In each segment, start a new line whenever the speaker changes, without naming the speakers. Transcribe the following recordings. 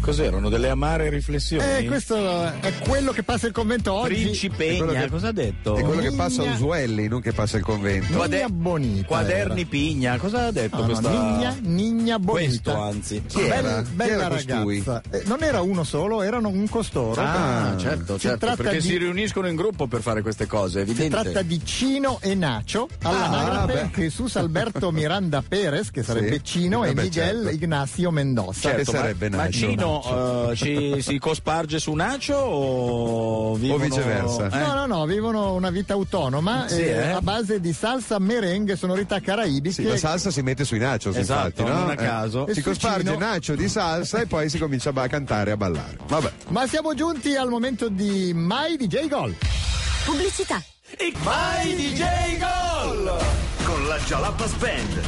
Cos'erano delle amare
Eh,
riflessioni?
questo è quello che passa il convento oggi.
Principe
quello
Pigna,
che-
cosa ha detto?
È quello che passa a
Migna.
Usuelli, non che passa il convento.
Nigna
Quader-
Bonita
Quaderni
era.
Ah,
Pigna, cosa ha detto
No, no,
questa?
Nigna, Nigna Bonita.
Questo anzi.
Chi
Bel-
era? Chi
bella
era costui?
ragazza. Eh, non era uno solo, erano un costoro.
Ah, certo,
Si
certo,
tratta
perché
di-
si riuniscono in gruppo per fare queste cose, è
Si
evidente. Ah,
tratta di Cino e Nacio, all'anagrafe
beh.
Jesus Alberto Miranda Perez, che sarebbe
Sì.
Cino,
Eh,
e
beh,
Miguel
certo.
Ignacio Mendoza.
Certo.
ma-
sarebbe
ma,
Nacio.
Cino eh, ci, si cosparge su Nacio o, vivono-
viceversa.
Eh?
No, no, no, vivono una vita autonoma
Sì,
eh,
eh.
a base di salsa, merengue, sonorità caraibiche.
Sì, la salsa si mette sui nachos,
Esatto,
infatti, no?
non a
Eh,
caso.
E
si
sui
cosparge
cino.
nacho di salsa e poi si comincia a cantare e a ballare. Vabbè.
Ma siamo giunti al momento di My DJ Gol.
Pubblicità.
Vai DJ Gol! Con la Jalapas Band.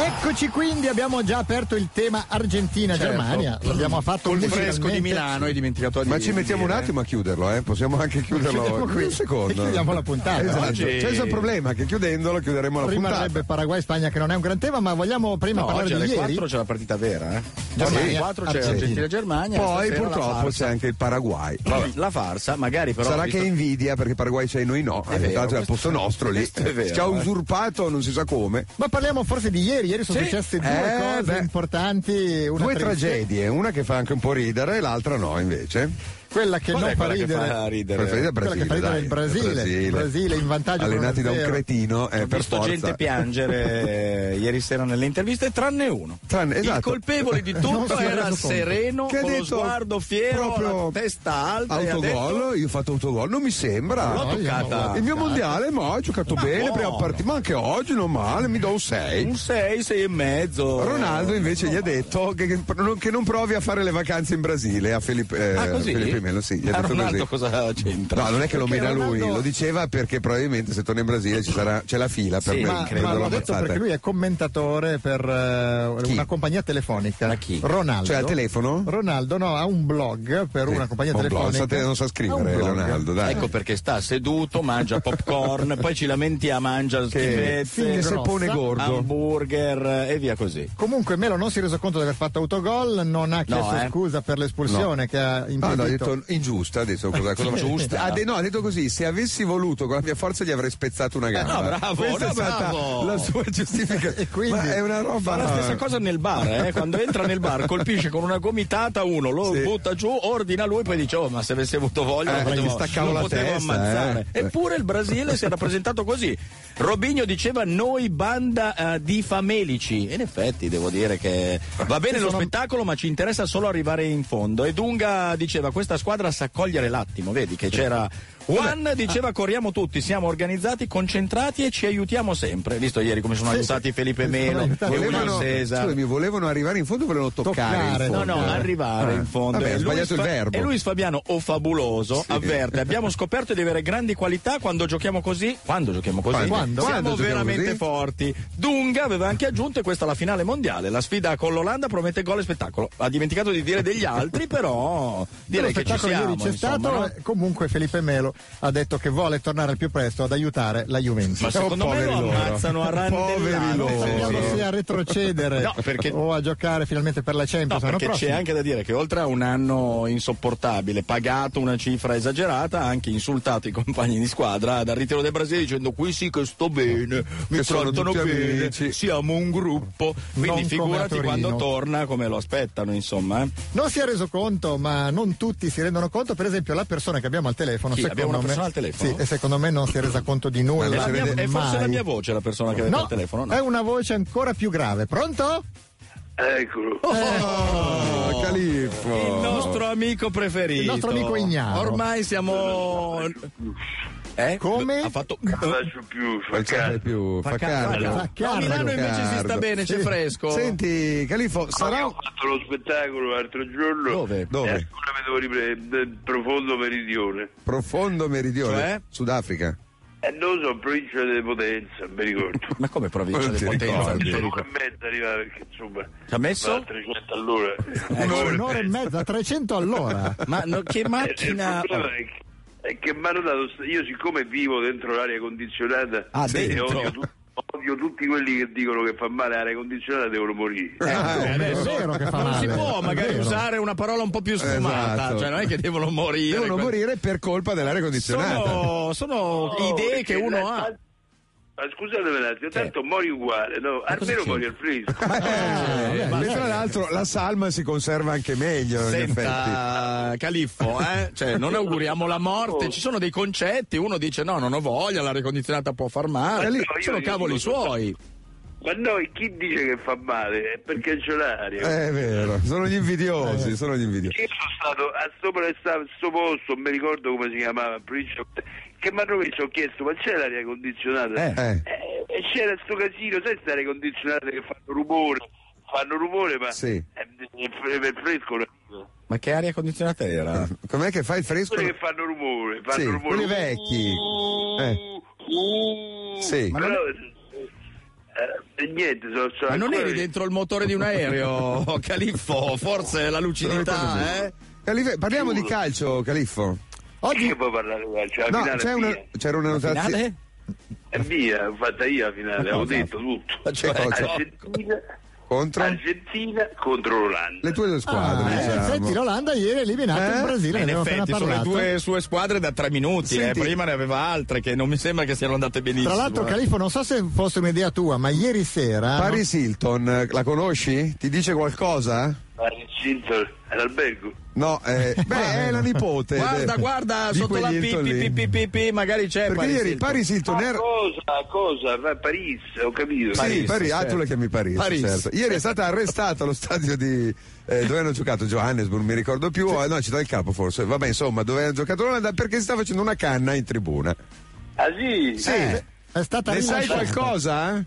Eccoci quindi, abbiamo già aperto il tema
certo.
Argentina-Germania. L'abbiamo fatto
Certo. Col fresco di
musicalmente.
Milano, hai dimenticato di
Ma ci mettiamo un
dire.
attimo a chiuderlo, eh? Possiamo anche chiuderlo
Chiudiamo qui
un secondo.
e chiudiamo la puntata.
Esatto.
Oggi-
C'è il problema che chiudendolo chiuderemo la puntata.
Rimarrebbe Paraguay-Spagna che non è un gran tema, ma vogliamo prima
No, oggi
parlare
alle
di ieri.
4 c'è la partita vera, eh? Oggi
Germania,
alle 4 c'è
Argentina.
Argentina-Germania.
Ah, Poi
stasera la
purtroppo c'è
farsa.
anche il Paraguay.
Vabbè, la farsa, magari però.
Sarà
visto-
che è invidia perché il Paraguay c'è e noi no.
È vero,
Tanto è al
questo-
posto nostro lì.
questo è vero,
Ci ha
eh.
usurpato non si sa come.
Ma parliamo forse di ieri, ieri sono
Sì.
successe due
Eh,
cose
beh.
importanti, una
Due
triste,
tragedie, una che fa anche un po' ridere e l'altra no invece.
quella che
Cos'è
non fa
quella che
ridere.
fa ridere?
Preferite il
Quella
Brasile,
che fa ridere
dai,
è il Brasile. Il Brasile in vantaggio con
Allenati da un
1-0.
cretino eh,
Ho
per
visto
forza.
gente piangere eh, ieri sera nelle interviste, tranne uno.
Tranne- esatto.
Il colpevole di tutto
si è
era
reso conto.
sereno,
Che ha
con lo
detto
sguardo fiero,
proprio
la testa alta. e ha
Autogol,
detto-
io ho fatto autogol, non mi sembra.
L'ho toccata.
Il mio mondiale, ma ho giocato
Ma
bene,
buono.
prima partita, ma anche oggi non male, mi do un 6.
Un 6, 6 e mezzo.
Ronaldo invece gli ha detto che, che non- che non provi a fare le vacanze in Brasile a Felipe, eh,
Ah, così?
Felipe Melo, sì, gli ha
Ma
detto
Ronaldo
così.
cosa c'entra?
No, non è che lo
Perché
mena lui,
Ronaldo-
lo diceva perché probabilmente se torna in Brasile ci sarà, c'è la fila per
Sì,
me,
Ma,
credo,
ma l'ho
la
detto
mazzata.
perché lui è commentatore per eh,
Chi?
una compagnia telefonica.
Ma chi?
Ronaldo.
Cioè, al telefono?
Ronaldo, no, ha un blog per
Sì,
una compagnia
un blog,
telefonica.
sa te- non sa
Ha Ah, un
scrivere
blog.
Ronaldo, dai.
Ecco perché sta seduto, mangia popcorn, poi ci lamenta, mangia
Sì,
che
schifezze,
se
grossa.
pone gordo.
hamburger eh, e via così.
Comunque Melo non si è reso conto di aver fatto autogol, non ha chiesto
eh.
scusa per l'espulsione che ha
No,
impedito.
no, ha detto ingiusta, ha detto cosa, cosa
Ingiusta.
Ha de- no, ha detto così, se avessi voluto con la mia forza gli avrei spezzato una gamba.
no, Ah, bravo,
Questa
no,
è stata
bravo.
la sua giustificazione.
E quindi-
Ma è una roba
Fa la stessa cosa nel bar, eh? quando entra nel bar colpisce con una gomitata uno, lo
Sì.
butta giù, ordina lui, poi dice: Oh, ma se avessi avuto voglia,
Eh,
lo potevo,
gli staccavo
lo
la
potevo
testa,
ammazzare.
eh.
Eppure il Brasile si era presentato così. Robinho diceva: Noi banda eh, di famelici. E in effetti devo dire che
Eh,
va bene lo spettacolo, ma ci interessa solo arrivare in fondo. E Dunga diceva: Questa squadra sa cogliere l'attimo, vedi che c'era. Juan diceva corriamo tutti, siamo organizzati, concentrati e ci aiutiamo sempre. Hai Visto ieri come sono aiutati Felipe
Sì, sono
Melo e Ah,
aiutati.
Julio
Volevano, cioè,
Cesar.
scusami, volevano arrivare in fondo, volevano toccare.
Toccare,
in
No,
fondo.
no, arrivare
Ah.
in fondo.
Vabbè,
E
ha
Luis
sbagliato il
Fa-
verbo.
E Luis Fabiano, o fabuloso, avverte: abbiamo scoperto di avere grandi qualità quando giochiamo così. Quando giochiamo così?
Quando? Quando?
Siamo
Quando giochiamo
veramente
così?
forti. Dunga aveva anche aggiunto, e questa è la finale mondiale. La sfida con l'Olanda promette gol e spettacolo. Ha dimenticato di dire degli altri, però direi
Lo
che ci
spettacolo
siamo.
ieri c'è
insomma,
stato,
no?
eh, comunque Felipe Melo ha detto che vuole tornare al più presto ad aiutare la Juventus.
Ma secondo me lo
poveri loro.
ammazzano a
Poveri
randellate.
loro.
Non sappiamo
sì.
se a retrocedere
No, perché-
o a giocare finalmente per la
No,
Champions l'anno
perché c'è
prossimo.
anche da dire che oltre a un anno insopportabile, pagato una cifra esagerata, ha anche insultato i compagni di squadra dal ritiro del Brasile dicendo qui sì che sto bene, mi
Che sono
trattano
tutti
bene,
amici."
siamo un gruppo. Quindi
Non come a
figurati
Torino.
quando torna come lo aspettano, insomma. eh.
Non si è reso conto, ma non tutti si rendono conto. Per esempio, la persona che abbiamo al telefono,
Chi?
secondo
Abbiamo una
me,
persona al telefono?
Sì, e secondo me non si è resa conto di nulla.
Ma
È, la
si
mia-
vede
è forse
mai.
la mia voce la persona che avete
No,
al telefono, no?
è una voce ancora più grave. Pronto?
Eccolo.
Oh, Califfo.
Il nostro amico preferito.
Il nostro amico ignaro.
Ormai siamo... Eh?
Come?
Ha fatto...
Non faccio più, fa
Non c'è
cazzo.
più, fa,
Fa
cargo.
cargo.
Fa
A Milano
cargo.
invece si sta bene, c'è
Sì.
fresco.
Senti, Califfo,
Sarà...
sarà
Ho fatto lo spettacolo l'altro giorno.
Dove?
Dove?
E a scuola mi devo riprendere. Profondo meridione.
profondo meridione,
Cioè?
Sudafrica.
E non so, provincia di potenza, mi ricordo.
Ma come provincia
Non
di
ti
potenza?
ricordi.
Federico?
Un'ora e mezza arriva perché insomma.
Ci ha messo?
va a 300 all'ora.
Un'ora e mezza, 300 all'ora.
Ma no, che
Ecco. Eh, Il
macchina...
problema è che E che mi hanno dato, io siccome vivo dentro l'aria condizionata,
Ah,
e
dentro?
Odio, tu- odio tutti quelli che dicono che fa male l'aria condizionata devono morire.
Eh.
Come?
adesso-
Ah, È vero che fa
non
male.
si può
È
magari
vero. Eh,
usare una parola un po' più sfumata,
Esatto.
cioè non è che devono morire.
Devono
Que-
morire per colpa dell'aria condizionata.
Sono, sono
Oh,
idee che
perché
uno
la-
ha.
Ma scusatemi un attimo, tanto muori uguale, no? Almeno muori al fresco.
Eh,
Eh,
ma
beh,
tra l'altro la salma si conserva anche meglio, in effetti.
Senta, Califfo, eh? cioè, non auguriamo la morte, ci sono dei concetti, uno dice no, non ho voglia, l'aria condizionata può far
Ah,
male,
Eh,
Ma no, io-
sono
io
cavoli
dico
suoi.
Ma noi chi dice che fa male? È perché c'è l'aria.
Eh, È vero, sono gli
Eh.
invidiosi, sono gli invidiosi.
Io sono stato a sto, a sto posto, non mi ricordo come si chiamava, Principe, che mi hanno messo, ho chiesto, ma c'è l'aria condizionata?
Eh, eh.
Eh, e c'era sto casino, sai queste arie condizionate che fanno rumore, fanno rumore, ma
Sì.
eh, eh, fre- per fresco no.
Ma che aria condizionata era?
Com'è che fa il fresco?
Quelle che fanno rumore, fanno
Sì,
rumore.
quelli vecchi. Eh.
Mm,
Uh,
Sì. Ma
Però, eh, eh, niente, sono, sono
Ma non
ancora-
eri dentro il motore di un aereo, Califfo, forse la lucidità, eh?
Calife- parliamo di
Giuro.
calcio, Califfo.
Chi
Oggi
che può parlare calcio? La
No,
Cioè, finale
c'è
è
una-
mia.
c'era una notazione.
Finale?
È mia, l'ho fatta io la finale, avevo detto tutto.
Ma cioè, cosa?
Argentina,
Contro
Argentina contro l'Olanda.
le tue due squadre,
eh, in
diciamo.
effetti l'Olanda ieri ha eliminato
Eh?
il Brasile, ne
In
abbiamo appena
effetti sono le
parlato.
due sue squadre da tre minuti, eh,
Senti.
prima ne aveva altre che non mi sembra che siano andate benissimo.
Tra l'altro,
eh.
Califo, non so se fosse un'idea tua, ma ieri sera.
Paris Hilton, eh, la conosci? Ti dice qualcosa?
Argentina all'albergo.
No, eh, beh, è la nipote.
Guarda,
de-
guarda,
di
sotto la
quegli
pi,
Hilton lì.
pi, pi, pi, pi, magari c'è
Perché
Paris
ieri
Hilton.
Paris Hilton
Ma
era.
cosa, cosa? Va a Paris, ho capito.
sì, Paris, ah,
certo.
tu la chiami Paris,
Paris.
certo. Ieri è stata arrestata allo stadio di eh, dove hanno giocato Johannesburg, mi ricordo più, eh, no, città del capo forse. Vabbè, insomma, dove hanno giocato l'Olanda perché si sta facendo una canna in tribuna.
Ah sì?
Sì.
Eh, è stata
ne sai
rilasciata.
qualcosa? eh?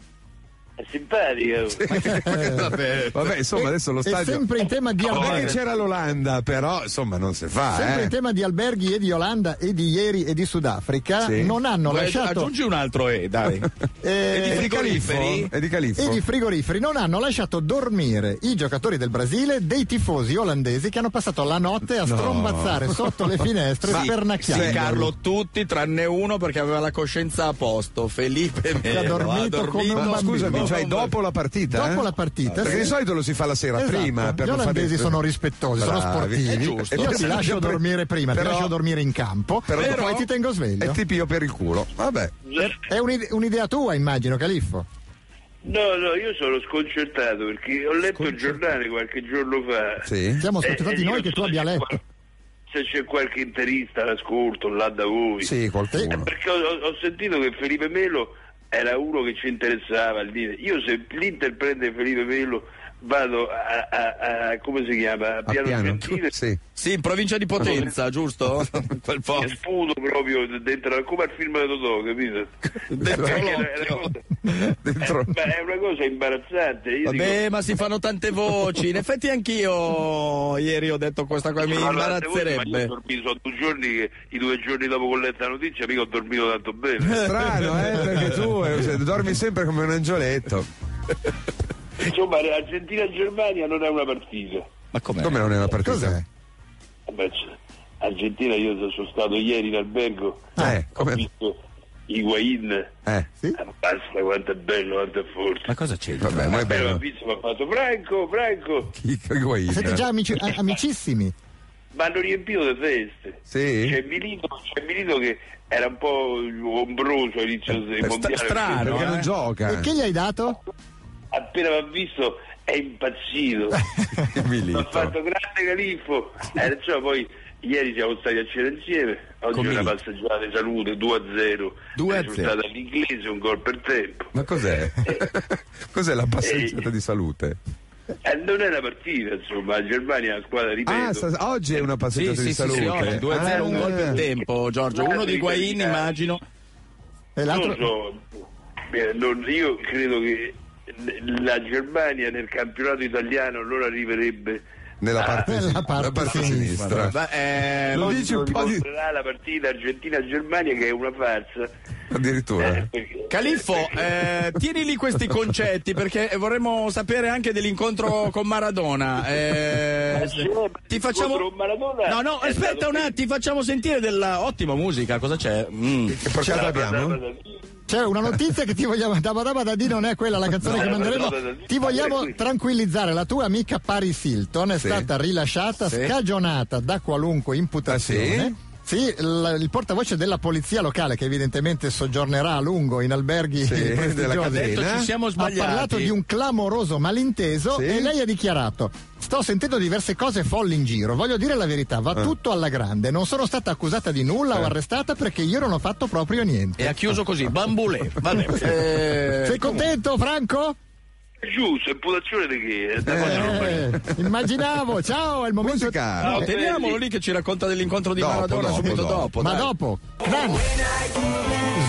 È simpatica.
Vabbè.
Vabbè, insomma, adesso lo
E
stadio
Eh, sempre in tema di
Non è che
alberghi,
c'era l'Olanda, però insomma non si fa,
sempre
eh.
in tema di alberghi e di Olanda e di ieri e di Sudafrica,
Sì.
non hanno
Vuoi-
lasciato
Aggiungi un altro E, dai.
eh,
e di frigoriferi?
È di Califfo.
e di frigoriferi non hanno lasciato dormire i giocatori del Brasile dei tifosi olandesi che hanno passato la notte a strombazzare sotto le finestre
Ma-
per
sì,
nacchiare.
Carlo tutti tranne uno perché aveva la coscienza a posto Felipe Melo ha
dormito come un
Eh, Ma
bambino.
scusami, cioè dopo la partita?
Dopo
eh?
la partita,
Perché
sì.
di solito lo si fa la sera
Esatto.
prima. Per
Gli
non fare-
olandesi sono rispettosi, sono
Bravi.
sportivi.
È giusto.
Io ti lascio dormire prima,
Però-
ti lascio dormire in campo,
però-
e poi ti tengo sveglio.
E ti pio per il culo. Vabbè.
È un'ide- un'idea tua, immagino, Califfo.
No, no, io sono sconcertato perché ho letto il giornale qualche giorno fa.
Sì.
Siamo
Eh,
sconcertati
eh,
noi
io
che
so
tu abbia
se
letto.
qual- Se c'è qualche interista all'ascolto là da voi. Eh,
Sì, qualcuno.
Perché ho, ho sentito che Felipe Melo era uno che ci interessava all'Inter. Io se l'Inter prende Felipe Melo vado a, a- a- come si chiama? A
A
piano,
piano.
Gentile
Sì.
sì in provincia di Potenza giusto? quel
e
posto
sputo proprio dentro la- come al film di Totò, capito?
Dentro
Perché è una- è una
l'occhio.
cosa-
Dentro-
eh, ma è una cosa imbarazzante. Io
Vabbè, ma si fanno tante voci. In effetti anch'io ieri ho detto questa cosa, mi
dico, ma tante volte, ma io ho
imbarazzerebbe.
dormito sono due giorni che i due giorni dopo che ho letto la notizia, mica ho dormito tanto bene.
Strano, eh, perché tu eh, cioè, dormi sempre come un angioletto.
Insomma, Argentina-Germania non è una partita.
Ma com'è?
Come non è una partita?
Cos'è?
Vabbè, c'è- Argentina, io sono stato ieri in albergo,
Eh,
ho
come...
visto Higuain,
Eh,
Ah, basta quanto è bello, quanto è forte.
Ma cosa c'entra?
vabbè, ma è
Però
bello.
ho visto, mi ha fatto Franco, Franco,
Chi- chi- Higuain.
Siete già amici- a- amicissimi.
ma hanno riempito le feste.
Sì?
C'è Milito, c'è Milito che era un po' ombroso all'inizio del
Eh, sta- Eh,
mondiale.
strano,
perché
Perché
eh?
non
E
gioca.
che gli hai dato?
Appena mi ha visto è impazzito. Mi ha
Milito.
fatto grande califfo. E cioè, poi ieri siamo stati a cena insieme, oggi
Con
una
Milito.
passeggiata di salute 2-0.
2 a 0.
Risultata all'inglese un gol per tempo.
Ma cos'è?
Eh.
cos'è la passeggiata di salute?
Eh, non è una partita, insomma, la Germania è una squadra, ripeto.
Ah, sta- oggi è una passeggiata
Sì, sì,
di
sì,
salute.
sì, oggi 2-0, un
Ah.
gol
Eh.
per tempo, Giorgio. Uno di Guain, immagino.
E
non
l'altro...
so, eh, non- io credo che l- la Germania nel campionato italiano non arriverebbe
Nella parte,
Nella
nella
parte
parte
sinistra.
sinistra.
Beh, eh,
Lo dici un po' di...
incontrerà la partita Argentina-Germania che è una farsa Eh,
Addirittura. eh?
Perché-
Califfo, eh, tieni lì questi concetti perché vorremmo sapere anche dell'incontro con Maradona. Eh,
Ma sì, ma
ti facciamo...
l'incontro con Maradona
No, no,
è
aspetta
stato-
un attimo, ti facciamo sentire della ottima musica. Cosa c'è? Mm.
Che porcata abbiamo?
C'è una notizia che ti vogliamo. Dabadabadadì non è quella la canzone che manderemo.
Dabadabadadì.
Ti vogliamo tranquillizzare. La tua amica Paris Hilton è
Sì.
stata rilasciata,
Sì.
scagionata da qualunque imputazione.
Ah, sì?
Sì, l- il portavoce della polizia locale, che evidentemente soggiornerà a lungo in alberghi
Sì, della
prestigiosi,
catena.
Detto, ci siamo
ha
sbagliati.
parlato di un clamoroso malinteso
Sì.
e lei ha dichiarato sto sentendo diverse cose folli in giro voglio dire la verità va
Ah.
tutto alla grande non sono stata accusata di nulla o arrestata perché io non ho fatto proprio niente
E ha chiuso così, bambulè. Vabbè. Eh,
sei contento Franco?
Giusto, imputazione di che? Eh, da quando non fa-
Eh, immaginavo ciao è il momento
Musica.
no,
Eh,
Ah, teniamolo lì che ci racconta dell'incontro di
Dopo,
Maradona
dopo,
subito
dopo.
dopo.
ma
dai.
dopo Knan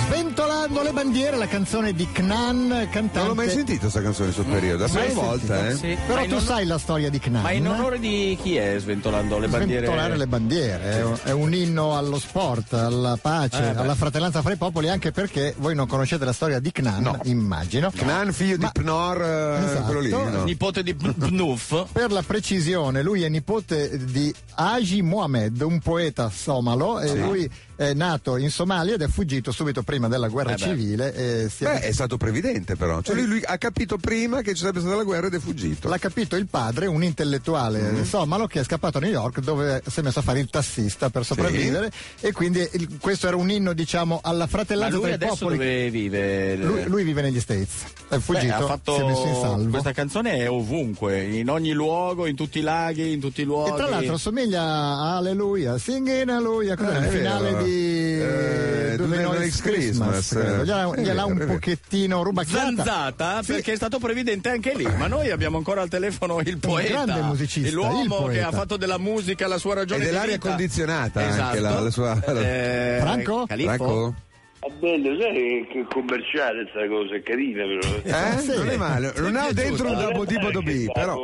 sventolando le bandiere la canzone di Knan cantante
Non l'ho mai sentita questa canzone sul periodo, la
Mai
prima volta, eh?
sentita.
Sì. Ma
però
in
tu
onor-
sai la storia di Knan eh?
Ma in onore di chi è sventolando le bandiere?
Sventolare le bandiere, è un, è un inno allo sport, alla pace,
Eh,
alla fratellanza fra i popoli, anche perché voi non conoscete la storia di Knan, immagino.
Knan, figlio di
Ma-
Pnor, eh,
Esatto.
quello lì. no?
Nipote di Pnuf.
Per la precisione, lui è nipote di Haji Mohamed, un poeta somalo, e lui è nato in Somalia ed è fuggito subito prima della guerra
Eh beh.
civile. E si
Beh,
è-
è stato previdente però. Cioè lui, lui ha capito prima che ci sarebbe stata la guerra ed è fuggito. Mm-hmm.
L'ha capito il padre, un intellettuale somalo che è scappato a New York dove si è messo a fare il tassista per sopravvivere e quindi il- questo era un inno diciamo alla
Ma
fratellanza
lui
tra i
adesso
popoli.
dove vive?
Lui, lui vive negli States, è
Beh,
fuggito,
ha fatto
si è messo in salvo.
Questa canzone è ovunque, in ogni luogo, in tutti i laghi, in tutti i luoghi.
E tra l'altro assomiglia a Alleluia, Singing Alleluia, cos'è
Eh,
il
è
finale
vero.
di
Eh,
Do
Do
They
They
Know
Know
It's
It's Christmas,
credo.
eh.
Gliela-
È
Gliel'ha
vero, è
un
vero.
pochettino rubacchiata.
Zanzata
Sì.
perché è stato previdente anche lì, ma noi abbiamo ancora al telefono il poeta,
grande musicista,
l'uomo
il poeta.
che ha fatto della musica la sua ragione
E
di
dell'aria
vita.
condizionata
esatto.
anche la- la sua-
Eh,
Franco?
Califfo?
Franco?
È bello, sai che- che commerciale sta cosa, è carina però.
Eh?
Sì.
Non è male. Non ha dentro un double D, double B, però.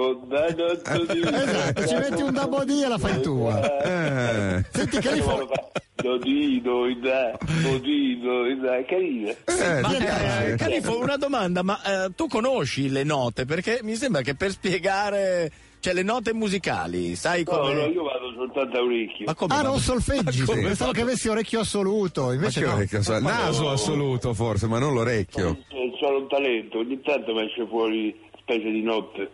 Esatto, ci metti un dabbo D e la fai tua.
Eh.
Senti Califo,
Dodino, da, dodino, da, carina.
Eh,
Ma,
ti piace?
eh, Califfo, una domanda, ma eh, tu conosci le note? Perché mi sembra che per spiegare, cioè le note musicali, sai
Cioè, No,
come...
no, io vado soltanto a orecchio.
Ma come?
ah non
Ma
solfeggi,
come?
pensavo che avessi orecchio assoluto,
Ma
invece
che
no.
orecchio so- Naso assoluto forse, ma non l'orecchio.
Eh, Sono un talento, ogni tanto mi esce fuori specie di notte,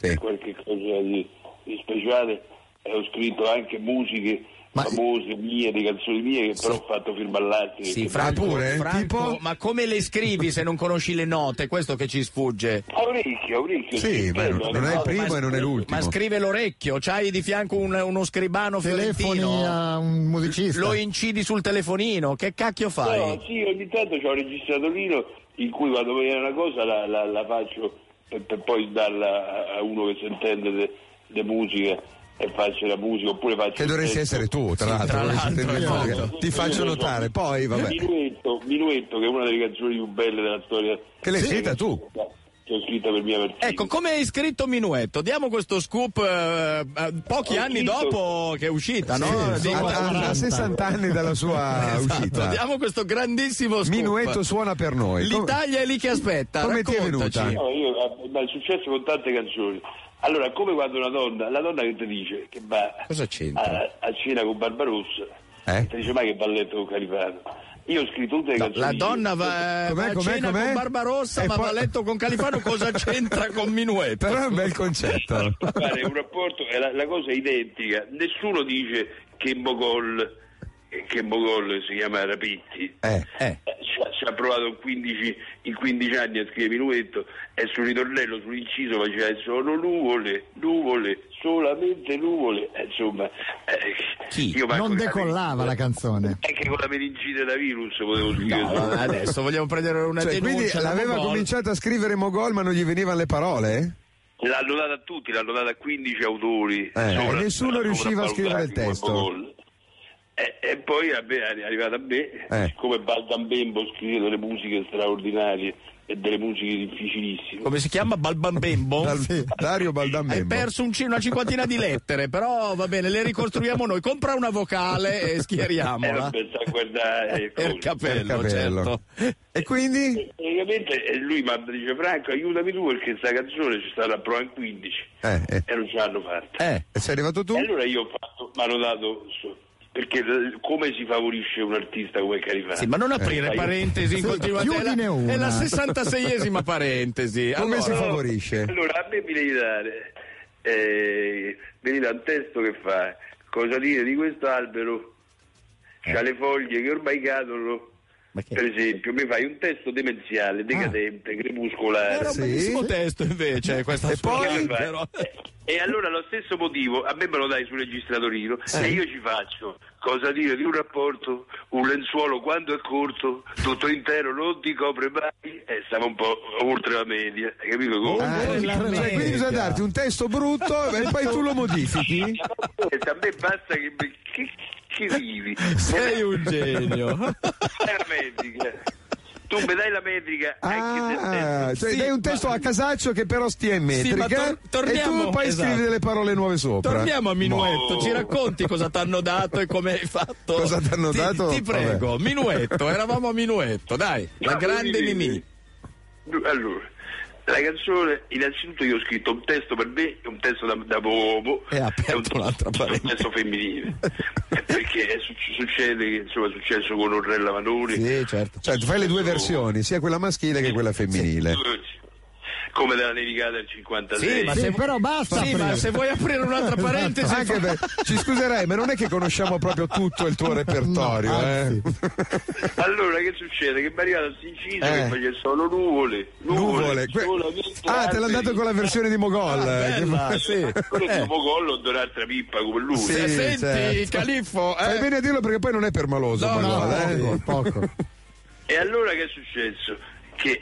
Sì.
qualche cosa di, di speciale. E ho scritto anche musiche
Ma-
famose mie, di canzoni mie, che però ho fatto firmallati.
Sì,
perché-
Franco,
Ah, pure?
Franco,
Tipo?
ma come le scrivi se non conosci le note? Questo che ci sfugge.
A orecchio, a orecchio.
Sì, ma
bello,
non non è il
no,
primo
ma-
e non è l'ultimo.
Ma scrive l'orecchio, c'hai di fianco un- uno scribano
Telefoni
fiorentino,
a un musicista.
lo incidi sul telefonino, che cacchio
No,
fai?
sì, ogni tanto c'ho un registratorino in cui vado a vedere una cosa, la, la- la faccio per, per poi darla a- a uno che si intende de, de musica e faccio la musica, oppure faccio...
Che
il
dovresti
testo.
essere tu, tra
Sì,
l'altro.
tra
dovresti
l'altro,
tenere
esatto.
conto che- Ti faccio notare, poi vabbè.
Minuetto, Minuetto, che è una delle canzoni più belle della storia.
Che l'hai
Sì.
scritta tu?
Che ho scritta per mia versione.
Ecco, come hai scritto Minuetto? Diamo questo scoop eh, eh, pochi
Ho
anni
scritto-
dopo che è uscita, no?
sì,
Di-
A, a- a 60 anni dalla sua
Esatto,
uscita.
diamo questo grandissimo scoop.
Minuetto suona per noi. Come-
L'Italia è lì che aspetta.
Come ti è
raccontaci.
venuta?
No, io, eh, ma è successo con tante canzoni. Allora, come quando una donna, la donna che ti dice che va
Cosa c'entra?
a, Eh, a cena con Barbarossa,
Eh?
ti dice mai che va a letto con Califato. Io ho scritto tutte le
No,
canzoni.
la donna va,
Com'è,
va a
com'è,
cena
com'è?
con Barbarossa,
E
ma
poi-
va a letto con Califano. Cosa c'entra con Minuetto?
Però è un bel concetto.
Fare un rapporto, eh, la, la cosa è identica. Nessuno dice che Mogol, eh, che Mogol si chiama Rapitti.
Eh.
Eh,
Eh, Ci ha, ci ha provato in 15, in 15 anni a scrivere Minuetto e sul ritornello, sull'inciso faceva eh, sono nuvole, nuvole, solamente nuvole. Eh, insomma, eh,
Chi?
io manco
Non
che-
decollava la canzone.
Anche con la meningite da virus potevo scrivere.
no,
solo.
adesso vogliamo prendere una
Cioè, quindi
denuncia. da
l'aveva
Mogol.
cominciato a scrivere Mogol ma non gli venivano le parole?
L'hanno data a tutti, l'hanno data a 15 autori.
Eh, e nessuno
sopra-
riusciva a scrivere il
sopravvalutati come
testo.
Mogol. E, e poi vabbè, è arrivata a me,
Eh.
siccome Baldambembo scrive delle musiche straordinarie e delle musiche difficilissime.
Come si chiama? Balbambembo?
Dal- Dario
Hai
Baldambembo.
perso un ci- una cinquantina di lettere, però va bene, le ricostruiamo noi. Compra una vocale e
Eh,
schiariamola.
vabbè, sta a guardare,
E il capello,
Per capello.
certo.
E quindi?
Praticamente eh, lui mi dice Franco aiutami tu perché sta canzone c'è stata a prova in 15
Eh, eh.
e non ce l'hanno fatta.
Eh,
E sei arrivato tu?
E allora io ho fatto, mi hanno dato, so- perché l- come si favorisce un artista come Eh. Carifano?
sì, ma non aprire
Aiuto.
parentesi in
Sì,
continuazione. È
chiudine
la- È la
una.
66esima parentesi.
Come si
Allora-
favorisce?
Allora a me mi devi dare, eh, mi dà un testo che fa, cosa dire di quest'albero, c'ha le foglie che ormai cadono,
Eh. Ma che- Ah.
per esempio, mi fai un testo demenziale, decadente, crepuscolare.
Era un
Sì.
bellissimo testo invece questa
E poi-
storia,
Che fai?
però.
E allora lo stesso motivo, a me me lo dai sul registratorino e io ci faccio cosa dire di un rapporto, un lenzuolo quando è corto, tutto intero non ti copre mai e stava un po' oltre la media, hai capito come?
Ah.
Eh,
la
cioè, quindi bisogna
media.
darti un testo brutto e poi tu lo modifichi.
Aspetta, a me basta che mi- che, che vivi.
Sei un genio.
Dai la metrica. Tu mi dai la metrica anche se
Ah, cioè
Sì,
dai un testo a casaccio che però stia in
Sì, ma
metrica
tor- torniamo-
e tu poi
esatto.
scrivi delle parole nuove sopra.
Torniamo a Minuetto,
Boh.
ci racconti cosa ti hanno dato e come hai fatto?
Cosa t'hanno
Ti-
dato?
Ti prego,
Vabbè.
Minuetto, eravamo a Minuetto, dai, la
No,
grande
quindi-
Mimì.
Allora, la canzone, innanzitutto io ho scritto un testo per me e un testo da, da popo
E ha aperto
un,
un'altra parentesi.
un testo femminile. Eh, Perché è suc- succede che insomma è successo con Orrella Manoni.
Sì, certo.
Cioè, tu fai le due versioni, sia quella maschile che quella femminile.
Come della nevicata del 56.
Sì, ma
Sì,
se-
però
Sì,
basta
ma
aprire. Esatto.
se vuoi aprire un'altra parentesi,
Eh, esatto. Anche
fa-
per- ci scuserei, ma non è che conosciamo proprio tutto il tuo repertorio,
No,
eh?
anzi.
Allora che succede? Che mi è arrivato questo inciso
Eh.
che faceva solo nuvole,
Nuvole.
nuvole,
que-
solamente
Ah, te l'hanno dato con la versione di Mogol. eh, che-
Ah,
Eh.
bella, sì.
Quello è dopo collo di un'altra pippa come lui.
Sì,
Eh, Senti,
certo.
Califfo, eh,
Fai bene a dirlo perché poi non è permaloso.
No,
Mogol,
no,
eh.
poco, poco.
E allora che è successo? Che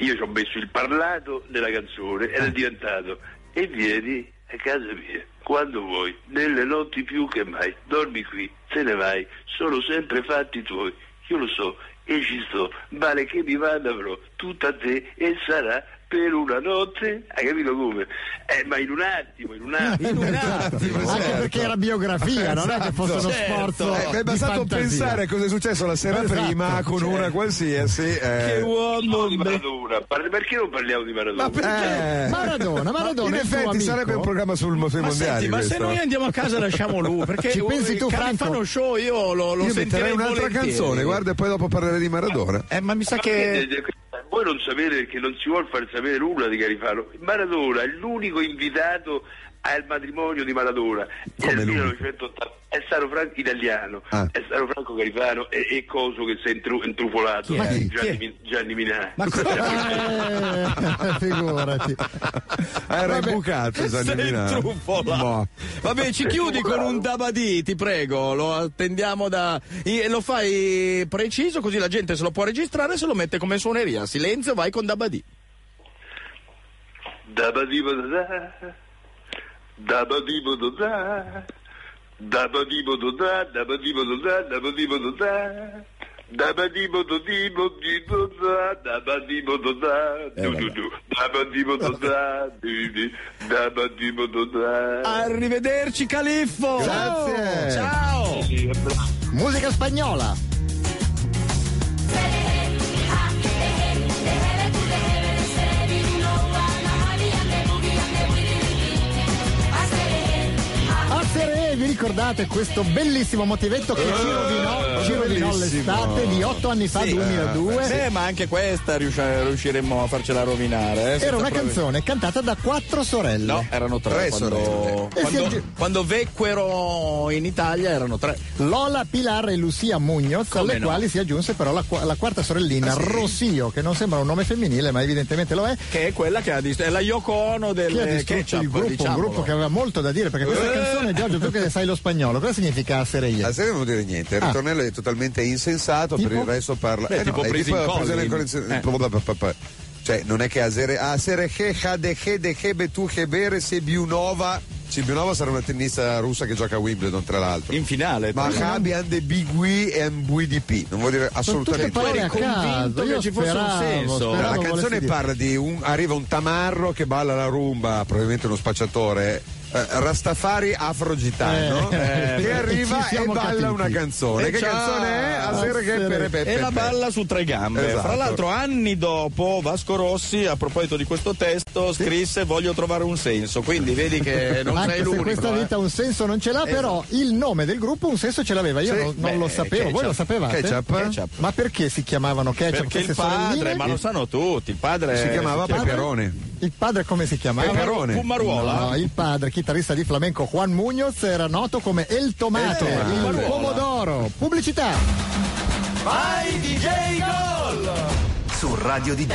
io ci ho messo il parlato della canzone
Eh.
ed è diventato e vieni a casa mia quando vuoi, nelle notti più che mai, dormi qui, te ne vai, sono sempre fatti tuoi, io lo so, e ci sto, vale che mi vada avrò tutta te e sarà per una notte, hai capito come? Eh, ma in un attimo, in un attimo.
in un attimo,
Anche
certo.
perché era biografia, non è che fosse uno
Certo.
sforzo.
Eh, mi è
di
bastato
fantasia.
pensare a cosa è successo la sera
Esatto,
prima con una qualsiasi. eh.
Che uomo
Parliamo di
bello.
Maradona, Par- perché non parliamo di Maradona?
Ma perché?
Eh, Maradona, Maradona.
In
è il tuo
effetti
amico?
sarebbe un programma sul, sui
Ma,
mondiali.
senti, ma se
questo.
noi andiamo a casa lasciamo lui perché
Ci pensi tu, Franco?
Califano Show io lo, lo
Io
sentirei
metterei un'altra
volentieri.
canzone, guarda, e poi dopo parlerei di Maradona.
Eh, ma mi sa
Ma
che
quindi, eh, Voi non sapete perché non si vuol far sapere nulla di Carifano. Maradona è l'unico invitato al matrimonio di Maradona
Come
nel
l'unico?
1980 è stato Franco italiano,
Ah.
è stato Franco Carifano e, e Coso che si è intru- intrufolato, eh,
Chi è?
Gianni,
Chi è?
Min- Gianni Minà.
Ma come
Eh, figurati.
Ah, Era
Vabbè.
imbucato Gianni
sei
Minà.
truffola.
Boh.
Vabbè, ci chiudi con un dabadì, ti prego. Lo attendiamo da. I- Lo fai preciso, così la gente se lo può registrare e se lo mette come suoneria. Silenzio, vai con dabadì.
Dabadibadadà, dabadibadadà, dabadibadadà, dabadibadadà, dabadibadadà, dabadibadadibadibadà, dabadibadadà,
Eh, vabbè.
du-du-du, dabadibadadà, di-di, dabadibadadà.
Arrivederci, Califfo.
Eh.
Grazie.
Ciao.
Sì, è bravo.
Musica spagnola. A Serè, vi ricordate questo bellissimo motivetto che
Eh,
ci rovinò, ci rovinò
bellissimo.
l'estate di otto anni fa, 2002?
Beh, eh. ma anche questa riusci- riusciremmo a farcela rovinare. eh, senza
Era una
problemi.
canzone cantata da quattro sorelle.
No, erano tre.
Tre
quando,
sorelle.
Eh, sì,
quando,
oggi-
quando vecquero in Italia erano tre.
Lola, Pilar e Lucia Mugnoz,
Come
alle
no?
quali si aggiunse però la, qua- la quarta sorellina, Rossio, che non sembra un nome femminile, ma evidentemente lo è.
Che è quella che ha dist- è la Yoko Ono
Chi ha
del
distrutto
ketchup. diciamo.
il gruppo? Un
diciamolo.
gruppo che aveva molto da dire, perché questa
Eh.
canzone, Giorgio, tu che sai lo spagnolo, cosa significa Sereia?
La serie non vuol dire niente, il
Ah.
ritornello è totalmente insensato,
Tipo?
per il resto parla... Eh,
Beh, tipo
è
presi in
presa
collo,
in boh, collo,
in-
in-
eh.
bla, bla, bla, bla. Cioè, non è che a sere... A sere che ha de che de che be tu che bere se biu nova... Cimbionova sarà una tennista russa che gioca a Wimbledon, tra l'altro.
In finale.
Ma
tra-
Habi and the Big We e MVP. Non vuol dire assolutamente
tutte parole
niente.
a
convinto
caso.
che
Io
ci fosse un
speravo,
senso.
speravo
Allora, la
volessi
canzone
dire.
parla di un, arriva un tamarro che balla la rumba, probabilmente uno spacciatore. eh, Rastafari afrogitano
Eh,
che
eh,
arriva
ci
e
siamo
balla
capiti.
una canzone.
E
che
ciao.
canzone è? A sera che
Sera.
pere, pe, pe,
E la
pe.
balla su tre gambe.
Esatto.
Fra l'altro, anni dopo, Vasco Rossi, a proposito di questo testo, scrisse Voglio trovare un senso. Quindi vedi che non
Anche
sei
se
l'unico.
questa
eh.
vita un senso non ce l'ha, però il nome del gruppo un senso ce l'aveva. Io
Sì,
non, non
beh,
lo sapevo, voi
ketchup.
lo sapevate?
Ketchup?
Ketchup.
Ma perché si chiamavano ketchup?
Perché il
Queste
padre,
sorelline?
ma lo sanno tutti, il padre
si chiamava
Peperone
Peperone.
Il padre come si chiamava?
Peperone.
Pummaruola.
No, il padre, chitarrista di flamenco Juan Muñoz, era noto come El Tomato,
Eh,
il
Pummaruola.
pomodoro. Pubblicità!
Vai DJ Gol! Su Radio di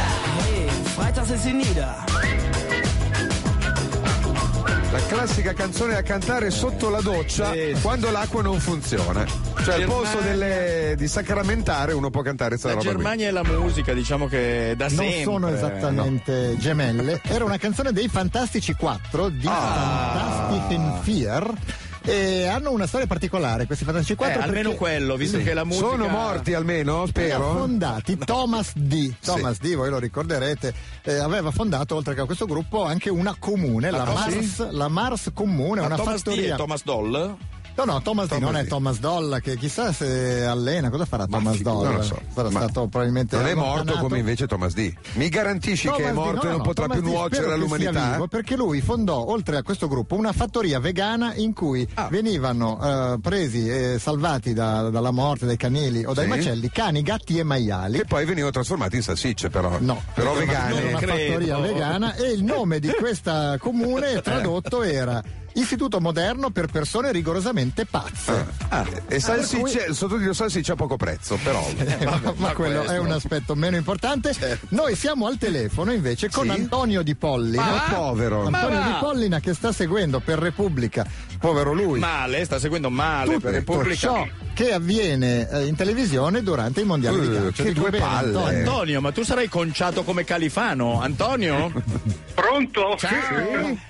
La classica canzone da cantare sotto la doccia
Sì, sì.
quando l'acqua non funziona. Cioè, al
Germania.
posto delle- di sacramentare, uno può cantare questa
La
roba qui.
Germania e la musica, diciamo che da
Non
sempre.
sono esattamente gemelle, era una canzone dei Fantastici 4 di
Ah.
Fantastic Fear. E hanno una storia particolare questi Fantastici
Eh,
4
almeno
perché-
quello, visto che la musica.
Sono morti almeno,
Era
spero.
fondati Thomas D. Thomas D, voi lo ricorderete, eh, aveva fondato oltre che a questo gruppo anche una comune, la,
Ah, Thomas
Mars, la Mars Comune,
Ma
una
Thomas D e
fattoria.
Thomas Doll?
No, no, Thomas, D,
Thomas
non è
D.
Thomas Doll, che chissà se allena, cosa farà
Ma
Thomas
fi-
Doll?
non lo so.
Sarà
Ma
stato probabilmente.
Non è morto
allontanato.
come invece Thomas D. Mi garantisci
Thomas
che è
D,
morto
no,
e non
no,
potrà
Thomas
più
D, spero
nuocere
che sia
all'umanità? eh?
vivo, perché lui fondò, oltre a questo gruppo, una fattoria vegana in cui
Ah.
venivano eh, presi e salvati da- dalla morte dai canili o dai
Sì.
macelli cani, gatti e maiali.
Che poi venivano trasformati in salsicce, però.
No,
Però
perché era
Oh, vegane.
Una
credo.
fattoria vegana e il nome di questa comune tradotto era Istituto Moderno per persone rigorosamente pazze.
Ah, e salsicce, il sottotitolo salsicce a poco prezzo, però.
Eh, ma, ma
ma
quello
questo. Certo.
è un aspetto meno importante. Noi siamo al telefono invece con
Sì?
Antonio Di Pollina.
Ma va? Povero.
Ma
Antonio
va?
Di Pollina che sta seguendo per Repubblica, povero lui,
Male, sta seguendo male
tutto
per Repubblica.
ciò che avviene eh, in televisione durante i mondiali di
Uh,
Eh,
calcio.
che
Dico
due
bene,
palle.
Antonio?
Antonio, ma tu sarai conciato come Califano, Antonio?
Pronto?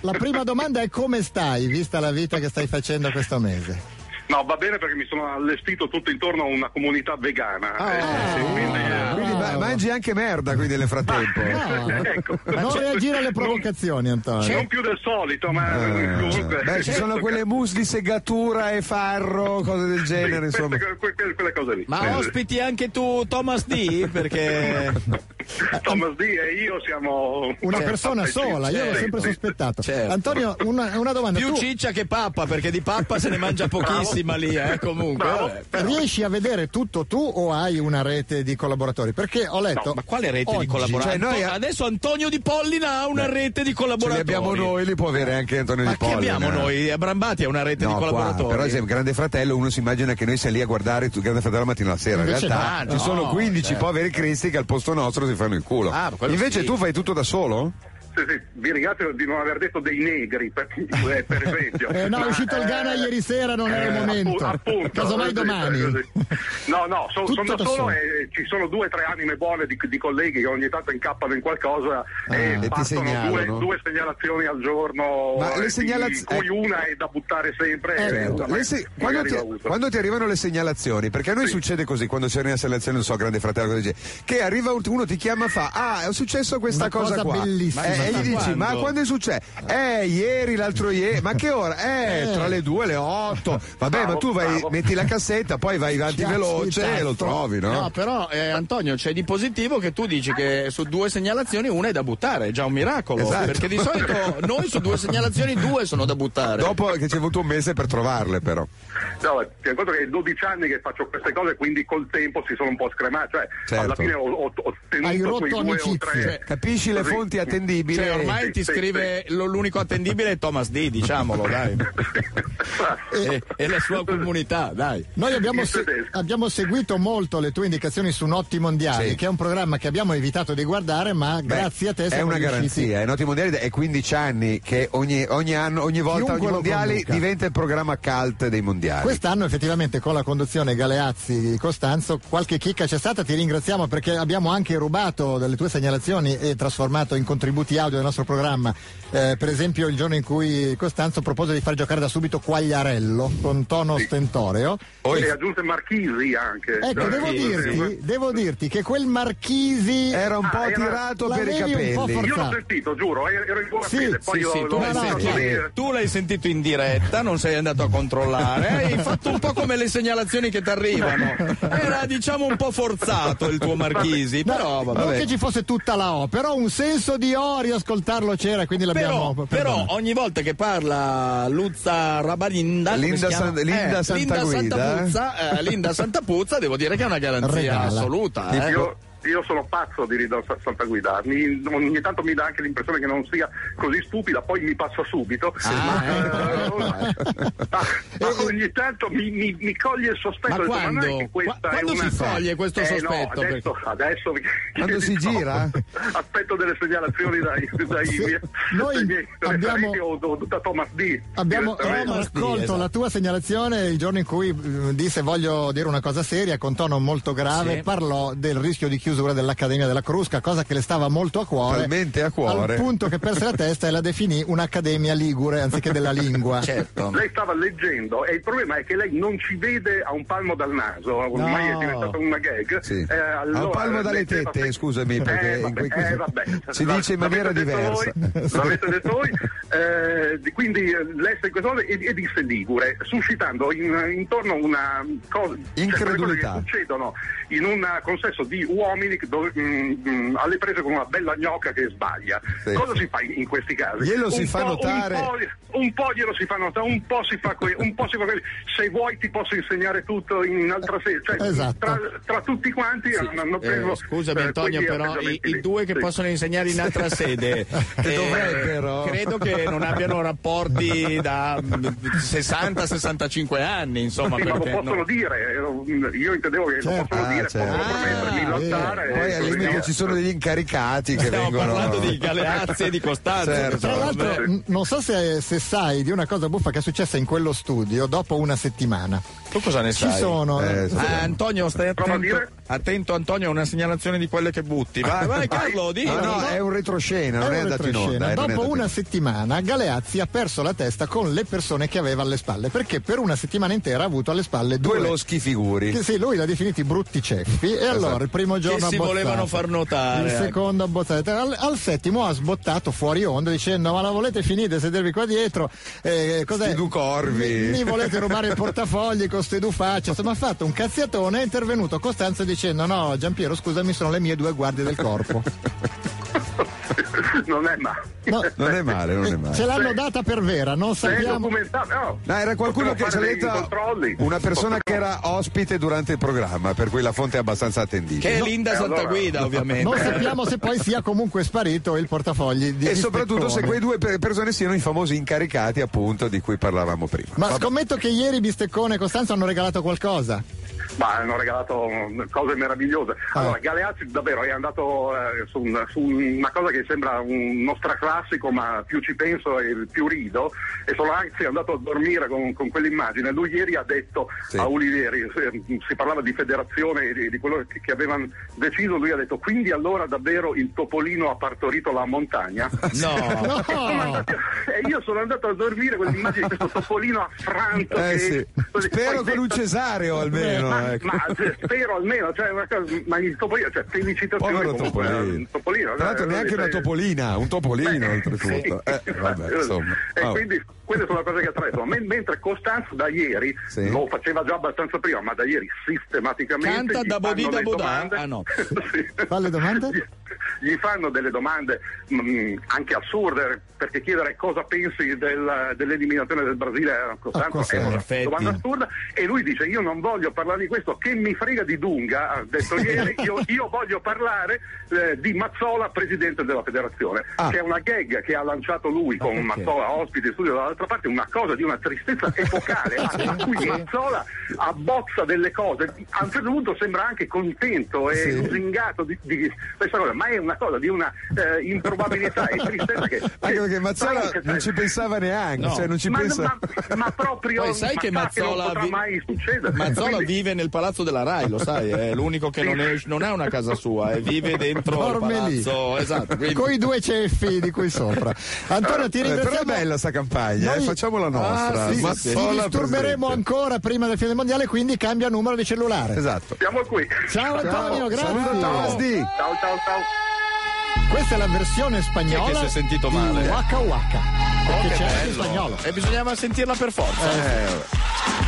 La prima domanda è come stai, vista la vita che stai facendo questo mese?
No, va bene perché mi sono allestito tutto intorno a una comunità vegana.
Ah.
eh, sì, quindi, eh,
Quindi ma- mangi anche merda quindi nel frattempo.
No,
ecco.
non reagire alle provocazioni, Antonio.
Non più del solito, ma
Eh,
comunque.
beh, ci sono quelle mousse di segatura e farro, cose del
Sì,
genere,
queste-
insomma.
que- que- quelle cose lì.
Ma
Eh,
ospiti anche tu Thomas D? Perché Cioè,
Thomas D e io siamo
Una persona
Sì,
sola, io l'ho
sì,
sempre
sì.
sospettato.
Certo.
Antonio, una, una domanda.
più
Tu
ciccia che pappa, perché di pappa se ne mangia pochissima lì, eh, comunque.
Bravo.
vabbè.
riesci a vedere tutto tu o hai una rete di collaboratori? Perché ho letto.
Ma quale rete
oggi-
di collaboratori?
Cioè, noi-
Anto- Adesso Antonio Di Pollina ha una rete di
Ce li
collaboratori.
abbiamo noi, li può avere anche Antonio
Ma
Di
che
Pollina. eh.
abbiamo noi? Eh, Brambati ha una rete
No,
di
qua,
collaboratori.
però se Grande Fratello uno si immagina che noi siamo lì a guardare tu, Grande Fratello la mattina alla sera.
Invece
In realtà
no,
ci
no,
sono 15
certo.
poveri cristi che al posto nostro si fanno il culo.
Ah, ma quello
Invece
sì.
tu fai tutto da solo?
Sì, sì, vi ringrazio di non aver detto dei negri, per, eh, per esempio.
Eh, no, è
Ma,
uscito il Ghana
eh,
ieri sera, non era il momento.
appu- appunto,
Casomai
eh,
domani.
così. No, no, so-
Tutto
sono da
da
solo
solo.
e ci sono due o tre anime buone di, di colleghi che ogni tanto incappano in qualcosa
e Ah, ti
e Eh, partono due,
segnalano.
due segnalazioni al giorno,
Ma le
eh, di
segnalaz-
cui
eh.
una è da buttare sempre.
Eh,
e
Certo.
insomma,
Le se-
magari
quando,
l'ho
ti,
avuto.
quando ti arrivano le segnalazioni, perché a noi succede così quando c'è una segnalazione, non so, Grande Fratello, cosa dice, che arriva un- uno ti chiama e fa, ah, è successo questa
Una
cosa,
cosa
qua.
bellissima.
Eh,
Ma
e gli
da
dici,
quando?
ma quando è successo? Eh, ieri, l'altro ieri, ma che ora? Eh,
Eh.
tra le due, le otto. Vabbè, ma
Bravo,
tu vai,
bravo.
metti la cassetta, poi vai avanti
Cazzo,
veloce e
cazzo.
lo trovi, no?
No, però eh, Antonio c'è di positivo che tu dici che su due segnalazioni una è da buttare, è già un miracolo.
Esatto.
Perché di solito noi su due segnalazioni due sono da buttare.
Dopo che ci è voluto un mese per trovarle, però.
No, ti conto che è 12 anni che faccio queste cose, quindi col tempo si sono un po' scremati. Cioè,
Certo.
alla fine ho, ho, ho tenuto
Hai rotto
quei due
amicizie.
o tre.
Cioè,
Capisci le
Così.
fonti attendibili?
Cioè, ormai
sì,
ti
sì,
scrive lo- l'unico attendibile è Thomas D, diciamolo, dai. E, e la sua comunità, dai.
Eh, Noi abbiamo,
In
se-
tedesco.
abbiamo seguito molto le tue indicazioni su Notti Mondiali,
Sì.
che è un programma che abbiamo evitato di guardare, ma
Beh,
grazie a te
è
siamo
una
riusciti-
garanzia. I Noti Mondiali è 15 anni che ogni, ogni anno, ogni volta,
Chiunque
ogni
lo
mondiale
conduca.
diventa il programma cult dei mondiali.
Quest'anno effettivamente con la conduzione Galeazzi Costanzo qualche chicca c'è stata, ti ringraziamo perché abbiamo anche rubato delle tue segnalazioni e trasformato in contributi audio del nostro programma, eh, per esempio il giorno in cui Costanzo propose di far giocare da subito Quagliarello con tono stentoreo.
E aggiunse Marchisi anche.
Ecco,
Cioè,
devo dirti, devo dirti che quel Marchisi
Era un po'
Ah, era-
tirato per i
l'avevi un po'
capelli.
Io l'ho
forzato.
sentito, giuro, ero ero in buona
Sì,
fede, poi
Sì,
io
sì, tu
l'ho
l'hai,
no,
fatto
sentito,
dire.
tu l'hai sentito in diretta, non sei andato a controllare, hai fatto un po' come le segnalazioni che ti arrivano. Era diciamo un po' forzato il tuo Marchisi,
No,
però
Non
vabbè.
che ci fosse tutta la O, però un senso di O a riascoltarlo c'era, quindi l'abbiamo
Però, però
perdonato.
ogni volta che parla Luzza Rabalinda come
Linda
si chiama?
San- Linda
Eh,
Santa
Linda
Guida,
Santapuzza, eh, Linda Santapuzza devo dire che è una garanzia
Regala.
assoluta eh.
Io, io sono pazzo di Rido Sa- Santa Guida, mi, ogni tanto mi dà anche l'impressione che non sia così stupida, poi mi passa subito.
Ah,
Eh, ma- ma
Eh,
ogni tanto mi, mi- mi coglie il sospetto.
Ma
Ho detto, non è
quando?
che questa
Qua-
è
quando
una-
si coglie questo
Eh, no,
sospetto?
adesso, adesso mi-
Quando si gira?
Ah,
Aspetto delle segnalazioni dai, dai
Sì,
miei-
noi
dai miei
abbiamo-
referenti o, o da Thomas D.
Abbiamo
direttamente.
Thomas D,
raccolto
esatto.
la tua segnalazione il giorno in cui eh, disse voglio dire una cosa seria con tono molto grave,
Sì.
parlò del rischio di chiusura dell'Accademia della Crusca, cosa che le stava molto a cuore.
Talmente a cuore.
Al punto che perse la testa e la definì un'Accademia Ligure anziché della lingua.
certo
Lei stava leggendo e il problema è che lei non ci vede a un palmo dal naso, ormai
No.
è diventata una gag.
Sì.
Eh, allora,
Al palmo dalle
leggeva
tette,
se-
scusami, perché
Eh,
in
vabbè,
quei casi
eh, vabbè.
si
L'avete
dice in maniera
detto
diversa.
voi, l'avete detto voi, eh, di- quindi eh, lesse in questo modo e, e disse Ligure, suscitando in- intorno una cosa... cioè,
Incredulità.
quelle cose che succedono in un consesso di uomini che dove- mm, mm, alle prese con una bella gnocca che sbaglia.
Sì.
Cosa si fa in, in questi casi?
Glielo si
Un
fa
po'- un
notare.
po' un po' glielo si fa notare, un po' si fa quello, un po' si fa quello. Se vuoi ti posso insegnare tutto in un'altra sede. Cioè,
Esatto.
tra, tra tutti quanti hanno preso.
Eh, scusami
eh,
Antonio
quegli
però i,
atteggiamenti
i
lì.
due che
Sì.
possono insegnare in altra sede eh,
dovrebbero.
credo che non abbiano rapporti da 60-65 anni insomma
Sì, ma lo
perché
possono
no.
dire, eh, io intendevo che lo
Certo.
possono
Ah,
dire,
certo.
possono promettermi,
Ah,
lottare.
vero.
Poi
eh,
al
così
limite
via.
ci sono degli incaricati che
stiamo
vengono.
parlando di Galeazzi e di Costanzo
Certo.
che
Tra
sono-
l'altro,
vabbè.
n- non so se, se sai di una cosa buffa che è successa in quello studio dopo una settimana.
tu cosa ne
Ci
sai?
sono.
Eh, sì.
Ah, Antonio, stai
Prova a
attento,
dire.
attento Antonio, è una segnalazione di quelle che butti. Vai, vai Carlo, di.
No, Ah, no, è un retroscena, non è
Era
andato in
retroscena.
onda. eh, non è
Dopo
andato in
una
onda.
settimana Galeazzi ha perso la testa con le persone che aveva alle spalle, perché per una settimana intera ha avuto alle spalle due,
Due loschi Esatto. figuri.
che sì, lui l'ha definiti brutti ceffi e allora il primo giorno
Che si
abbozzato,
volevano far notare,
il
ecco.
anche.
secondo abbozzato al, al settimo ha sbottato fuori onda dicendo ma la volete finire sedervi qua dietro eh, cos'è?
Sti due corvi.
mi, mi volete rubare il portafogli con ste due facce insomma ha fatto un cazziatone è intervenuto Costanzo dicendo no Giampiero scusami sono le mie due guardie del corpo
non è male.
No,
Non è male, non è male.
ce l'hanno
Sì.
data per vera non
Se è
sappiamo
documentato, no.
No, era qualcuno che ci ha
Potremmo fare dei
detto
controlli.
una persona che era ospite durante il programma, per cui la fonte è abbastanza attendibile.
Che è Linda
Eh, allora-
Santaguida, ovviamente.
non sappiamo se poi sia comunque sparito il portafogli di
E
di
soprattutto se
Speccone.
quei due per- persone siano i famosi incaricati, appunto, di cui parlavamo prima.
Ma scommetto che ieri Bisteccone e Costanzo hanno regalato qualcosa.
Ma hanno regalato mm, cose meravigliose.
Ah.
Allora, Galeazzi davvero è andato eh, su, un- su una cosa che sembra un- uno straclassico, ma più ci penso e più rido, e sono anzi andato a dormire con, con quell'immagine. Lui ieri ha detto
Sì.
a Ulivieri, se- si parlava di federazione e di, di quello che, che avevano deciso, lui ha detto quindi allora davvero il topolino ha partorito la montagna?
No.
No!
e io sono andato a dormire con l'immagine di questo topolino affranto.
Eh,
che-
sì.
Poi
Spero con
detta-
un cesareo almeno.
Eh, ma,
ecco.
ma, cioè, spero almeno, cioè, una cosa- ma il topolino, cioè, felicitazioni
Povero
comunque, eh,
Topolino.
il topolino.
Tra l'altro
eh,
neanche
eh,
una topolina, un topolino
eh,
oltretutto.
sì.
Eh, vabbè, insomma. Oh.
E
Vabbè.
quindi queste sono le cose che attraversano. Men- Mentre Costanzo da ieri
Sì.
lo faceva già abbastanza prima, ma da ieri sistematicamente.
Canta
gli
da
fanno
Bodì da
le
Bodà?
domande.
Ah, no.
Sì.
Fa le domande?
Gli fanno delle domande mh, anche assurde, perché chiedere cosa pensi del- dell'eliminazione del Brasile a
Ah,
Costanzo
Costanzo,
è
in
una
effetti.
domanda assurda. E lui dice: Io non voglio parlare di questo, che mi frega di Dunga, ha detto ieri. Io, io voglio parlare eh, di Mazzola, presidente della federazione,
Ah.
che è una gag che ha lanciato lui con
perché?
Mazzola, ospite in studio dall'altra parte, una cosa di una tristezza epocale. a cui Ah, Mazzola abbozza delle cose. A un certo punto sembra anche contento e lusingato di, di questa cosa, ma è una una cosa di una eh, improbabilità e tristezza che...
Anche perché
sai
Mazzola
che-
non ci pensava neanche,
No.
cioè non ci
ma,
pensa.
ma- ma proprio
Poi sai
ma
che
sa non
Mazzola,
potrà
vi-
mai succedere
Mazzola
Quindi-
eh. vive nel palazzo della Rai, lo sai, è l'unico che non, è, non ha una casa sua, e vive dentro il
Dorme lì.
palazzo. Esatto, quindi-
Con i due ceffi di qui sopra. Antonio, ti
Eh, però è
ringraziamo.
bella sta campagna, eh,
Noi-
facciamola nostra.
Ah, sì,
Mazzola
sì, Ti disturberemo
presente.
ancora prima del fine del mondiale, quindi cambia numero di cellulare.
Esatto.
siamo qui
Ciao Antonio, grazie.
Saluto Tosti.
ciao ciao ciao
Questa è la versione spagnola.
Chi è che si è sentito
di
male? Oh,
Waka Waka. Perché c'è anche in spagnolo. Eh,
E bisognava sentirla per forza.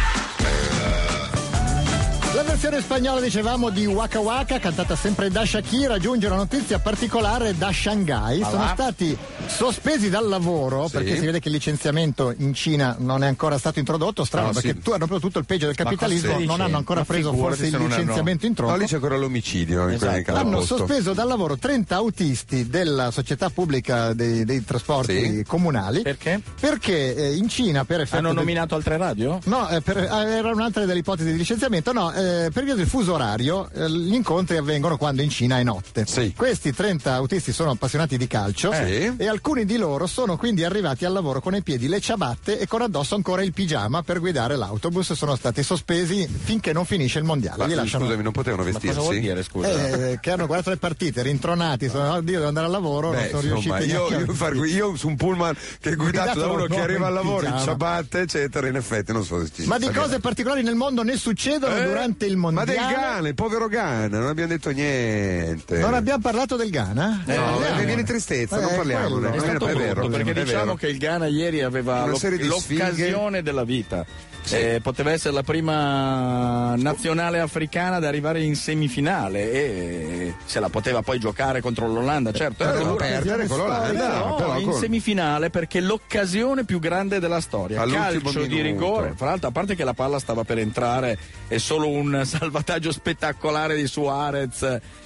La versione spagnola, dicevamo, di Waka Waka, cantata sempre da Shakira, giunge una notizia particolare da Shanghai.
Ah,
Sono stati sospesi dal lavoro perché si vede che il licenziamento in Cina non è ancora stato introdotto. Strano,
Ah,
No, sì.
perché tu hanno proprio tutto il peggio del capitalismo,
dici?
non hanno ancora preso
Figurati
forse il
se non hanno-
licenziamento in tronco.
No, lì c'è ancora l'omicidio.
Esatto.
in quel caso,
Hanno
posto.
sospeso dal lavoro 30 autisti della società pubblica dei, dei trasporti
Sì.
comunali
Perché?
perché eh, in Cina per effetto
Hanno
del-
nominato altre radio?
No, eh, per- eh, era un'altra delle ipotesi di licenziamento. No, eh, per via del fuso orario eh, gli incontri avvengono quando in Cina è notte.
Sì.
Questi 30 autisti sono appassionati di calcio
Sì.
e alcuni di loro sono quindi arrivati al lavoro con ai piedi le ciabatte e con addosso ancora il pigiama per guidare l'autobus. Sono stati sospesi finché non finisce il mondiale.
Ma,
Li lasciano
Scusami, non potevano
Ma cosa vuol
vestirsi?
dire, scusa?
eh, che hanno guardato le partite, rintronati, sono, oddio, devo andare al lavoro,
Beh,
non sono
insomma,
riusciti
io,
neanche a
io far- io su un pullman che è guidato
Guidato
da
da
uno
un
che
uomo
arriva al
in
lavoro in
pigiama.
ciabatte, eccetera, in effetti non so se ci
Ma di
sa
cose particolari nel mondo ne succedono
niente.
durante il
Eh? Ma del
mondiale.
Ghana, il povero Ghana, non abbiamo detto niente.
Non abbiamo parlato del Ghana? Eh,
No,
Parliamone.
mi viene Eh, tristezza, non
Eh,
parliamone.
quello.
È
Non
stato
è vero,
brutto, perché
è vero.
diciamo che il Ghana ieri aveva
Una
lo-
serie di
l'occasione della vita. Eh, poteva essere la prima nazionale africana ad arrivare in semifinale e se la poteva poi giocare contro l'Olanda, certo. era
Però
dura.
Eh, perdere con l'Olanda,
Però
però
in
con-
semifinale perché l'occasione più grande della storia
All'ultimo
calcio di
minuto.
rigore fra l'altro a parte che la palla stava per entrare è solo un salvataggio spettacolare di Suarez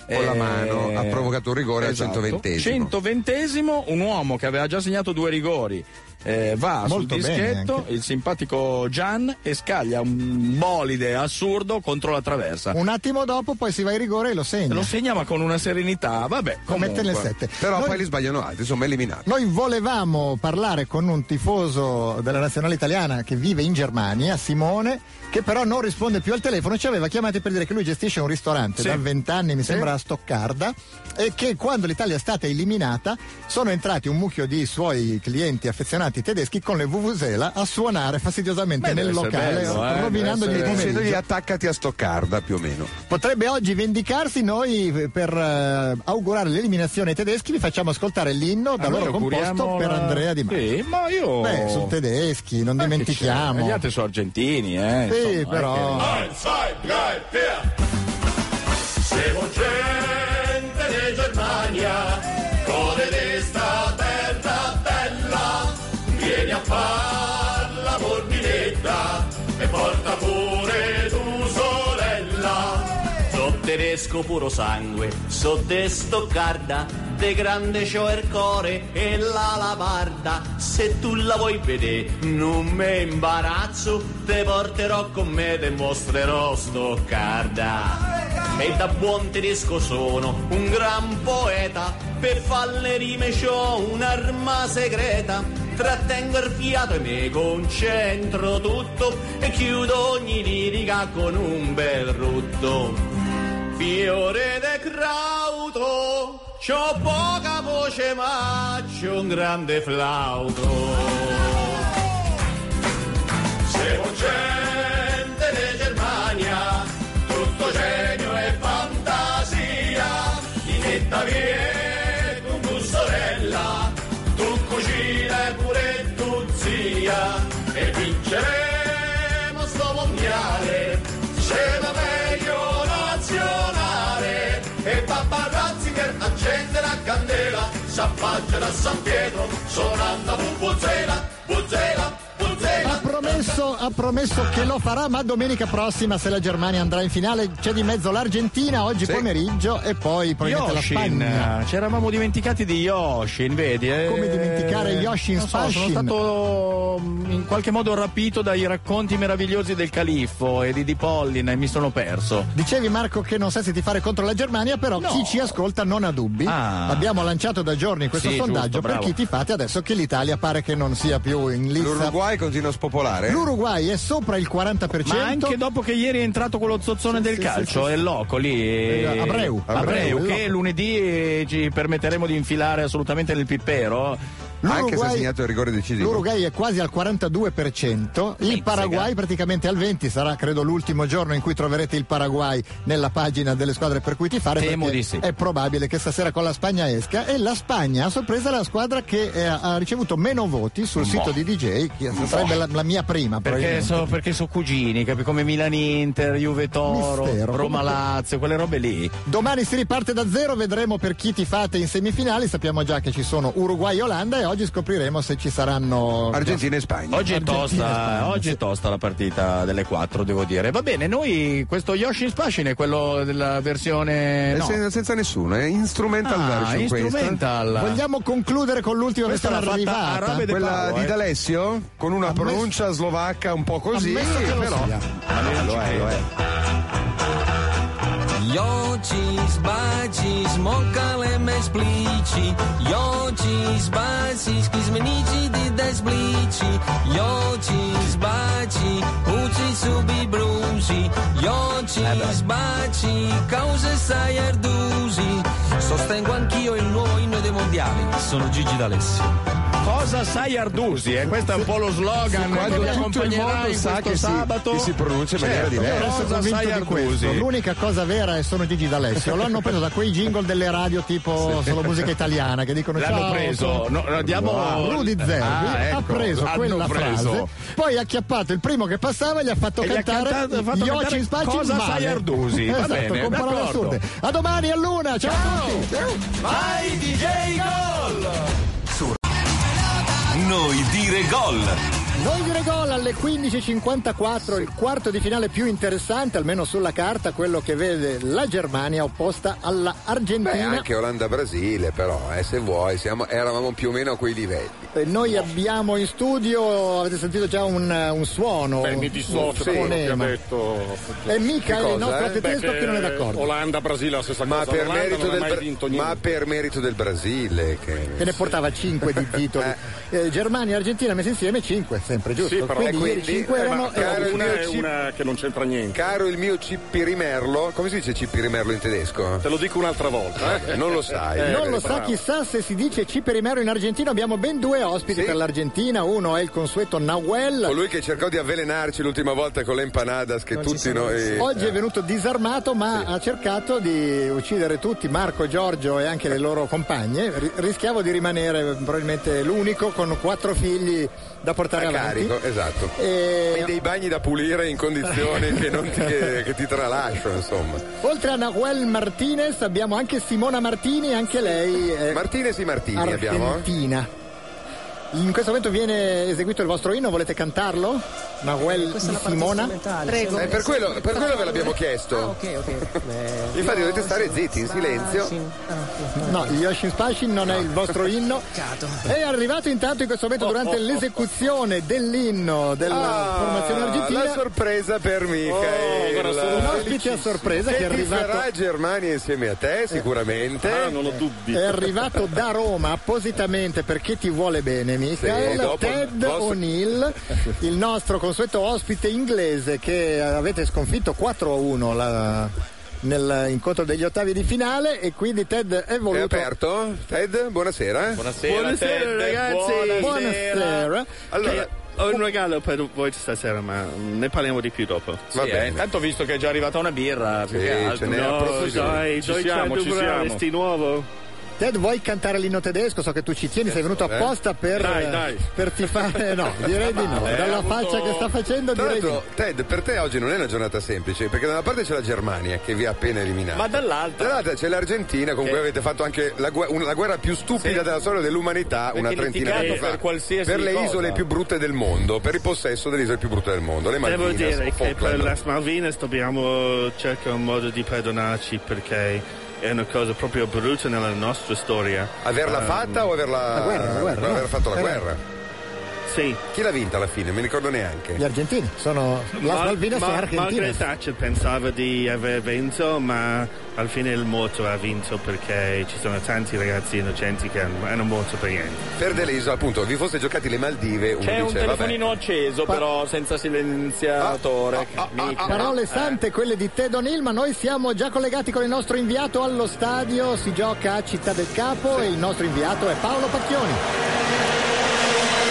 eh, con
la mano, ha provocato un rigore al 120esimo.
120esimo un uomo che aveva già segnato due rigori eh, va
Molto
sul
bene
dischetto
anche.
il simpatico Gian e scaglia un bolide assurdo contro la traversa
Un attimo dopo poi si va in rigore e lo segna.
lo segna ma con una serenità vabbè
Lo mette nel
comunque.
7.
Però poi li sbagliano altri, insomma, eliminati.
Noi volevamo parlare con un tifoso della nazionale italiana che vive in Germania, Simone, che però non risponde più al telefono. Ci aveva chiamati per dire che lui gestisce un ristorante
Sì.
da vent'anni, mi
Sì.
sembra, a Stoccarda, e che quando l'Italia è stata eliminata sono entrati un mucchio di suoi clienti affezionati tedeschi con le Vuvuzela a suonare fastidiosamente
Beh,
nel
deve essere
locale,
bello, eh,
rovinandogli
deve essere-
il pomeriggio.
Dicendogli attaccati a Stoccarda più o meno.
Potrebbe oggi vendicarsi, noi eh, per eh, augurare l'eliminazione ai tedeschi vi facciamo ascoltare l'inno da
Ah, noi
loro composto
auguriamo
per
la-
Andrea Di Maio.
Sì, ma io.
Beh, sono tedeschi, non
Ma che c'è? Gli
dimentichiamo.
altri sono argentini, eh.
Sì,
insomma,
però-
eh,
Eins, zwei, drei, vier. Siamo gente di Germania, con questa terra bella. Vieni a farla borghinetta e porta pure tu sorella. So tedesco puro sangue, so de Stoccarda, de grande c'ho il core e l'alabarda. Se tu la vuoi vedere, non me imbarazzo, te porterò con me, te mostrerò Stoccarda. E da buon tedesco sono un gran poeta, per far le rime c'ho un'arma segreta. Trattengo il fiato e mi concentro tutto e chiudo ogni lirica con un bel rutto. Fiore de crauto, c'ho poca voce ma c'ho un grande flauto. Siamo gente di Germania, tutto genio e fantasia, in netta via con tu sorella, tu cucina e pure tu zia, e vinceremo sto mondiale, siamo meglio nazionale, e papà Ratzinger accende la candela, si appoggia da San Pietro, suonando un buzzela, buzzela, buzzela.
promesso, ha promesso che lo farà, ma domenica prossima, se la Germania andrà in finale, c'è di mezzo l'Argentina oggi
Sì.
pomeriggio e poi probabilmente la
Yoshin,
Spagna.
eh, ci eravamo dimenticati di Yoshin, vedi? eh.
Come dimenticare Yoshin
Non so, Sono
Spashin?
stato mm, in qualche modo rapito dai racconti meravigliosi del califfo e di Di Pollina e mi sono perso.
Dicevi Marco che non sai se ti fare contro la Germania, però
No.
chi ci ascolta non ha dubbi.
Ah.
Abbiamo lanciato da giorni questo
Sì,
sondaggio
giusto,
per
bravo.
chi ti fate adesso che l'Italia pare che non sia più in lista.
L'Uruguay continua a spopolare.
L'Uruguay è sopra il 40%.
Ma anche dopo che ieri è entrato quello zozzone del
sì,
calcio,
sì,
è loco lì. e-
Abreu. Abreu,
Abreu,
il
che
loco.
lunedì eh, ci permetteremo di infilare assolutamente nel pippero.
Anche se ha
L'Uruguay-
segnato il rigore decisivo.
L'Uruguay è quasi al 42%, il
Mizzica.
Paraguay praticamente al 20%, sarà credo l'ultimo giorno in cui troverete il Paraguay nella pagina delle squadre per cui ti fare,
Temo
perché
di sì.
è probabile che stasera con la Spagna esca e la Spagna a sorpresa è la squadra che eh, ha ricevuto meno voti sul
Boh.
sito di DJ, che sarebbe la, la mia prima
Perché
probabilmente.
sono cugini, capi? Come Milan Inter, Juve Toro,
Mistero.
Roma Lazio, quelle robe lì.
Domani si riparte da zero, vedremo per chi ti fate in semifinali, sappiamo già che ci sono Uruguay e Olanda e oggi scopriremo se ci saranno...
Argentina e Spagna.
Oggi è,
Argentina e Spagna,
tosta, oggi
sì.
è tosta la partita delle 4, devo dire. Va bene, noi questo Yoshin Spashin è quello della versione.
Eh,
No.
sen- senza nessuno, è instrumental
Ah,
version questa.
instrumental.
Vogliamo concludere con l'ultima
Questa
che sono
l'ha fatta
arrivata.
Arabe De
Quella
Paolo,
di
eh.
D'Alessio con una
Ammesso-
pronuncia slovacca un po' così,
Ammesso che lo
però
sia.
Ma noi non
lo
ci
è, lo è.
Io ci sbaggi, smoccale me splici. Io ci sbaggi, schismenici di desblici. Io ci sbaggi, uci subi bruci. Io ci
Eh
sbaggi, cause sai ardusi. Sostengo anch'io il nuovo inno dei mondiali. Sono Gigi D'Alessio.
Cosa sai Ardusi? Eh? Questo è un po' lo slogan
quando
che mi
tutto il
accompagnerà
mondo
in
sa
questo
che si-
sabato.
che si pronuncia in maniera
Certo,
diversa.
Sono
Cosa
convinto
sai
di questo.
Ardusi?
L'unica cosa vera è sono Gigi D'Alessio. L'hanno preso da quei jingle delle radio tipo solo musica italiana che dicono
L'hanno
"Ciao,
preso.
sono-"
No, no, diamo...
Rudy Zerbi
Ah,
ha
ecco,
preso
hanno
quella
preso.
frase, poi ha acchiappato il primo che passava e gli ha fatto
E gli ha
cantare
cantato- ha fatto
Io
cantare
ci spacci
Cosa
il male.
sai Ardusi? Va
esatto,
bene,
con parole
d'accordo.
assurde. A domani a luna, ciao, a tutti.
Vai DJ Gol!
Noi dire gol.
Noi dire gol alle 15.54, il quarto di finale più interessante, almeno sulla carta, quello che vede la Germania opposta alla Argentina.
Beh, anche Olanda-Brasile, però, eh, se vuoi, siamo- eravamo più o meno a quei livelli.
E Noi abbiamo in studio, avete sentito già un, un suono.
Beh, mi dissocio da
un
quello che ha
fonema.
detto
E mica
Che
il
cosa,
nostro
eh?
tedesco
Beh,
che non è
che
d'accordo.
Olanda-Brasile è la stessa
Ma
cosa.
per,
L'Olanda
merito
non ha
del,
mai
Bra-
vinto
ma
niente.
per merito del Brasile, che,
Che ne portava 5 di titoli. Eh, Germania e Argentina messi insieme 5, sempre giusto.
Sì, però-
quindi
eh,
ieri
quindi-
5
eh,
erano
ma caro
erano
il
una
mio
è
chip-
una che non c'entra niente.
caro il mio Cipirimerlo, come si dice Cipirimerlo in tedesco?
Te lo dico un'altra volta. eh.
Non lo sai.
Eh,
Non lo sa
bravo.
chissà se si dice Ciperimero in Argentina, abbiamo ben due ospiti
Sì.
per l'Argentina, uno è il consueto Nahuel,
Colui che cercò di avvelenarci l'ultima volta con le empanadas che tutti noi...
Oggi è venuto disarmato ma ha cercato di uccidere tutti, Marco, Giorgio e anche le loro compagne. Ri- rischiavo di rimanere probabilmente l'unico con quattro figli da portare
a
avanti.
carico, esatto.
E-
E dei bagni da pulire in condizioni che, non ti, che- che ti tralascio, insomma.
Oltre a Nahuel Martinez abbiamo anche Simona Martini, anche lei è
Martinez e Martini abbiamo? eh?
argentina. In questo momento viene eseguito il vostro inno, volete cantarlo? Nahuel di Simona?
Prego.
Eh, per quello, per quello ve l'abbiamo chiesto.
Ah, ok, ok. Beh,
Infatti dovete stare zitti, in silenzio.
No, il Yoshin Spashin non è il vostro inno. È arrivato intanto in questo momento durante l'esecuzione dell'inno della
Ah,
formazione
La
argentina.
sorpresa per
Oh, guarda, sono
Un
Michael.
ospite a sorpresa che è
che ti farà
arrivato, Eh.
Germania insieme a te, sicuramente.
Ah, non ho dubbi.
è arrivato da Roma appositamente perché ti vuole bene, Michael.
Sì, dopo-
Ted
posso-
O'Neill, il nostro consueto ospite inglese che avete sconfitto 4-1 la- nell'incontro degli ottavi di finale e quindi Ted è
È
voluto
aperto? Ted, buonasera.
Buonasera,
Buonasera,
Ted,
ragazzi.
Buonasera.
Allora,
Che- Ho un regalo per voi stasera, ma ne parliamo di più dopo.
va
Sì, eh,
bene.
Intanto ho visto che è già arrivata una birra, più
Sì,
che
ce
altro.
n'è a
No,
profusione.
dai,
Ci
Deutsche
siamo, ci siamo.
Brauerei, sti nuovo.
Ted, vuoi cantare l'inno tedesco? So che tu ci tieni, sei venuto
eh.
apposta per,
Dai, dai.
per tifare. No, direi di no.
Vabbè, ha
Dalla
avuto-
faccia che sta facendo,
Eh, Tra
direi di no.
l'altro, Ted, per te oggi non è una giornata semplice, perché da una parte c'è la Germania che vi ha appena eliminato.
Ma dall'altra-
Dall'altra c'è l'Argentina con cui avete fatto anche la, gua- una- la guerra più stupida della storia dell'umanità una
Avete
trentina
litigato
di anni fa.
per qualsiasi
Per le
cosa.
isole più brutte del mondo, per il possesso delle isole più brutte del mondo, le
Devo
Malvinas,
dire che per
Falkland.
le Malvinas dobbiamo cercare un modo di perdonarci perché è una cosa proprio brutta nella nostra storia.
Averla
Ehm,
fatta o averla aver fatto la guerra? Eh.
Sì.
Chi l'ha vinta alla fine? Mi ricordo neanche.
Gli argentini sono. La
Mal-
Malvinas
ma-
sono argentine.
Margaret Thatcher pensava di aver vinto, ma alla fine il morto ha vinto perché ci sono tanti ragazzi innocenti che hanno, hanno morto per niente.
Per delle isole, appunto, vi foste giocati le Maldive, uno
C'è
dice,
un
vabbè.
telefonino
acceso,
Ah.
però senza silenziatore. Mica.
Ah,
Ah.
Parole sante quelle di Ted O'Neill, ma noi siamo già collegati con il nostro inviato allo stadio. Si gioca a Città del Capo e il nostro inviato è Paolo Pacchioni.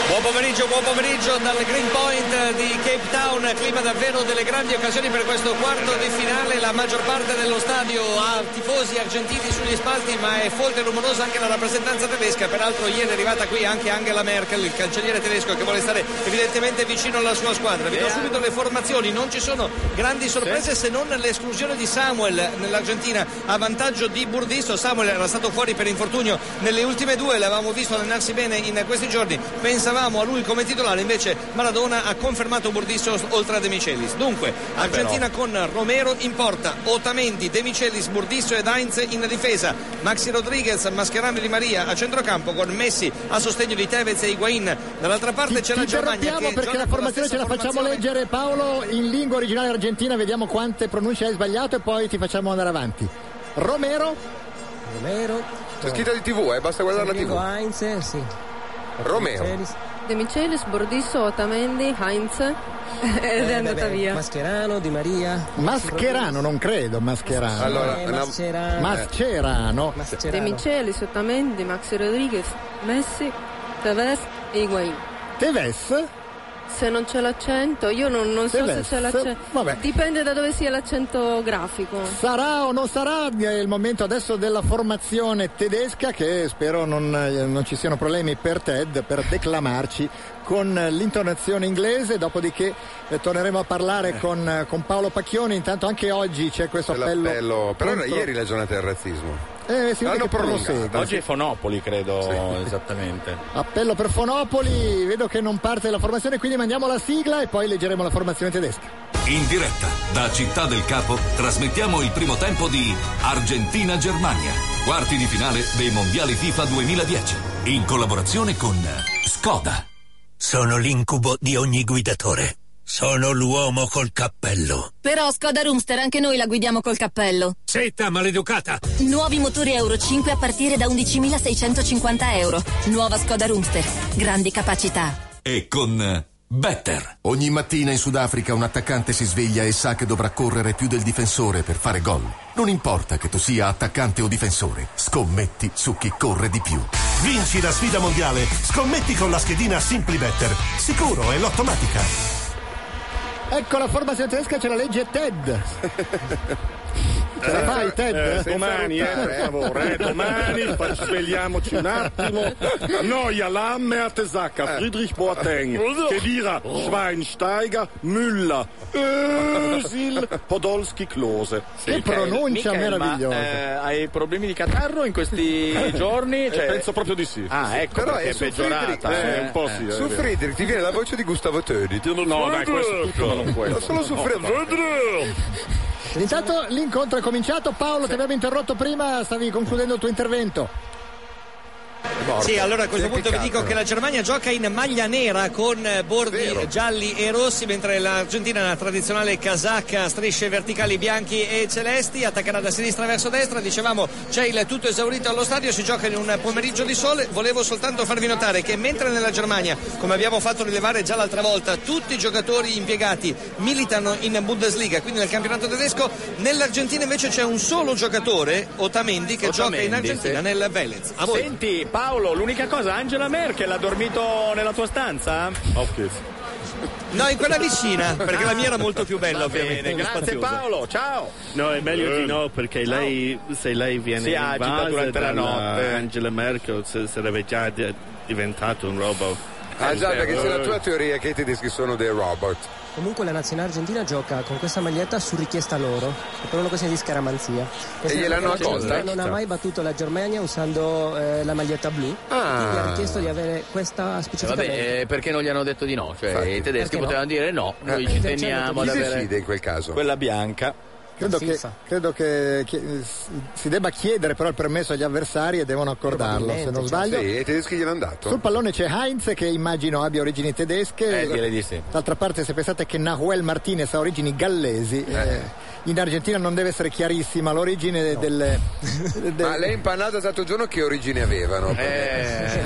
Buon pomeriggio, buon pomeriggio dal Green Point di Cape Town, clima davvero delle grandi occasioni per questo quarto di finale, la maggior parte dello stadio ha tifosi argentini sugli spalti ma è folta e rumorosa anche la rappresentanza tedesca, peraltro ieri è arrivata qui anche Angela Merkel, il cancelliere tedesco che vuole stare evidentemente vicino alla sua squadra, vi do subito le formazioni, non ci sono grandi sorprese se non l'esclusione di Samuel nell'Argentina a vantaggio di Burdisto, Samuel era stato fuori per infortunio nelle ultime due, l'avevamo visto allenarsi bene in questi giorni, pensavamo a lui come titolare, invece Maradona ha confermato Burdisso oltre a De Michelis. Dunque, Argentina con Romero in porta, Otamendi, De Michelis, Burdisso ed Heinz in difesa, Maxi Rodriguez, Mascherano di Maria a centrocampo con Messi a sostegno di Tevez e Higuain. Dall'altra parte c'è la
Ci
Germania
interrompiamo
che
perché
gioca
la
con la
formazione ce
stessa
la facciamo
formazione.
leggere Paolo in lingua originale argentina, vediamo quante pronunce hai sbagliato e poi ti facciamo andare avanti. Romero,
Romero.
C'è scritto di tv, eh, basta guardare la
Diego
tv.
Heinz, sì.
Romero.
Celis.
De Michelis, Bordisso, Otamendi, Heinz ed è
Eh,
andata
vabbè,
via.
Mascherano, Di Maria.
Mascherano, non credo, Mascherano.
Allora, Eh, una- Mascherano.
Mascherano.
De Michelis, Otamendi, Maxi Rodriguez, Messi, Tevez e Higuain.
Tevez?
Se non c'è l'accento, io non, non so se
Tevez,
c'è l'accento.
vabbè.
Dipende da dove sia l'accento grafico.
Sarà o non sarà eh, il momento adesso della formazione tedesca che spero non, eh, non ci siano problemi per Ted per declamarci con eh, l'intonazione inglese, dopodiché eh, torneremo a parlare con, eh, con Paolo Pacchioni, intanto anche oggi c'è questo appello.
Bello. Però era
contro-
ieri la giornata del razzismo.
Eh, si vede
L'hanno
che tu lo
prolungata.
segui.
Oggi è Fonopoli, credo, esattamente.
Appello per Fonopoli, vedo che non parte la formazione, quindi mandiamo la sigla e poi leggeremo la formazione tedesca.
In diretta da Città del Capo trasmettiamo il primo tempo di Argentina-Germania, quarti di finale dei Mondiali FIFA 2010, in collaborazione con Skoda.
Sono l'incubo di ogni guidatore. Sono l'uomo col cappello.
Però Skoda Roomster anche noi la guidiamo col cappello.
Setta, maleducata!
Nuovi motori Euro 5 a partire da 11.650 euro. Nuova Skoda Roomster. Grandi capacità.
E con eh, Better.
Ogni mattina in Sudafrica un attaccante si sveglia e sa che dovrà correre più del difensore per fare gol. Non importa che tu sia attaccante o difensore, scommetti su chi corre di più.
Vinci la sfida mondiale. Scommetti con la schedina Simply Better. Sicuro e l'ottomatica.
Ecco la formazione tedesca, c'è la legge Ted. Ce la fai Ted?
Eh, domani, eh, per favore, eh, domani fa- svegliamoci un attimo. Noi all'amme a Tesacca,
Äh.
Friedrich Boateng, Kedira,
Oh.
Schweinsteiger, Müller, Özil, Podolski, Klose.
Che pronuncia
Michael, ma,
meravigliosa.
eh, hai problemi di catarro in questi giorni? Cioè,
Eh, penso proprio di sì.
Ah, ecco,
Però
perché
è
è
su
peggiorata.
Friedrich,
eh.
eh,
Eh.
Su Friedrich ti viene la voce di Gustavo Toni.
No, dai, questo tutto, ma non questo.
Solo su
No,
Friedrich.
Intanto l'incontro è cominciato, Paolo ti abbiamo interrotto prima, stavi concludendo il tuo intervento.
Sì, allora a questo punto vi dico che la Germania gioca in maglia nera con eh, bordi gialli e rossi, mentre l'Argentina, la tradizionale casacca, strisce verticali bianchi e celesti, attaccherà da sinistra verso destra. Dicevamo c'è il tutto esaurito allo stadio, si gioca in un pomeriggio di sole. Volevo soltanto farvi notare che mentre nella Germania, come abbiamo fatto rilevare già l'altra volta, tutti i giocatori impiegati militano in Bundesliga, quindi nel campionato tedesco, nell'Argentina invece c'è un solo giocatore, Otamendi, che gioca in
Otamendi,
Argentina
sì.
nel Velez. A voi.
Senti, Paolo, l'unica cosa, Angela Merkel ha dormito nella tua stanza?
Auf geht's.
No, in quella vicina, perché la mia era molto più bella, ovviamente. più
Grazie
spaziosa.
Paolo, ciao.
No, è meglio di
Eh.
no, perché lei, se lei viene
Si agita
invasa
durante la
dalla
notte.
Angela Merkel se- sarebbe già di- diventato un robot.
Ah già, perché c'è la
Eh.
tua teoria che i tedeschi sono dei robot.
Comunque la nazionale argentina gioca con questa maglietta su richiesta loro, è per una questione di scaramanzia. Questa
gliel'hanno
nazionale
accolta?
argentina Non ha mai battuto la Germania usando eh, la maglietta blu, quindi ha richiesto di avere questa
Eh, Ah. Vabbè,
specificamente.
eh, perché non gli hanno detto di no? Cioè,
Infatti.
i tedeschi
Perché no?
potevano dire no, noi
Eh,
ci
perché hanno
teniamo ad
detto di
avere.
in quel caso?
Quella bianca.
Credo che, credo che chie- si debba chiedere però il permesso agli avversari e devono accordarlo, se non sbaglio.
certo.
Sì, e i tedeschi gliel'hanno dato.
Sul pallone c'è Heinz che immagino abbia origini tedesche.
Eh, direi di sì.
D'altra parte se pensate che Nahuel Martinez ha origini gallesi, eh, in Argentina non deve essere chiarissima l'origine delle...
Ma lei impannata l'altro giorno che origine avevano?
Eh.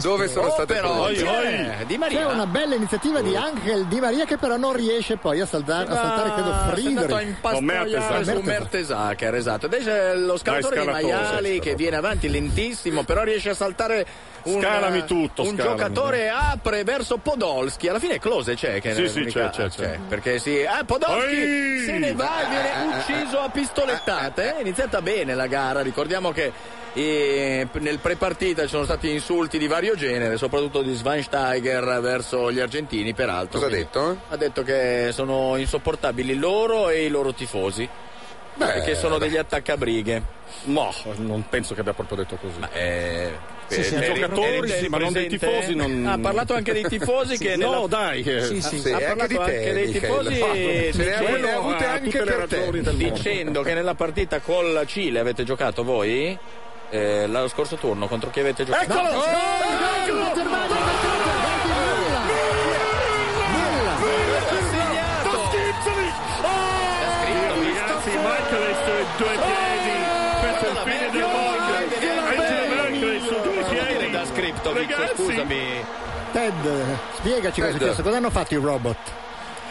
Dove sono
Oh,
state Eh,
però,
prodotte?
c'è- C'è una bella iniziativa
Uh.
di Angel Di Maria che però non riesce poi a,
Ah,
saldar- a saltare, credo,
Sono andato a
Friedrich.
impastoiare su Mertesacker, esatto. Adesso c'è lo scalatore di
scalatore,
maiali che viene avanti lentissimo, però riesce a saltare un, eh,
Scalami tutto,
un
scalami.
giocatore apre verso Podolski. Alla fine Close c'è che
Sì, sì,
l'unica-
c'è, c'è, c'è.
Perché sì, ah, Podolski
Ehi!
se ne va
Ah,
e viene ucciso a pistolettate. È iniziata bene la gara, ricordiamo che eh, nel prepartita ci sono stati insulti di vario genere, soprattutto di Schweinsteiger verso gli argentini, peraltro.
Cosa ha
Quindi
detto?
Ha detto che sono insopportabili loro e i loro tifosi. perché sono degli attaccabrighe.
No, Oh, non penso che abbia proprio detto così. Ma
Eh,
i
eh,
giocatori,
eh,
sì, ma non dei
presente?
tifosi. Non...
Ha parlato anche dei tifosi che...
No,
nella-
dai. che-
Ha parlato anche, dei tifosi dicendo- Dicendo che nella partita col Cile avete giocato voi, eh, lo scorso turno contro chi avete giocato?
Eccolo!
No.
Ragazzi, Michaelis su due piedi questo è il fine del mondo Angela Merkel su due piedi da
Scriptovic,
Ragazzi.
scusami.
Ted, spiegaci cosa è
Ted.
successo, cosa hanno fatto i robot?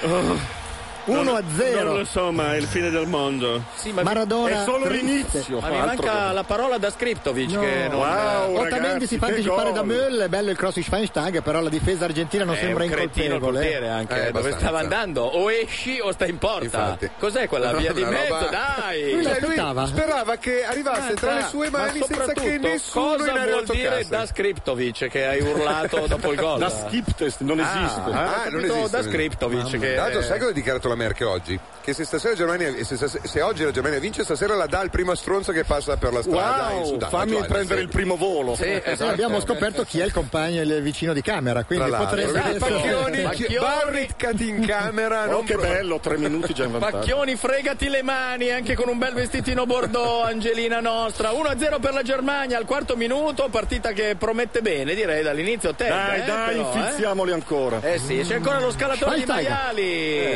Oh.
1 a
Non-
0.
Non lo so, ma è il fine del mondo.
ma- Maradona
è solo
triste.
l'inizio.
Ma mi manca
la parola da Scriptovic che non-
Wow,
Wow,
Otamendi
ragazzi,
si fa
che
anticipare
gol.
da Müller, bello il cross di Schweinsteiger, però la difesa argentina non
È
sembra
un cretino il
incolpevole. eh.
portiere anche eh, dove stava andando o esci o stai in porta cos'è quella via di
Una
mezzo
roba-
dai
Lui Cioè, lui l'aspettava. sperava che arrivasse
Ma
tra le sue
ma
mani senza
soprattutto,
che nessuno
cosa
in aereo
vuol dire
toccasse?
da Skriptovic che hai urlato dopo il gol
Da Skriptovic,
non
Ah, ah,
Ah, non
capito,
esiste.
da Skriptovic che
Tanto sai cosa ha dichiarato la Merkel oggi? Che se stasera Germania, se, stas- se oggi la Germania vince, stasera la dà al primo stronzo che passa per la strada.
Wow,
in Sudafrica.
fammi
Cioè,
prendere
sì.
il primo volo.
Sì,
Eh,
esatto.
Abbiamo scoperto chi è il compagno e il vicino di camera, quindi
Tra l'altro,
potrebbe
vedi, Pacchioni,
essere...
Pacchioni. Barrit,
in camera.
Oh, che bello, tre minuti già in vantaggio.
Pacchioni, fregati le mani anche con un bel vestitino Bordeaux, Angelina nostra. 1-0 per la Germania al quarto minuto, partita che promette bene, direi dall'inizio. Ted,
Dai,
eh,
dai,
però, eh.
fiziamoli ancora.
Eh sì, c'è ancora lo scalatore di
Schweinsteiger.
maiali.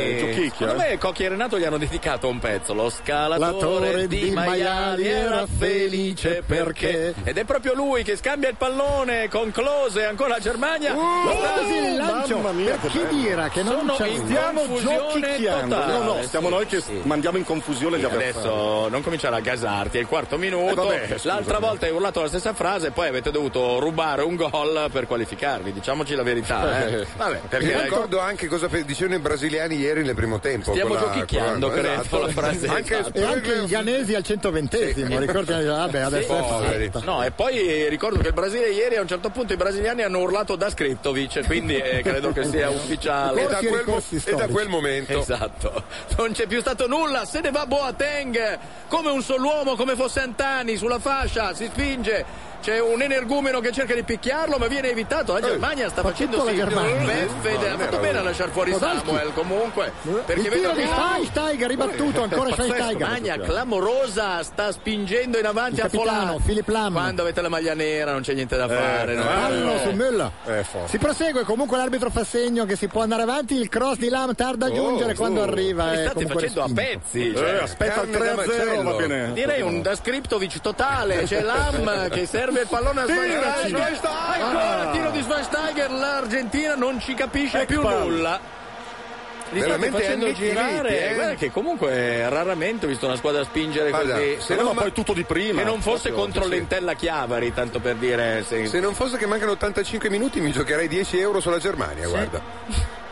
Eh, giochicchio,
Secondo
eh.
me Cocchi e Renato gli hanno dedicato un pezzo. Lo scalatore
L'attore
di,
di
maiali
maiali
era
era
felice perché. Ed è proprio lui che scambia il pallone con Close ancora la Germania.
Uh!
Lo sta-
Quasi il lancio,
mamma mia,
per
che
chi
bello.
dirà che non
Sono
c'è
in
lui?
Stiamo
Confusione
giochicchiando.
totale.
No, no, siamo
Sì,
noi che
sì.
mandiamo in confusione gli avversari.
Adesso non cominciare a gasarti, è il quarto minuto.
Eh, vabbè, scusa.
L'altra volta hai urlato la stessa frase, poi avete dovuto rubare un gol per qualificarvi. Diciamoci la verità. eh. Vabbè, perché
Ecco.
ecco.
Mi ricordo anche cosa pe- dicevano i brasiliani ieri nel primo tempo. Esatto.
Stiamo
con la-
giochicchiando,
con la-
credo, la frase
Anche
E anche il Ganesi al 120esimo, ricordiamo, vabbè adesso è
Sì.
fatta.
No, e poi ricordo che il Brasile ieri a un certo punto i brasiliani hanno urlato da Skriptovic, quindi eh, credo che sia ufficiale.
E da, quel mo- e da quel momento.
Esatto, non c'è più stato nulla, se ne va Boateng come un uomo, come fosse Antani sulla fascia, si spinge. C'è un energumeno che cerca di picchiarlo, ma viene evitato. La Germania sta facendo
tutta la Germania. eh?
beffe. ed
No,
ha
non
fatto
era
bene a
lui.
lasciar fuori
Podolski.
Samuel comunque. Perché
Eh? il
vedo
tiro di
che-
Schweinsteiger ribattuto ancora
Pazzesco, Magna
Schweinsteiger
clamorosa sta spingendo in avanti
Il
a Polano
capitano, Philip Lahm.
quando avete la maglia nera non c'è niente da fare Eh, no?
Fallo su Müller
Eh, forte.
si prosegue comunque l'arbitro fa segno che si può andare avanti il cross di Lam tarda a
Oh,
giungere quando arriva eh,
Li
è
Oh, state
comunque
facendo a
respinto.
pezzi cioè.
Eh, aspetta il
Carne da
3-0, va
macello.
bene.
direi un da Skriptovic totale c'è Lam che serve il pallone a
Tiraci.
Schweinsteiger ancora tiro di Schweinsteiger l'Argentina non ci capisce più nulla
Ecco
li state
Veramente
facendo
annichiliti,
girare
eh.
guarda che comunque raramente ho visto una squadra spingere
Guarda,
così
se no, ma poi tutto
di prima
che non fosse
proprio,
contro
sì, sì.
l'entella Chiavari tanto per dire se-
Se non fosse che mancano 85 minuti mi giocherei 10 euro sulla Germania, guarda.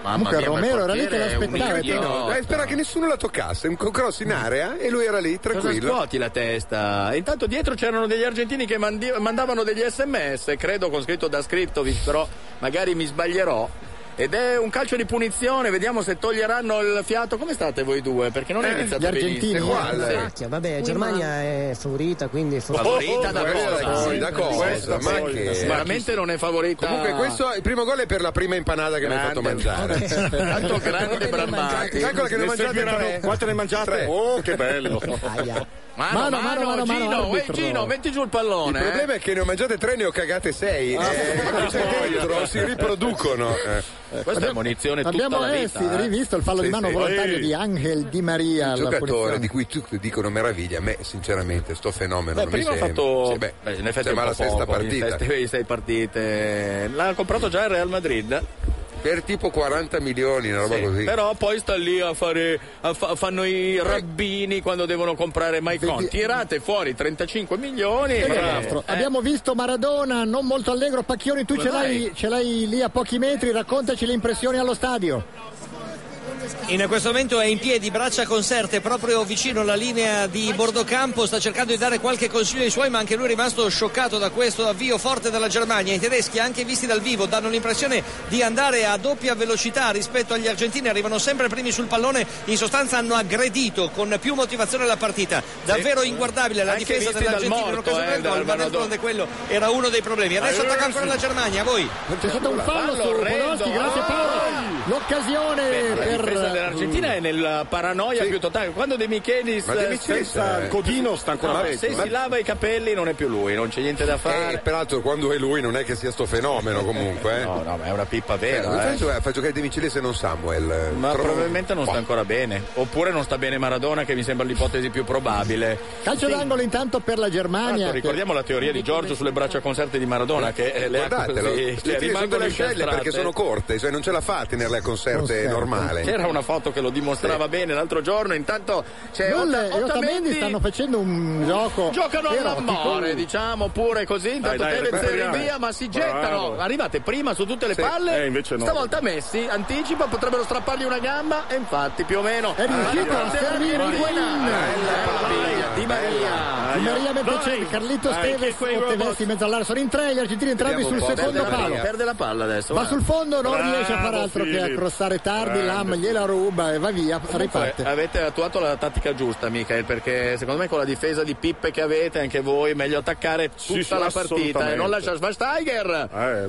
Mamma
Comunque Romero era lì che lo aspettava.
Eh, spera che nessuno la toccasse. Un cross in area eh, e lui era lì
Mm. Cosa
tranquillo.
scuoti la testa? E Intanto dietro c'erano degli argentini che mandi- mandavano degli sms, credo con scritto da Scriptovic, però magari mi sbaglierò. Ed è un calcio di punizione, vediamo se toglieranno il fiato. Come state voi due? Perché non eh, è
Eh,
iniziato benissimo.
Macchia, vabbè, Germania è favorita, quindi è
Favorita da cosa?
da cosa? Ma che-
Veramente non è favorita.
Comunque, questo il primo gol è per la prima impanata che mi hai fatto mangiare.
Tanto grande Brambati.
Calcola che ne ho
Ne
mangiate
serviranno
tre.
quattro ne mangiate?
Tre.
Oh, che bello. Mano, mano, mano, Gino, uè, Gino, metti giù il pallone.
Il
eh.
problema è che ne ho mangiate tre, ne ho cagate sei.
Ah,
Eh, cioè, dentro si riproducono. eh.
Eh, Questa è munizione
Abbiamo eh, sì, rivisto il fallo di mano volontario di Angel Di Maria.
Un
alla
giocatore
punizione.
di cui tutti dicono meraviglia, a me sinceramente sto fenomeno
Beh,
non mi
prima ha
sembra.
fatto
Sì, beh,
beh, in effetti
cioè,
un
ma
po'
la sesta
poco, in
partita
sette- in sei partite. L'ha comprato già il Real Madrid.
per tipo 40 milioni, una roba
Sì,
così.
Però poi sta lì a fare. a fa- fanno i rabbini quando devono comprare Maicon. Tirate fuori 35 milioni. Eh.
Tra
e-
l'altro, Abbiamo visto Maradona, non molto allegro. Pacchioni, tu
Come
ce
mai?
l'hai, ce l'hai lì a pochi metri, raccontaci le impressioni allo stadio.
In questo momento è in piedi, braccia conserte, proprio vicino alla linea di Bordocampo, sta cercando di dare qualche consiglio ai suoi, ma anche lui è rimasto scioccato da questo avvio forte della Germania. I tedeschi, anche visti dal vivo, danno l'impressione di andare a doppia velocità rispetto agli argentini, arrivano sempre primi sul pallone, in sostanza hanno aggredito con più motivazione la partita. Davvero inguardabile la
Anche
difesa
visti
dell'Argentina
dal morto,
in occasione
eh,
del gol,
dal
ma
Maradona.
d'altronde quello era uno dei problemi. Adesso attacca ancora la Germania, a voi.
C'è stato un fallo su Podolski,
oh!
grazie Paolo. L'occasione
La
per
difesa dell'Argentina è nella paranoia più totale. Quando De Michelis
Ma De
eh,
Michelis,
senza
eh, Codino sta ancora
Ma
peggio.
Se
Ma-
si lava i capelli non è più lui, non c'è niente da fare.
E Eh, peraltro quando è lui non è che sia sto fenomeno comunque. eh. Cioè, No,
no, ma è una pippa
vera.
eh.
fa, giocare, fa giocare De Michele se non Samuel.
Ma
Tro-
probabilmente non sta ancora bene. Oppure non sta bene Maradona, che mi sembra l'ipotesi più probabile.
Calcio d'angolo intanto per la Germania.
Tanto ricordiamo la teoria di Giorgio sulle braccia conserte di Maradona, che eh, le ha
Guardatelo,
così-
Cioè,
le
tiri su
rimangono
delle ascelle
incastrate.
perché sono corte, cioè non ce la fa a tenerle a conserte
Conserte.
normale.
C'era una foto che lo dimostrava bene l'altro giorno, intanto c'è
Null
Ota-
e Otamendi stanno facendo un gioco.
Giocano
erotico.
all'amore, diciamo pure così. Intanto
Dai, dai,
Tevez
recuperiamo.
rinvia, ma si
Bravo.
gettano. Arrivate prima su tutte le
Sì.
palle.
Eh, invece no.
Stavolta Messi anticipa, potrebbero strappargli una gamba. E infatti, più o meno.
È Eh, riuscito a
Arrivate,
servire
arrivate.
il Guain.
eh, Di Maria.
Di Maria mette centro, Carlito Tevez o Tevez in mezzo all'area. Sono in tre gli argentini entrambi sul secondo palo.
Perde la palla adesso.
Va
va.
sul fondo, non
Bravo,
riesce a far altro che a
Filippo.
crossare tardi.
Grande.
Lam gliela ruba e va via. Riparte.
Comunque, Avete attuato la tattica giusta, Michael, perché secondo me con la difesa di Pippe che avete, anche voi, meglio attaccare tutta
Sì, sì,
la partita
assolutamente.
e non lasciare Schweinsteiger.
Ah, eh.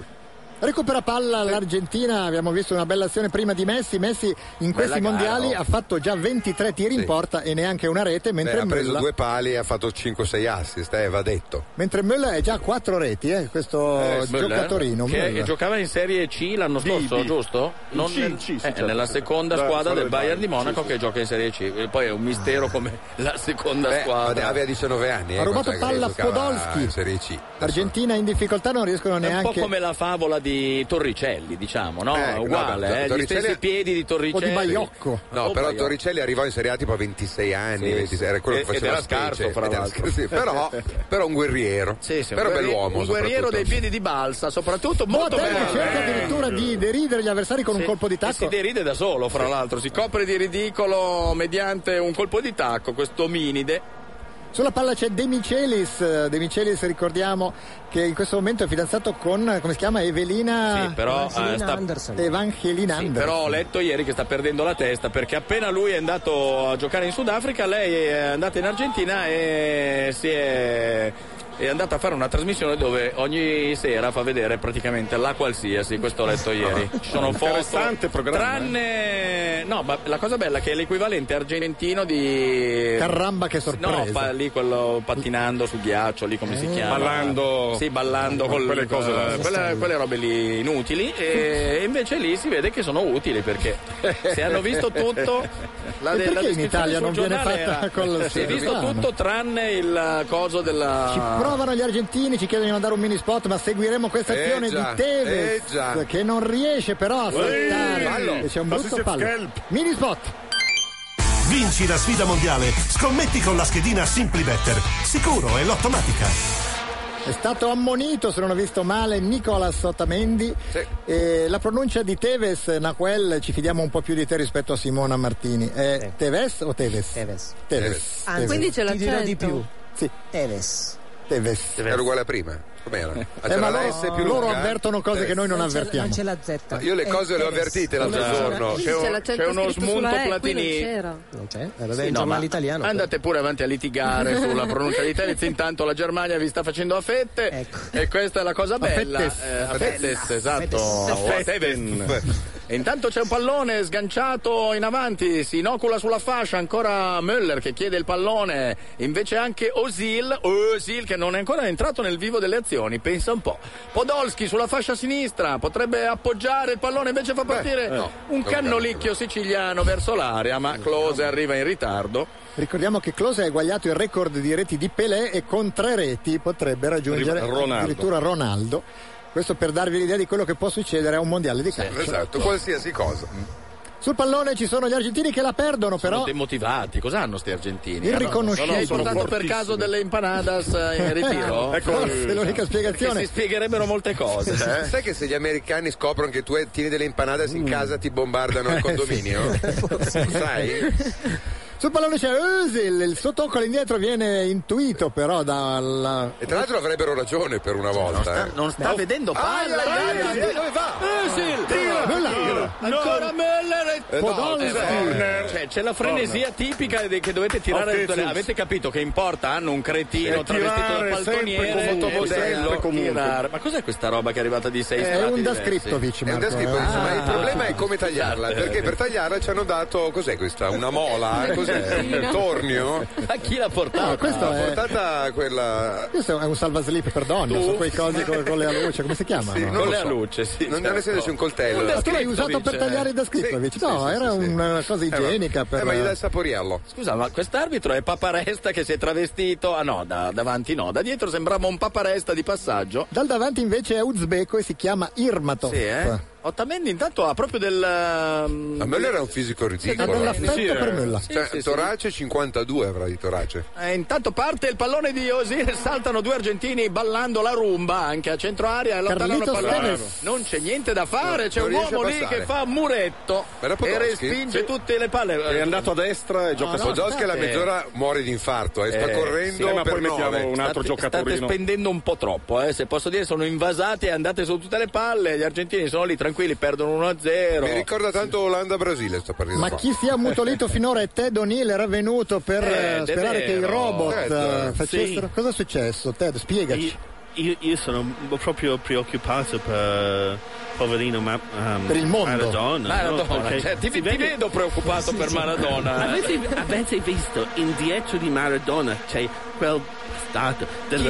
Recupera palla l'Argentina, abbiamo visto una bella azione prima di Messi, Messi in questi
gara,
mondiali
oh.
ha fatto già 23 tiri in porta e neanche una rete,
Beh,
mentre,
Eh, ha preso
Müller,
due pali e ha fatto 5-6 assist, eh, va detto.
mentre Müller è già a 4 reti, eh, questo giocatorino.
che
Müller.
giocava in Serie C l'anno scorso,
B.
giusto?
In C,
nel-
in C, sì,
eh,
certo,
nella
sì.
seconda
Dai,
squadra
solo
del
il
Bayern di
Bayern,
Monaco che gioca in Serie C. E Poi è un mistero come la seconda
Beh,
squadra.
aveva 19 anni. eh,
Ha
quando
rubato
è che
palla a
giocava
Podolski.
in Serie C.
Argentina in difficoltà non riescono
È un po'
neanche
come la favola di Torricelli, diciamo, no?
Eh,
Uguale,
no,
eh, gli
Torricelli-
stessi piedi di Torricelli.
No,
O
però
Baiocco.
Torricelli arrivò in Serie A tipo a 26 anni,
Sì,
26, era quello
sì.
che
Ed
faceva
era
la specie.
scarso, fra
Ed era
l'altro.
scarso, sì, però, però un guerriero. però
un guerri-
bell'uomo.
Un guerriero
soprattutto.
dei piedi di balsa, soprattutto molto
Boateng
bello.
cerca addirittura
Eh,
di deridere gli avversari con un colpo di
E si
tacco.
deride da solo, fra l'altro, si copre di ridicolo mediante un colpo di tacco, questo ominide.
Sulla palla c'è De Michelis, eh, De Michelis ricordiamo che in questo momento è fidanzato con, eh, come si chiama, Evelina
Sì, però, Evangelina eh, sta- Anderson.
Evangelina
Sì,
Anderson.
però ho letto ieri che sta perdendo la testa perché appena lui è andato a giocare in Sudafrica, lei è andata in Argentina e si è, è andata a fare una trasmissione dove ogni sera fa vedere praticamente la qualsiasi. Questo ho letto ieri.
Ah,
Ci sono foto.
Interessante programma, eh.
Tranne. No, ma la cosa bella è che è l'equivalente argentino di.
Carramba che
No,
sorpresa. Eh,
fa lì quello pattinando su ghiaccio, lì come si chiama?
Ballando.
Sì, ballando
Eh,
con
quelle cose là.
quelle, quelle robe lì inutili. E invece lì si vede che sono utili perché se hanno visto tutto. Eh,
E perché in
descrizione
Italia
sul
non viene
giornale
fatta
era-
col
Si è visto
Serrano?
tutto tranne il coso della.
Ci provano gli argentini, ci chiedono di mandare un mini spot, ma seguiremo questa
Eh
azione
già,
di Tevez
eh già.
che non riesce però a saltare.
fallo.
Ah, E C'è un
Ma
brutto
se si
fallo.
scalp.
Mini spot.
Vinci la sfida mondiale, scommetti con la schedina SimpliBetter, sicuro e l'ottomatica.
È stato ammonito, se non ho visto male, Nicolas Sottamendi. Eh, la pronuncia di Teves, Naquel, ci fidiamo un po' più di te rispetto a Simona Martini. Eh, Teves o Teves? Teves. Teves.
Ah, quindi ce l'ha
Ti dirò di più.
Esatto. Sì.
Teves.
Teves.
Era uguale a prima. Com'era? Ah,
Eh,
c'era
ma
la
loro-
S più
loro
lunga?
avvertono cose che noi non
Eh, c'è-
avvertiamo.
non c'è la Z.
Ma io
Eh,
le cose le ho avvertite l'altro giorno.
C'è, un- c'è uno smunto platini.
Non c'è? Eh, Era
Sì,
del
no,
giornale
ma
italiano.
Andate pure avanti a litigare sulla pronuncia di Tenez. Intanto la Germania vi sta facendo a fette. E questa è la cosa
A
bella.
fettes.
eh, a
A
fettes,
fettes.
esatto.
A
O a
fetten.
Teves. E intanto c'è un pallone sganciato in avanti, si inocula sulla fascia, ancora Müller che chiede il pallone, invece anche Osil, Osil che non è ancora entrato nel vivo delle azioni, pensa un po'. Podolski sulla fascia sinistra, potrebbe appoggiare il pallone, invece fa partire
eh, no.
un cannolicchio siciliano verso l'area, ma Close arriva in ritardo.
Ricordiamo che Close ha eguagliato il record di reti di Pelé e con tre reti potrebbe raggiungere
Ri- Ronaldo.
addirittura Ronaldo. Questo per darvi l'idea di quello che può succedere a un mondiale di calcio.
Esatto, qualsiasi cosa.
Sul pallone ci sono gli argentini che la perdono, però
Mm. Sono demotivati, cosa hanno sti argentini?
Irriconoscibili.
Hanno- Sono, sono portato per
Fortissimi.
caso delle empanadas eh, in ritiro?
Ecco, Forse è l'unica spiegazione.
Che si spiegherebbero molte cose.
Eh? Sai che se gli americani scoprono che tu eh, tieni delle impanadas
Mm.
in casa ti bombardano
Eh,
il condominio? Sai?
Sul pallone c'è Özil, il suo tocco all'indietro viene intuito però dalla...
E tra l'altro avrebbero ragione per una volta. eh.
Ah. Non sta vedendo palla, Italia,
Italia,
dove va? Özil!
Tira, tira.
Ancora Müller e
Eh, no, Podolski.
Eh, Cioè, c'è la frenesia tipica de- che dovete tirare.
Offensive.
Avete capito che in porta hanno un cretino
E
travestito da
tirare sempre
paltoniere
con
e
Botox, sempre comunque.
tirare. Ma cos'è questa roba che è arrivata di 6
È
strati?
un da
diversi?
scriptovic,
È un
Marco,
descritto,
eh.
Eh, insomma,
Ah.
il problema è come
Eh.
tagliarla, perché per tagliarla ci hanno dato, cos'è questa? Una mola? Cos'è? Un tornio?
A chi l'ha portata?
No, questo
L'ha
è-
portata quella...
Questo è un salvaslip per donne,
Tu?
sono quei cosi con, con le aluce, come si chiamano?
Sì, non
Con
lo
le
so.
luce, sì. certo.
Non, non essendoci un
Eh,
coltello.
Ah, Ma tu l'hai usato per tagliare il Dascriptovic? no, era una cosa igienica per...
Eh, ma gli dai il saporiello.
Scusa, ma quest'arbitro è Paparesta che si è travestito. Ah no, da, davanti no, da dietro sembrava un Paparesta di passaggio.
Dal davanti invece è uzbeko e si chiama Irmatov.
Sì, eh. Ottamendi intanto ha proprio del. ehm,
A Möller era un fisico ridicolo.
ha dell'affetto
Sì,
per
eh.
Möller.
Cioè,
Sì, sì, sì.
torace 52 avrà di torace.
Eh, intanto parte il pallone di Osir, saltano due argentini ballando la rumba anche a centro area e allontanano il
Carlitos
pallone.
Tevez.
Non c'è niente da fare,
No,
c'è
non
un
riesce
uomo
a
lì
passare.
che fa un muretto
Era
e
Podolski?
respinge
Sì.
tutte le palle.
È andato
a destra e
No, Podolski alla mezz'ora muore di infarto, eh, sta
Eh,
correndo
sì,
ma poi
per
mettiamo
nove.
un altro
State-
giocatorino.
State spendendo un po' troppo, eh, se posso dire, sono invasati e andate su tutte le palle. Gli argentini sono lì tranquilli, perdono 1-0.
Mi ricorda tanto Olanda-Brasile sto partita.
Ma
qua.
chi si è ammutolito finora è Ted O'Neill, era venuto per
Eh,
eh,
è
sperare
vero.
che i robot
Ted,
eh,
Certo.
sì.
facessero... Cosa è successo? Ted, spiegaci.
Io, io sono proprio preoccupato per poverino ma, ehm,
Per il mondo.
Maradona.
Maradona,
no? Perché
cioè, ti,
si
ti
vede-
vedo preoccupato per Maradona. eh.
Avete, avete visto indietro di Maradona c'è quel stato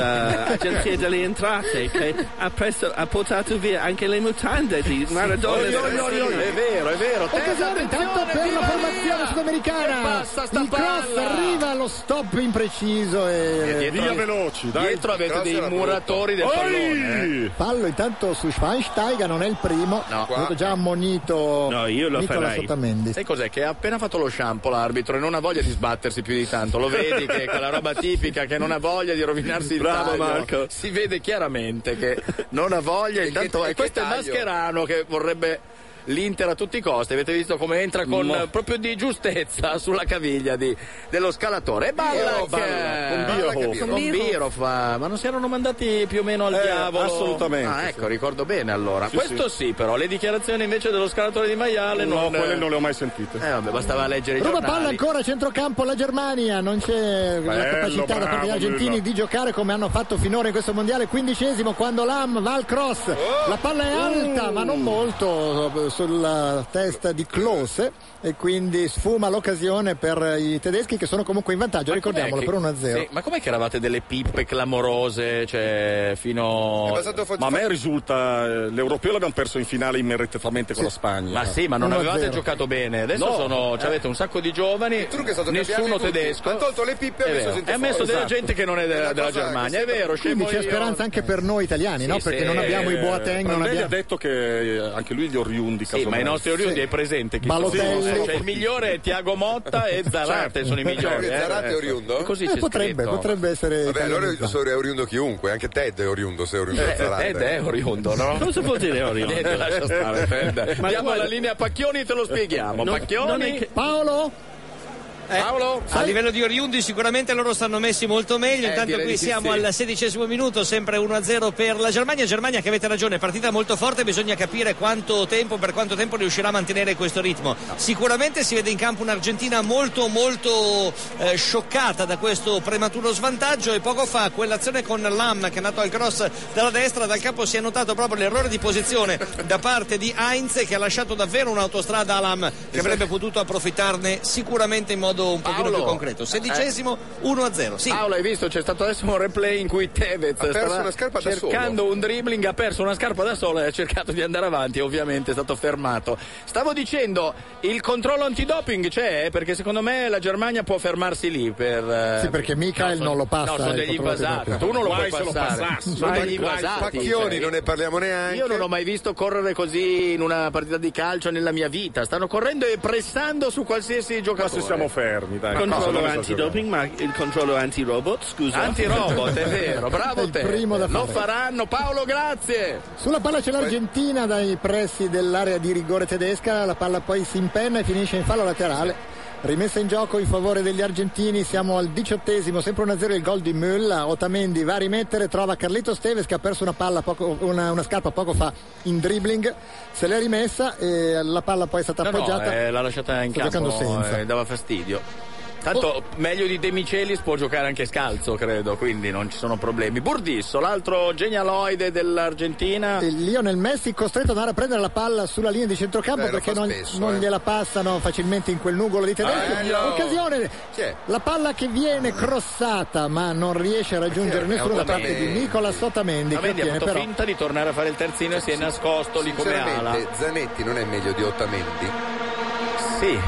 dell'agenzia delle entrate che ha, preso- ha portato via anche le mutande di Maradona.
Oi, oi, oi, oi, È vero, è vero. Tesa,
Occasione intanto
attenzione,
per la
viva
formazione
Lia!
sudamericana.
E passa sta
il cross
palla.
arriva allo stop impreciso e, eh,
Via veloci, dai.
Dietro avete
Grossa
dei
era
muratori del
brutta.
pallone. eh.
Oi!
Pallo intanto su Schweinsteiger, non è il primo,
No.
è stato già ammonito
No, io lo
Nicola
farei.
Sottamendi.
Sai cos'è? Che ha appena fatto lo shampoo l'arbitro e non ha voglia di sbattersi più di tanto. Lo vedi che è quella roba tipica che non ha voglia di rovinarsi il
Bravo,
taglio.
Marco.
Si vede chiaramente che non ha voglia. Intanto,
che-
e questo è il
che taglio.
Mascherano che vorrebbe l'Inter a tutti i costi. Avete visto come entra con
Mo.
eh, proprio di giustezza sulla caviglia di- dello scalatore. E balla,
Balla, balla,
che-
con Balla che
con
Biro.
Biro fa. Ma non si erano mandati più o meno al
Eh,
diavolo?
assolutamente,
Ah, ecco,
sì.
ricordo bene allora.
Sì,
questo sì. però le dichiarazioni invece dello scalatore di Maiale
No,
non.
quelle non le ho mai sentite.
Eh vabbè, bastava leggere i
Ruba
giornali.
palla ancora a centrocampo la Germania, non c'è la
Bello,
capacità da parte degli
bravo,
argentini
Bruno.
di giocare come hanno fatto finora in questo mondiale. Quindicesimo quando Lam va al cross, la palla è alta ma non molto eh, sulla testa di Klose e quindi sfuma l'occasione per i tedeschi che sono comunque in vantaggio,
Ma com'è
ricordiamolo,
che-
per 1-0.
sì, ma com'è che eravate delle pippe clamorose? Cioè, fino.
È passato fo-
Ma a me risulta eh, l'europeo l'abbiamo perso in finale immeritamente con la Spagna.
Ma sì, ma non
1-0.
avevate giocato bene. Adesso
No.
sono, cioè, avete un sacco di giovani,
Il trucco è stato
nessuno
cambiarli tutti.
tedesco.
Ha tolto le pippe e ha
È
messo
vero.
gente
E ha messo
fuori.
della
Esatto.
gente che non è
È
della,
una
della
cosa che
Germania. È
sembra-
vero, scemo
Quindi c'è
io.
speranza anche per noi italiani, no?
Sì,
Perché
sì. eh,
non abbiamo i Boateng, non
Prandelli ha
abbiamo...
detto che eh, anche lui gli oriundi
Sì,
Casomai.
ma i nostri oriundi è presente chi
Balotelli.
sono? Cioè, il migliore è Tiago Motta e Zarate
Certo.
Cioè,
sono i migliori. eh.
Zarate è oriundo?
Così
Eh,
c'è
potrebbe,
scritto.
potrebbe essere.
Vabbè, allora
italianizzato.
io sono oriundo chiunque, anche Ted è oriundo se è oriundo.
Eh, Ted è oriundo, no?
Cosa
vuol dire oriundo? Niente, lascia stare, Ted.
Ma
Diamo
guarda-
la linea a Pacchioni e te lo spieghiamo.
Non-
Pacchioni, Eh.
non è che-
Paolo?
Paolo?
A livello di Oriundi sicuramente loro stanno messi molto meglio,
Eh,
intanto
direi
qui
di sì,
siamo
sì.
al sedicesimo minuto, sempre 1-0 per la Germania. Germania che avete ragione, partita molto forte, bisogna capire quanto tempo, per quanto tempo riuscirà a mantenere questo ritmo. Sicuramente si vede in campo un'Argentina molto molto eh, scioccata da questo prematuro svantaggio e poco fa quell'azione con Lam che è andato al cross dalla destra, dal campo si è notato proprio l'errore di posizione da parte di Heinz che ha lasciato davvero un'autostrada a Lam
Esatto.
che avrebbe potuto approfittarne sicuramente in modo un pochino più
Paolo.
concreto. Sedicesimo 1-0. Sì.
Paolo, hai visto? C'è stato adesso un replay in cui Tevez
Ha perso
stava
una scarpa da
cercando un dribbling, ha perso una scarpa da sola e ha cercato di andare avanti, ovviamente è stato fermato. Stavo dicendo, il controllo antidoping c'è, eh, perché secondo me la Germania può fermarsi lì per... eh,
Sì, perché Michael non lo passa.
No,
eh,
sono
il
degli
controllo
invasati. Tu
antidoping.
non lo
Guai
puoi
se lo
passare.
passassero.
Sono degli
Ma-
invasati.
Pacchioni,
cioè.
non ne parliamo neanche.
Io non ho mai visto correre così in una partita di calcio nella mia vita. Stanno correndo e pressando su qualsiasi giocatore.
se siamo fermi, dai.
Controllo
Cosa-
antidoping, ma il controllo anti-robot, scusa.
Anti-robot, è vero, bravo
Il
te.
primo da
Lo
fare.
faranno, Paolo, grazie.
Sulla palla c'è l'Argentina dai pressi dell'area di rigore tedesca, la palla poi si impenna e finisce in fallo laterale. Rimessa in gioco in favore degli argentini, siamo al diciottesimo, sempre 1-0 il gol di Mülla, Otamendi va a rimettere, trova Carlito Steves che ha perso una, palla poco- una, una scarpa poco fa in dribbling, se l'è rimessa e la palla poi è stata
No, no,
appoggiata.
eh, l'ha lasciata in
Sta
campo,
giocando senza.
eh, dava fastidio. Tanto meglio di De Micelis può giocare anche scalzo, credo, quindi non ci sono problemi. Burdisso, l'altro genialoide dell'Argentina.
E Lionel Messi costretto ad andare a prendere la palla sulla linea di centrocampo
Beh, lo
perché
fa
non,
spesso,
non
eh.
gliela passano facilmente in quel nugolo di tedeschi.
Bello.
Occasione,
Chi è? Ah.
la palla che viene crossata ma non riesce a
Ma
raggiungere
chi è?
nessuno da parte
Eh, Otamendi.
di Nicola Sotamendi
Ma
che
vedi, ha
ottiene
fatto
però
finta di tornare a fare il terzino e si è nascosto lì come ala.
Sinceramente, Zanetti non è meglio di Ottamendi.
Sì,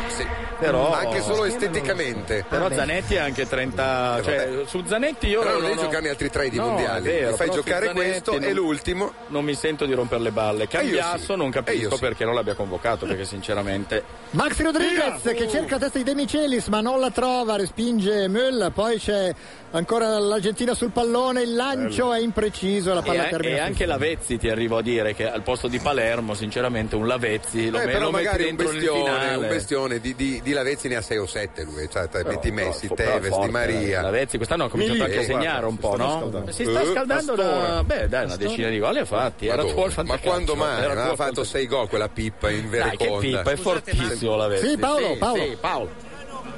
però-
Anche solo esteticamente. Eh,
Però Zanetti ha anche 30. Cioè, su Zanetti io.
Però non
non
devi
ho-
giocarne altri tre di
No,
mondiali.
è vero,
Mi fai
però su
giocare
Zanetti
questo
non-
e l'ultimo.
Non mi sento di rompere le balle. Cambiasso
sì.
non
E io
capisco
sì.
perché non l'abbia convocato, perché sinceramente.
Maxi Rodriguez che cerca
boh.
la testa di De Michelis ma non la trova, respinge Müller, poi c'è ancora l'Argentina sul pallone, il lancio è impreciso e la
E,
palla
a-
termina.
e
sul-
anche Lavezzi ti arrivo a dire che al posto di Palermo, sinceramente, un Lavezzi lo,
Eh,
me-
però
lo metti
magari un
dentro il
bestione,
finale.
un bestione di, di, di Lavezzi ne ha 6 o 7 lui, cioè, tra-
Però,
metti
no,
Messi,
fo- però
Tevez,
forte,
Di Maria. eh,
Lavezzi quest'anno ha cominciato anche a segnare un po', no? Si sta scaldando da beh, dai, una decina di gol li ha fatti.
Ma,
Era
dove?
tuo al
ma
fantacalcio,
quando mai? Non
era tuo
ha
al
fatto 6 gol quella pippa in
Dai, che
Veraconda.
pippa, è fortissimo Lavezzi.
Sì, Paolo,
Sì,
Paolo.
sì,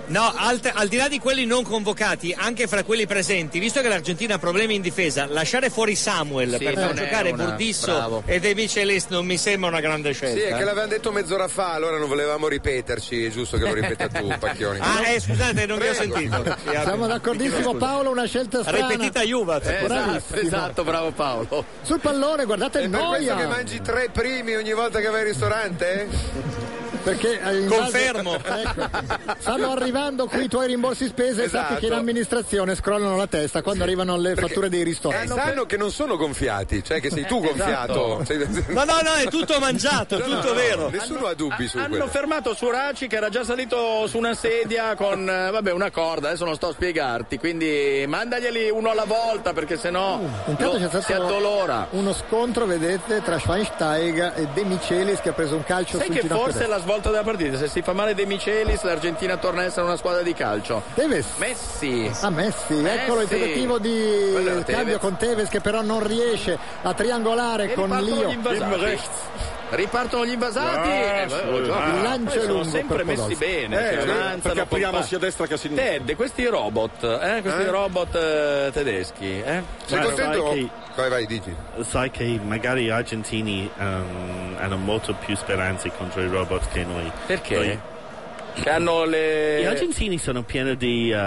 No, alt- al di là di quelli non convocati, anche fra quelli presenti, visto che l'Argentina ha problemi in difesa, lasciare fuori Samuel
Sì,
per far
non è
giocare
una-
Burdisso
bravo.
e De Michelis non mi sembra una grande scelta.
Sì, è che l'avevamo detto mezz'ora fa, allora non volevamo ripeterci, è giusto che lo ripeta tu, Pacchioni.
Ah, eh, scusate, non vi ho sentito.
Siamo d'accordissimo Paolo, una scelta strana.
Ripetita
Eh,
Juve.
Esatto,
ecco. Bravissimo.
esatto, bravo Paolo.
Sul pallone, guardate il
Per questo
noia.
che mangi tre primi ogni volta che vai al ristorante?
Perché eh, in
Confermo.
base- ecco, stanno arrivando qui i tuoi rimborsi spese, sappi
Esatto.
che in amministrazione scrollano la testa quando arrivano le fatture dei
Eh,
ristoranti.
sanno che non sono gonfiati, cioè che sei tu
Eh,
gonfiato.
esatto.
Sei-
No, no, no, è tutto mangiato,
No, no,
tutto
no,
vero.
Nessuno ha dubbi su
Hanno
quello.
fermato Suraci che era già salito su una sedia con eh, vabbè, una corda, adesso non sto a spiegarti, quindi mandaglieli uno alla volta perché sennò
Uh,
Intanto
lo-
c'è stato
si addolora.
uno scontro, vedete, tra Schweinsteiger e De Michelis che ha preso un calcio
Sai
sul
che
ginocchio
forse è
destro.
la svolta della partita, se si fa male De Michelis l'Argentina torna a essere una squadra di calcio.
Tevez.
Messi.
Ah, Messi, eccolo il
Messi.
tentativo di
Eh, Quello era
il cambio
Tevez.
con Tevez che però non riesce a triangolare
E
con
ripartono
Lio.
gli invasati. Ripartono gli invasati.
Ah,
Eh,
sì,
eh,
ah.
poi
Il lancio è
sono
lungo
sempre
per
messi
Podolski.
bene.
Eh,
cioè,
sì,
avanzano,
perché apriamo
pompa-
sia a destra che a sinistra.
Ted, questi robot, eh, questi
Eh?
robot eh, tedeschi. Eh?
Sei contento?
Vai, vai, dici.
Sai che magari gli argentini ehm, hanno molto più speranze contro i robot che noi.
Perché?
Noi-
Che hanno le...
Gli argentini sono pieni di ehm,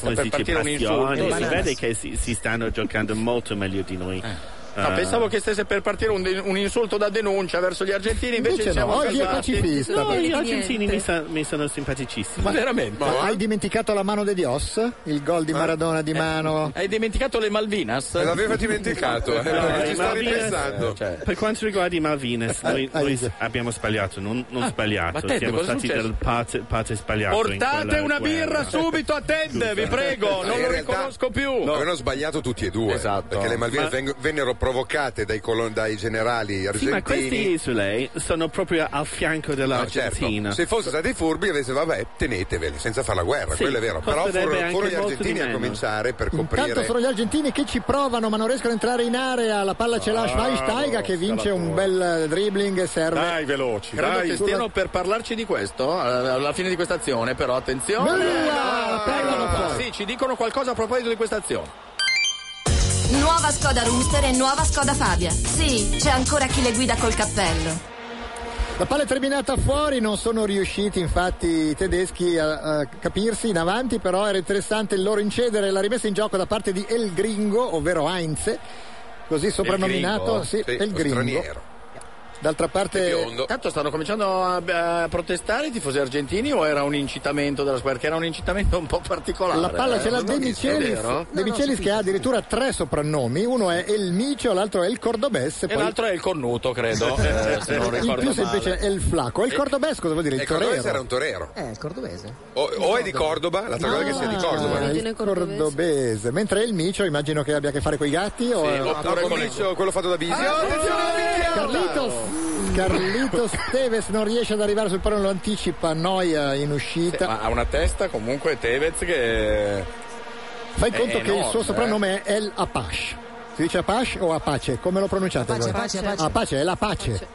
come
Eh, per
si dice,
partire un insulto,
passione. Si
bananas.
vede che si, si stanno giocando molto meglio di noi. Eh,
Ah.
No, pensavo che stesse per partire un, un insulto da denuncia verso gli argentini, invece,
Invece no,
siamo
oggi è
calmati.
pacifista,
No, gli
perché niente.
argentini mi, sa- mi sono simpaticissimi.
Ma-
veramente?
Ma hai dimenticato la mano de Dios? Il gol di Maradona di mano?
Hai dimenticato le Malvinas?
L'aveva dimenticato, eh, perché ci
i
sto
Malvinas-
ripensando.
Cioè, Per quanto riguarda i Malvinas, noi, noi s- abbiamo sbagliato, non, non
Ah,
sbagliato,
ma Ted,
siamo
cosa è
stati
successo?
dal parte, parte sbagliato. in
Portate
quella
una birra
guerra.
subito a Ted, vi prego, non lo riconosco più.
No. Avevano sbagliato tutti e due.
Esatto.
Perché le Malvine
Ma-
veng- vennero provocate dai, colon- dai generali
Sì,
argentini.
ma queste isole sono proprio al fianco
No, certo.
dell'Argentina.
Se fossero stati furbi, avesse vabbè, teneteveli senza fare la guerra,
Sì,
quello è vero. Però
costerebbe
furono,
anche
furono gli
molto di
argentini a
meno.
cominciare per
Tanto
coprire.
sono gli argentini che ci provano ma non riescono a entrare in area. La palla ce l'ha
Bravo,
Schweinsteiger che vince un bel dribbling e serve.
veloci,
Credo dai.
che
che
stiano
stiano
per parlarci di questo eh, alla fine di questa azione, però attenzione. Sì, ci dicono qualcosa a proposito di questa azione.
Nuova Skoda Roomster e nuova Skoda Fabia. Sì, c'è ancora chi le guida col cappello.
La palla è terminata fuori, non sono riusciti infatti i tedeschi a, a capirsi in avanti, però era interessante il loro incedere, la rimessa in gioco da parte di El Gringo, ovvero Heinz, così soprannominato,
Gringo?
sì,
Sì,
El
lo
Gringo.
straniero.
D'altra parte
Tanto stanno cominciando a, a protestare i tifosi argentini o era un incitamento della squadra? Che era un incitamento un po' particolare.
la palla
eh?
ce l'ha
Non
De
ho visto, è
Michelis,
vero?
De Michelis che ha addirittura tre soprannomi, uno è El Micio, l'altro è El Cordobes, e
E
poi
l'altro è il cornuto, credo. eh, se non
il
ricordo
più semplice
male.
è El Flaco. El Cordobes cosa vuol dire? Il
E Cordobes
torero.
era un torero.
Eh, il cordovese.
O, o è di Cordoba, l'altra cosa è che sia di Cordoba.
eh.
Ah, il cordobese. Mentre il micio immagino che abbia a che fare con i gatti o...
No, no, con Micio, quello fatto da Bisio.
Ah, Carlitos, Carlitos Tevez non riesce ad arrivare sul pallone, lo anticipa Noia in uscita.
Ma ha una testa comunque Tevez che.
Fai
è
conto che il
enorme,
suo
eh.
soprannome è El Apache. Si dice Apache o Apache? Come lo pronunciate
Apache,
voi?
Apache, Apache.
è l'Apace.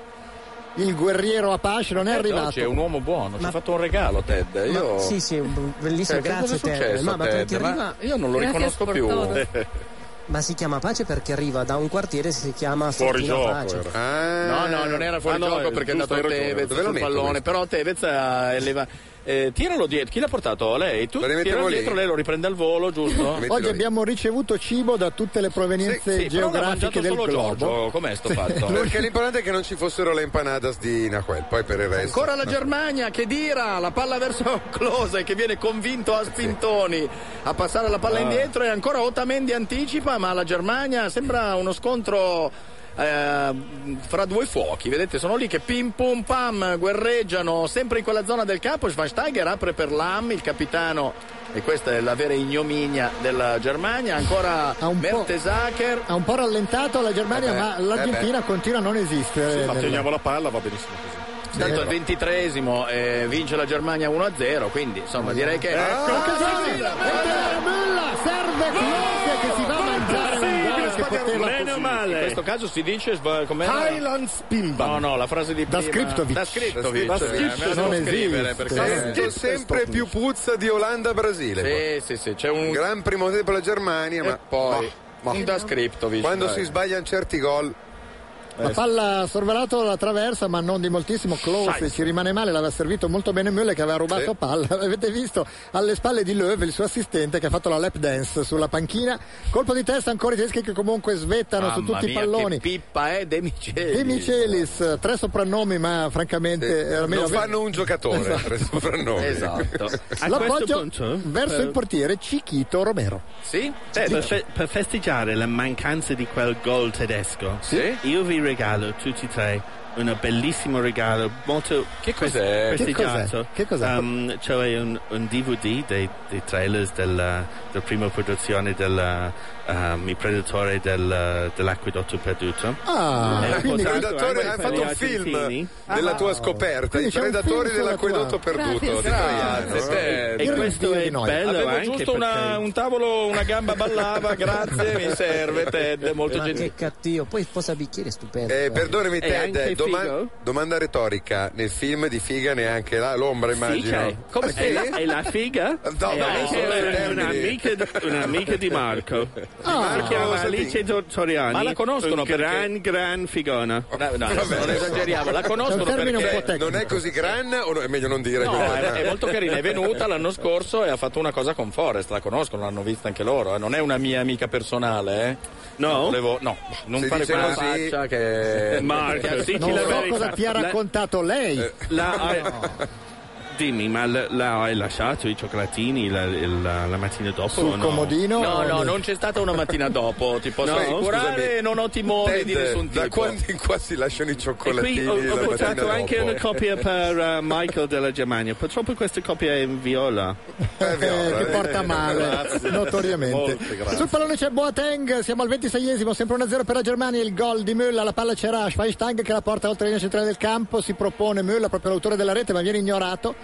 Il guerriero Apache non è
Ted
arrivato.
eh. oggi è un uomo buono, ci ha fatto un regalo Ted. Io...
Ma- sì, sì, un bellissimo,
Cioè, che
grazie,
cosa è
Ted.
successo,
No, ma
Ted?
perché
Ma
arriva-
Io non lo
Grazie,
riconosco più.
Sportolo. Ma si chiama Pace perché arriva da un quartiere che si chiama Fortino Pace.
No, no, eh, non era fuori
Eh. Ah, no,
gioco
è
perché è andato
giusto, hai ragione.
Tevez
Dove lo
sul
metto
pallone,
questo?
però Tevez ha eleva- eh, tiralo dietro, chi l'ha portato? Lei? Tu
Lo devi
tiralo
metterlo lì.
dietro, lei lo riprende al volo, giusto?
Oggi abbiamo ricevuto cibo da tutte le provenienze
sì, però l'ha
geografiche
mangiato
del
solo
globo.
Giorgio, com'è sto fatto?
Perché l'importante è che non ci fossero le empanadas di Nahuel, poi per il resto.
Ancora la Germania che dira la palla verso Close che viene convinto a spintoni a passare la palla
Ah.
indietro e ancora Otamendi anticipa ma la Germania sembra uno scontro eh, fra due fuochi vedete sono lì che pim pum pam guerreggiano sempre in quella zona del campo Schweinsteiger apre per Lam il capitano e questa è la vera ignominia della Germania ancora Mertesacker
Ha un po' rallentato la Germania,
Eh beh,
ma l'Argentina
eh beh.
continua a non esistere.
Sì, ma
nel-
teniamo
La palla va benissimo così.
Tanto il ventitresimo eh, vince la Germania 1-0, quindi insomma direi che...
Ecco,
Ecco.
Occasione! Ed è Müller, serve Klose che si va a
Ah,
mangiare un gol che poteva
In questo caso si dice sba- com'era?
Highland Spimba.
No, no, la frase di
Da
prima.
Scriptovic.
Da Scriptovic.
Da Scriptovic.
Eh, me la devo
Non
scrivere
esiste.
perché
Sento sempre più puzza di Olanda-Brasile.
Sì, sì, sì, c'è un
gran primo tempo la Germania,
E
ma
poi
ma-
un da Scriptovic,
Quando
dai.
si sbagliano certi gol, eh,
Eh,
La palla ha sorvelato la traversa, ma non di moltissimo. Klose
Sai.
ci rimane male, l'aveva servito molto bene Müller che aveva rubato
Sì.
palla. Avete visto alle spalle di Löw il suo assistente che ha fatto la lap dance sulla panchina. Colpo di testa ancora i tedeschi che comunque svettano su
Mamma
tutti i
mia,
palloni.
Che pippa è De Michelis.
De Michelis, tre soprannomi, ma francamente era
non
meglio aver-
eh, fanno un giocatore
Esatto.
per soprannomi.
Esatto.
A questo
L'appoggio
punto,
verso
eh,
il portiere Cichito Romero.
Sì?
per, fe- per festeggiare la mancanza di quel gol tedesco, io vi regalo tutti e tre un bellissimo regalo, molto
Che cos'è?
pres-
Che cos'è?
prestigiato.
Che cos'è?
Um, cioè un, un DVD dei, dei trailers della, della prima produzione del um, Il Predatore del- dell'Acquedotto Perduto. Eh,
Ah,
E l'ho
quindi-
portato
Predatore-
anche
hai
per
fatto
gli
un film
argentini.
della tua scoperta,
Ah. Quindi
I
c'è un
Predatori
film sulla
dell'Acquedotto
tua-
Perduto.
Grazie,
di Troiano.
grazie, Ted.
Eh,
E questo è bello
Avevo
anche
giusto una-
perché-
un tavolo, una gamba ballava, grazie, mi serve Ted, molto
Ma
gentile.
che cattivo, poi posa bicchiere è stupendo.
Eh, perdonami
te
Ted, eh, doma-
Figo?
domanda retorica, nel film di figa neanche la- l'ombra immagino.
c'è. cioè, Come
Ah,
è, la, è la figa? Eh,
No,
è
no,
anche
sono dei termini.
un'amica, un'amica di Marco. Di
Marco,
chiama
lo sapevi?
Alice Tor- Toriani.
Ma la conoscono
Un
perché-
Gran, gran figona.
no, Vabbè, adesso non adesso- esageriamo, la conoscono È un termine perché- un po' tecnico. non è così gran o no- è meglio non dire?
No,
Come-
è, è molto carina, è venuta l'anno scorso e ha fatto una cosa con Forrest, la conoscono, l'hanno vista anche loro, eh. non è una mia amica personale, eh. No? volevo, no, non
Se
fare
dice
quella
così-
faccia che... eh,
Marco, dici
Non
la
so
verità.
cosa ti ha
La-
raccontato lei.
La- Dimmi, ma la, la- hai lasciato i cioccolatini la, la- la mattina dopo?
Sul
o no?
comodino?
No, no, non c'è stata una mattina dopo, ti posso
No?
assicurare,
Scusami.
non ho timori
Ted,
di nessun tipo.
Da quando in qua si lasciano i
E
cioccolatini
qui ho, ho
la mattina
portato
dopo.
anche una copia per eh, Michael della Germania. Purtroppo questa copia è in viola.
Eh, ti porta male,
Grazie.
notoriamente.
Molte grazie.
Sul pallone c'è Boateng, siamo al 26esimo, sempre 1-0 per la Germania, il gol di Müller, la palla c'era Schweinsteiger che la porta oltre la linea centrale del campo, si propone Müller, proprio l'autore della rete, ma viene ignorato.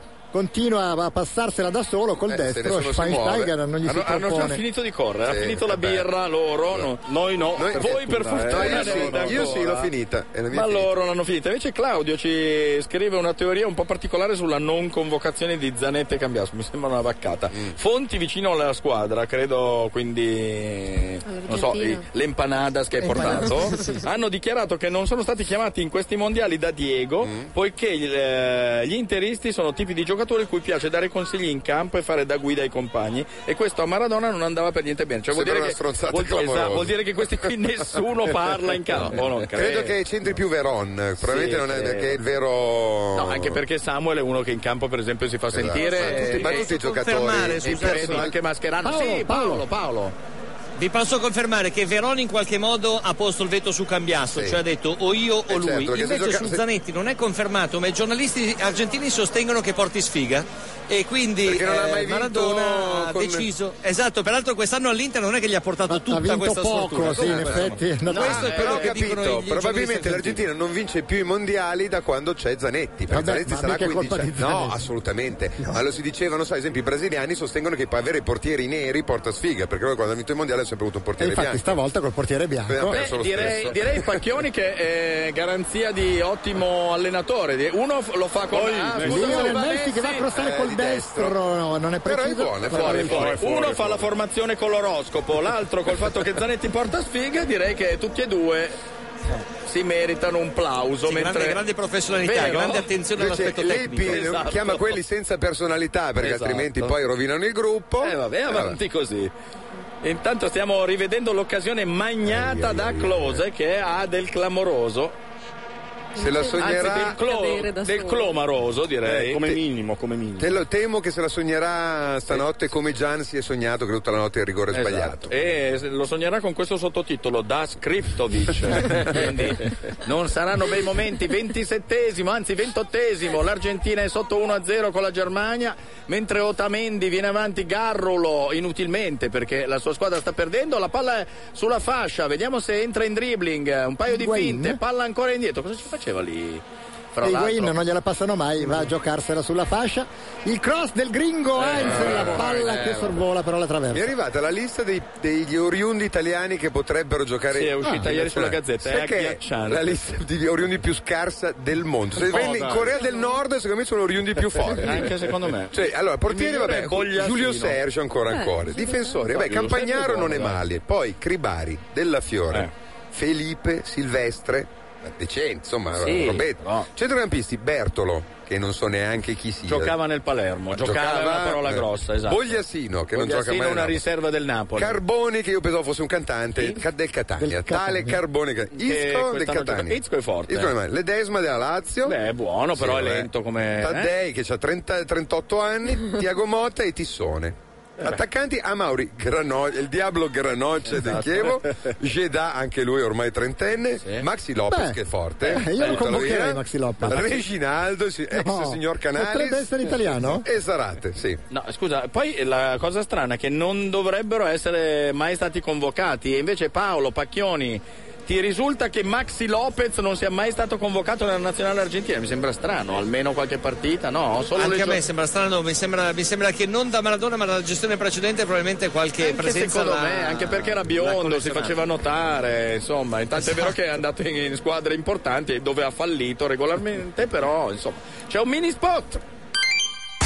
Continua a passarsela da solo col
Eh, se
destro,
nessuno si
Schweinsteiger
muove.
non gli si
hanno, hanno già
propone.
finito di correre,
Sì,
ha finito la
vabbè.
birra loro, no- noi no,
Noi-
voi per
fortuna, eh. No,
fortuna.
io sì,
avete
io sì,
ancora.
l'ho finita, è la mia
Ma
finita.
loro l'hanno finita. Invece Claudio ci scrive una teoria un po' particolare sulla non convocazione di Zanetti e Cambiasso, mi sembra una vaccata.
Mm.
Fonti vicino alla squadra, credo quindi non so,
All'Argentina.
i- le empanadas che hai
Empanadas,
portato,
sì, sì.
hanno dichiarato che non sono stati chiamati in questi mondiali da Diego,
Mm.
poiché eh, gli interisti sono tipi di giocatori cui piace dare consigli in campo e fare da guida ai compagni e questo a Maradona non andava per niente bene. Cioè, vuol,
Sembra
dire
una
che,
stronzata
vuol- esatto,
clamorosa.
vuol dire che questi qui nessuno parla in campo. non
Credo che c'entri più Veron, probabilmente non è
sì.
che è il vero.
No, anche perché Samuel è uno che in campo, per esempio, si fa
Esatto,
sentire.
ma tutti- ma tutti i giocatori-
Confermare
i Oh!
sul
personaggi-
terreno anche Mascherano.
Paolo,
sì, Paolo, Paolo.
Vi posso confermare che Veroni in qualche modo ha posto il veto su Cambiasso,
Sì.
cioè ha detto o io o
Eh,
lui.
certo, perché se
Invece
gioca-
su
se-
Zanetti non è confermato, ma i giornalisti argentini sostengono che porti sfiga. E quindi
Perché non ha
eh,
mai vinto
Maradona ha
con-
deciso. Esatto, peraltro quest'anno all'Inter non è che gli ha portato tutta
vinto
questa
poco,
sfortuna.
sì, in effetti. No,
questo è quello
ho
che dicono
capito.
gli
Probabilmente
giornalisti
l'Argentina non vince più i mondiali da quando c'è Zanetti. Perché
Vabbè,
Zanetti
ma
sarà
mica è
15
colpa di
No,
Zanetti.
assolutamente. Ma lo si diceva, non so, ad esempio, i brasiliani sostengono che avere i portieri neri porta sfiga, perché loro quando hanno vinto il mondiale hanno sempre avuto un
E
portiere
infatti
bianco.
stavolta col portiere
Beh,
bianco.
ha perso lo
Direi,
stesso.
direi Pacchioni che è garanzia di ottimo allenatore. Di- Uno f- lo fa con
Poi,
ah, scusa,
Lionel
voleva
Messi che va a
Messi.
crossare
Eh,
col destro, no, non è preciso.
Fuori, fuori. Uno fa la formazione con l'oroscopo, l'altro col fatto che Zanetti porta sfiga, direi che tutti e due si meritano un plauso.
Sì, grande-
mentre...
grande professionalità,
Vero?
grande attenzione
Invece Lippi
Esatto.
chiama quelli senza personalità perché
Esatto.
altrimenti poi rovinano il gruppo.
Eh, vabbè, avanti così. Intanto stiamo rivedendo l'occasione magnata da Close che ha del clamoroso.
Se la sognerà-
Anzi, del, clo-
Cadere da
del
solo.
clomaroso direi.
Eh, come
minimo, come minimo. Eh,
Te lo temo che se la sognerà stanotte come Gian si è sognato che tutta la notte il rigore è
Esatto.
sbagliato.
E lo sognerà con questo sottotitolo da Skriptovic. Quindi non saranno bei momenti. 27esimo, anzi 28esimo. L'Argentina è sotto 1-0 con la Germania. Mentre Otamendi viene avanti Garrulo inutilmente perché la sua squadra sta perdendo. La palla è sulla fascia. Vediamo se entra in dribbling. Un paio di
Higuaín.
finte. Palla ancora indietro. Cosa ci faceva lì? Fra
E Higuain
l'altro?
non gliela passano mai, va a giocarsela sulla fascia. Il cross del gringo
Eh,
Heinz, la palla
eh,
che
vabbè.
sorvola però la
Mi è
traversa.
arrivata la lista dei- degli oriundi italiani che potrebbero giocare
Sì, è uscita
Ah.
ieri sulla
Cioè,
Gazzetta, è
Sai che
agghiacciante.
La lista degli oriundi più scarsa del mondo. Se
Oh,
vedi in
dai.
Corea del Nord, secondo me sono oriundi più forti.
Anche secondo me.
Cioè, allora, portiere,
Il migliore
vabbè,
è Bogliasino.
Giulio Sergio ancora
Eh,
ancora.
sì,
Difensori,
sì,
vabbè,
sì, Giulio
Campagnaro
Sergio è
non è
buono, eh.
male. Poi Cribari, Della Fiore, Felipe, Silvestre, decenti, insomma,
Sì,
Roberto. Centrocampisti, Bertolo, che non so neanche chi sia.
Giocava nel Palermo, giocava, è una parola
eh,
grossa, esatto.
Bogliasino, che non gioca
Bogliasino
mai.
una
no.
riserva del Napoli.
Carboni, che io pensavo fosse un cantante ca- del Catania, tale Carboni
Eh,
che-
eh. Che
Isco del
quest'anno gioca-
Catania.
Isco è forte.
Isco è male. Ledesma della Lazio.
Beh, è buono, però è
vabbè.
lento come- eh?
Taddei che ha 30 38 anni, Tiago Motta e Tissone.
Eh
Attaccanti a Mauri, Grano- il Diablo Granoce
Esatto.
del Chievo, Jeddah anche lui ormai trentenne, Maxi Lopez
Beh,
che è forte,
eh, io lo
buttalo
convocherei,
via.
Maxi Lopez.
Reginaldo, sì, ex
No,
signor Canales,
potrebbe essere italiano?
e Zarate, sì.
No, scusa, poi la cosa strana è che non dovrebbero essere mai stati convocati e invece Paolo Pacchioni ti risulta che Maxi Lopez non sia mai stato convocato nella nazionale argentina? Mi sembra strano, almeno qualche partita, no? Solo
Anche
le
a me
gio-
sembra strano, mi sembra, mi sembra che non da Maradona, ma dalla gestione precedente, probabilmente qualche
Anche
presenza.
secondo
l'ha-
me, anche perché era
l'ha
biondo, si
collezionata.
faceva notare, insomma, intanto è vero
Esatto.
che è andato in, in squadre importanti e dove ha fallito regolarmente, però insomma c'è un mini spot.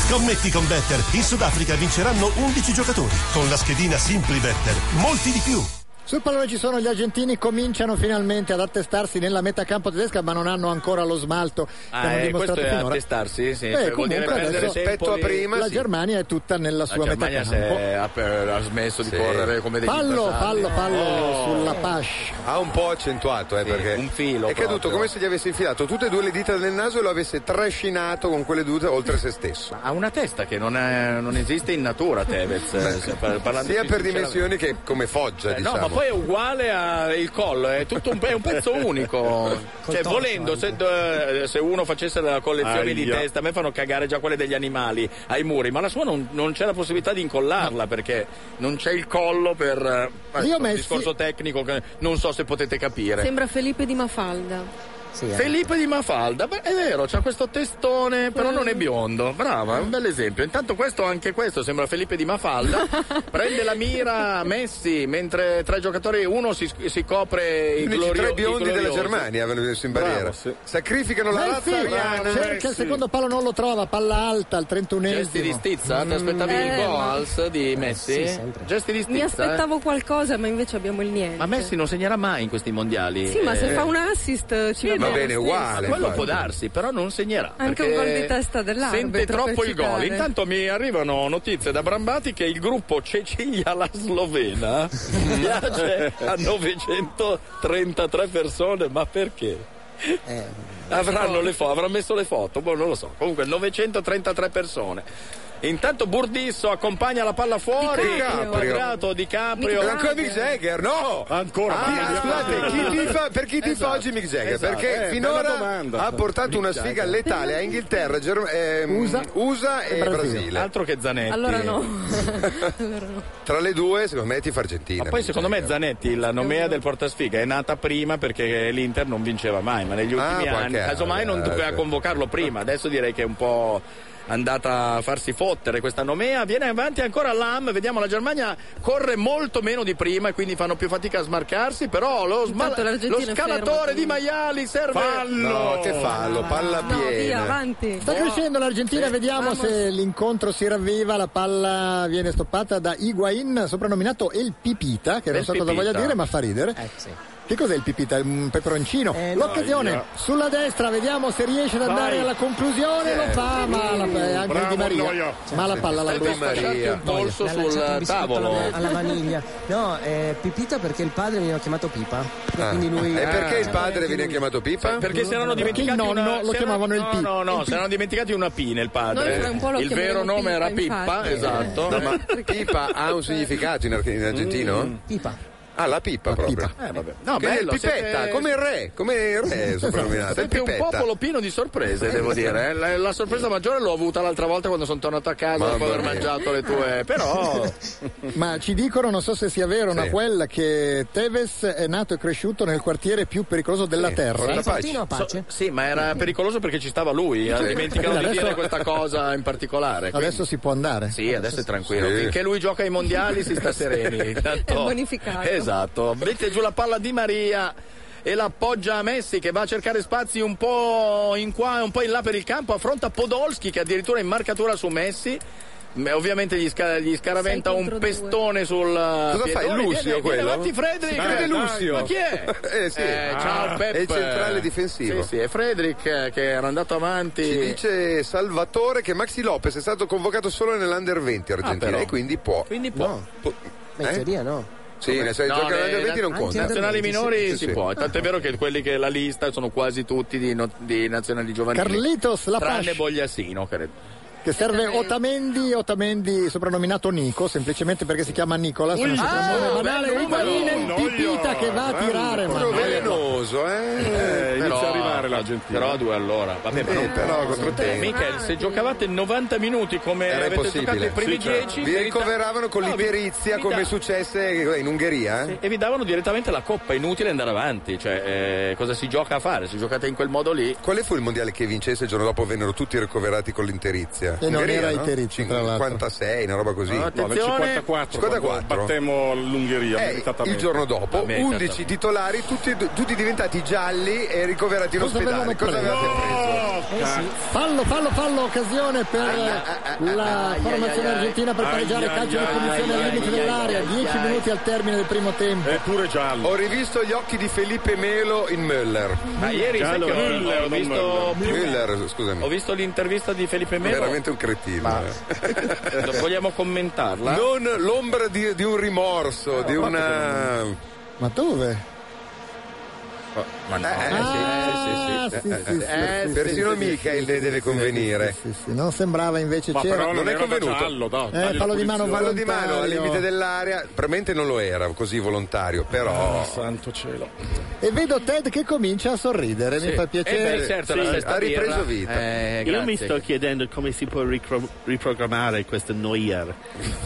Scommetti con Better, in Sudafrica vinceranno 11 giocatori. Con la schedina Simply Better, molti di più.
Sul pallone ci sono gli argentini, cominciano finalmente ad attestarsi nella metà campo tedesca, ma non hanno ancora lo smalto che hanno
Ah, eh, questo
dimostrato
è
finora.
attestarsi? Sì,
Eh,
cioè, vuol
comunque
dire perdere
adesso,
tempo lì.
la
sì.
Germania è tutta nella
La
sua metà
Germania si
campo.
è- ha, per- ha smesso di correre come dei
Fallo,
imbasati.
fallo, fallo
Oh.
sulla Pascia.
Ha un po' accentuato, eh, perché un filo è caduto
proprio.
come se gli avesse infilato tutte e due le dita nel naso e lo avesse trascinato con quelle due oltre se stesso.
Ha una testa che non, è- non esiste in natura, Tevez. eh, se par- parlando
Sia per
sinceramente.
dimensioni che come foggia,
Eh,
diciamo.
No, ma poi è uguale al Eh, collo, è tutto un, è un pezzo unico. Cioè,
torso
volendo, se, eh, se uno facesse la collezione di
Aia.
testa, a me fanno cagare già quelle degli animali ai muri, ma la sua non, non c'è la possibilità di incollarla perché non c'è il collo per eh, ecco, un
messi-
discorso tecnico che non so se potete capire.
Sembra Felipe Di Mafalda.
eh.
Felipe Di Mafalda, beh, è vero, c'ha questo testone, però non è biondo. Brava, è un bel esempio. Intanto questo, anche questo, sembra Felipe Di Mafalda. Prende la mira Messi, mentre tra i giocatori uno si, si copre i
Quindi
glorio-
i tre
i
biondi della
gloriosi.
Germania avevano messo in
Bravo,
barriera. Sacrificano la
Eh
razza
sì,
ariana. eh,
cerca il secondo palo, non lo trova, palla alta al 31
Gesti di stizza? Ti aspettavi
Mm,
il
eh, ma-
goals di Messi?
sì, sempre.
Gesti di stizza?
Mi
eh?
aspettavo qualcosa, ma invece abbiamo il niente.
Ma Messi non segnerà mai in questi mondiali.
Sì, ma se
eh.
fa un assist ci
Sì,
va bene. lo stesso.
Quello può darsi, però non segnerà.
Anche un
perché
gol di testa dell'arbitro,
Sente troppo
per
il gol.
citare.
Intanto mi arrivano notizie da Brambati che il gruppo Cecilia la Slovena piace a 933 persone, ma perché?
Eh.
Avranno le fo- avrà messo le foto, boh, non lo so. Comunque 933 persone. Intanto Burdisso accompagna la palla fuori,
Di Caprio.
quadrato di Caprio.
Ma ancora Mick Jagger, no!
Ancora Esatto.
Ah, scusate, chi tifa- per chi tifa oggi Mick Jagger?
Eh,
Perché finora ha portato una sfiga letale a Inghilterra, Germ- ehm, USA, e Brasile.
Altro che Zanetti.
Allora no. Allora no.
Tra le due, secondo me, tifa Argentina.
Ma poi secondo me Zanetti, la nomea del portasfiga, è nata prima perché l'Inter non vinceva mai, ma negli
Ah,
ultimi
qualche
anni,
anno,
casomai non
eh,
doveva
sì.
convocarlo prima, adesso direi che è un po' andata a farsi fottere questa nomea, viene avanti ancora l'AM, vediamo la Germania corre molto meno di prima e quindi fanno più fatica a smarcarsi, però lo, sma-
Intanto
lo
l'Argentina è ferma.
scalatore di Maiali serve...
No, che fallo, palla
No, via,
piena.
avanti. Eh,
Sta crescendo l'Argentina, vediamo se l'incontro si ravviva. La palla viene stoppata da Higuain, soprannominato El Pipita, che non
El
so cosa
Pipita.
voglia dire, ma fa ridere.
Eh,
Che cos'è il pipita? Un peperoncino. L'occasione
Eh, no, io-
sulla destra, vediamo se riesce ad andare
Vai.
alla conclusione. Lo fa, ma la, eh, anche
Bravo,
Di Maria.
Noia.
Cioè,
Ma la palla la
Stai
blocca.
sfasciando un polso
L'ha
sul
lanciato un biscotto
tavolo.
Alla, alla vaniglia. No, eh, Pipita perché il padre veniva chiamato Pipa. E
Ah. eh,
quindi lui.
E perché il padre viene chiamato Pipa?
Perché si erano
Perché il
dimenticati
nonno
una-
lo
si erano-
chiamavano il
no,
Pi-
No, no,
il Pi-
si erano dimenticati una P nel padre.
Noi fra un po' lo
il vero
chiameremo
nome era
Pippa, infatti.
Pippa, esatto.
No, ma Pipa ha un significato in, ar- in argentino?
Pipa.
Ah, la Pipa proprio.
Eh, vabbè. No,
Quindi è
bello,
il Pipetta,
siete-
come il re, come il re soprannominato. il
Siete un
Pipetta.
popolo pieno di sorprese, devo dire. eh. La, la sorpresa maggiore l'ho avuta l'altra volta quando sono tornato a casa
Mamma
dopo aver
mia.
mangiato le tue. Però.
Ma ci dicono, non so se sia vero, ma quella che Tevez è nato e cresciuto nel quartiere più pericoloso della terra.
So- sì, ma era pericoloso perché ci stava lui. eh.
Sì.
Dimenticano di
Adesso-
dire questa cosa in particolare. Eh, quindi-
Adesso si può andare.
Sì, adesso è tranquillo. Finché lui gioca ai mondiali si sta sereni. Tanto-
È bonificato.
Esatto. Mette giù la palla di Maria e la appoggia a Messi che va a cercare spazi un po' in qua e un po' in là per il campo. Affronta Podolski che addirittura è in marcatura su Messi. Beh, Ovviamente gli, sca- gli scaraventa
Sei
un
contro
pestone sul.
Cosa
piedone.
fa? È
Viene-
Lucio
viene
quello?
avanti Frederick.
Credo è Lucio.
Ah, Ma chi è?
Eh, sì.
Eh, ciao
Ah.
Peppe.
È il centrale difensivo.
Sì, sì, è Frederick eh, che era andato avanti.
Ci dice Salvatore che Maxi Lopez è stato convocato solo nell'Under 20 argentina
Ah, però.
e quindi può.
Quindi può. Eh,
Ma in teoria eh, no.
Sì, nel senso
No,
che l'Under
le-
20 non
anche
conta.
i nazionali minori
Sì,
si
sì.
può, tanto è vero che quelli che la lista sono quasi tutti di, no- di nazionali giovanili.
Carlitos, la
Tranne
Pascia.
Bogliasino, credo.
Che serve Otamendi, Otamendi soprannominato Nico, semplicemente perché si chiama Nicola.
Ui,
ah,
banale,
bello,
Higuaín è il pipita che va a tirare. ma-
Proprio velenoso, eh?
inizia a arrivare
fare l'Argentina.
Però a due all'ora. Vabbè,
Eh, però contro te.
Michael, se giocavate 90 minuti come
Era
avete giocato
impossibile.
i primi
Sì, certo.
10,
Vi ricoveravano con l'iperizia come successe in Ungheria. eh?
E vi davano direttamente la coppa, è inutile andare avanti. Cioè, eh, cosa si gioca a fare? Si giocate in quel modo lì.
Quale fu il mondiale che vincesse il giorno dopo vennero tutti ricoverati con l'interizia?
E non
Ungheria,
era
no?
Iterizia, tra l'altro.
56, una roba
Ah,
così.
No,
No, nel 54,
54.
quando battemmo l'Ungheria
Eh, il
meritatamente.
giorno dopo,
Meritatamente.
11 titolari, tutti, tutti diventati gialli e ricoverati in
Cosa
ospedale.
avevano
Cosa
preso?
avevate preso?
Eh sì. Fallo, fallo, fallo, occasione
eh,
per la formazione argentina per
ai,
pareggiare
ai,
calcio di
ai,
punizione
ai,
al limite
ai,
dell'area,
ai,
10
ai.
minuti al termine del primo tempo.
Eppure giallo. Eh, Ho rivisto gli occhi di Felipe Melo in Müller.
Ma ieri sai che ho- ho visto più-
Müller, scusami.
Ho visto l'intervista di Felipe Melo.
Veramente un cretino. eh.
Vogliamo commentarla?
Non l'ombra di, di un rimorso, di una.
Ma dove?
Ma no. Eh,
Ah, sì, sì, sì, sì,
persino
sì, sì,
Michael ne deve convenire. Eh,
Sì, non sembrava invece c'era. Eh, fallo di mano
Fallo di mano al
volontario.
limite dell'area. Probabilmente non lo era così volontario,
Cioè,
Ah,
però.
Cioè,
santo cielo.
E vedo Ted che comincia a sorridere, mi fa piacere.
Sì,
Eh certo, la sesta
ha ripreso
birra.
vita. Eh,
Io
grazie.
mi sto chiedendo come si può ricro- riprogrammare questo Neuer.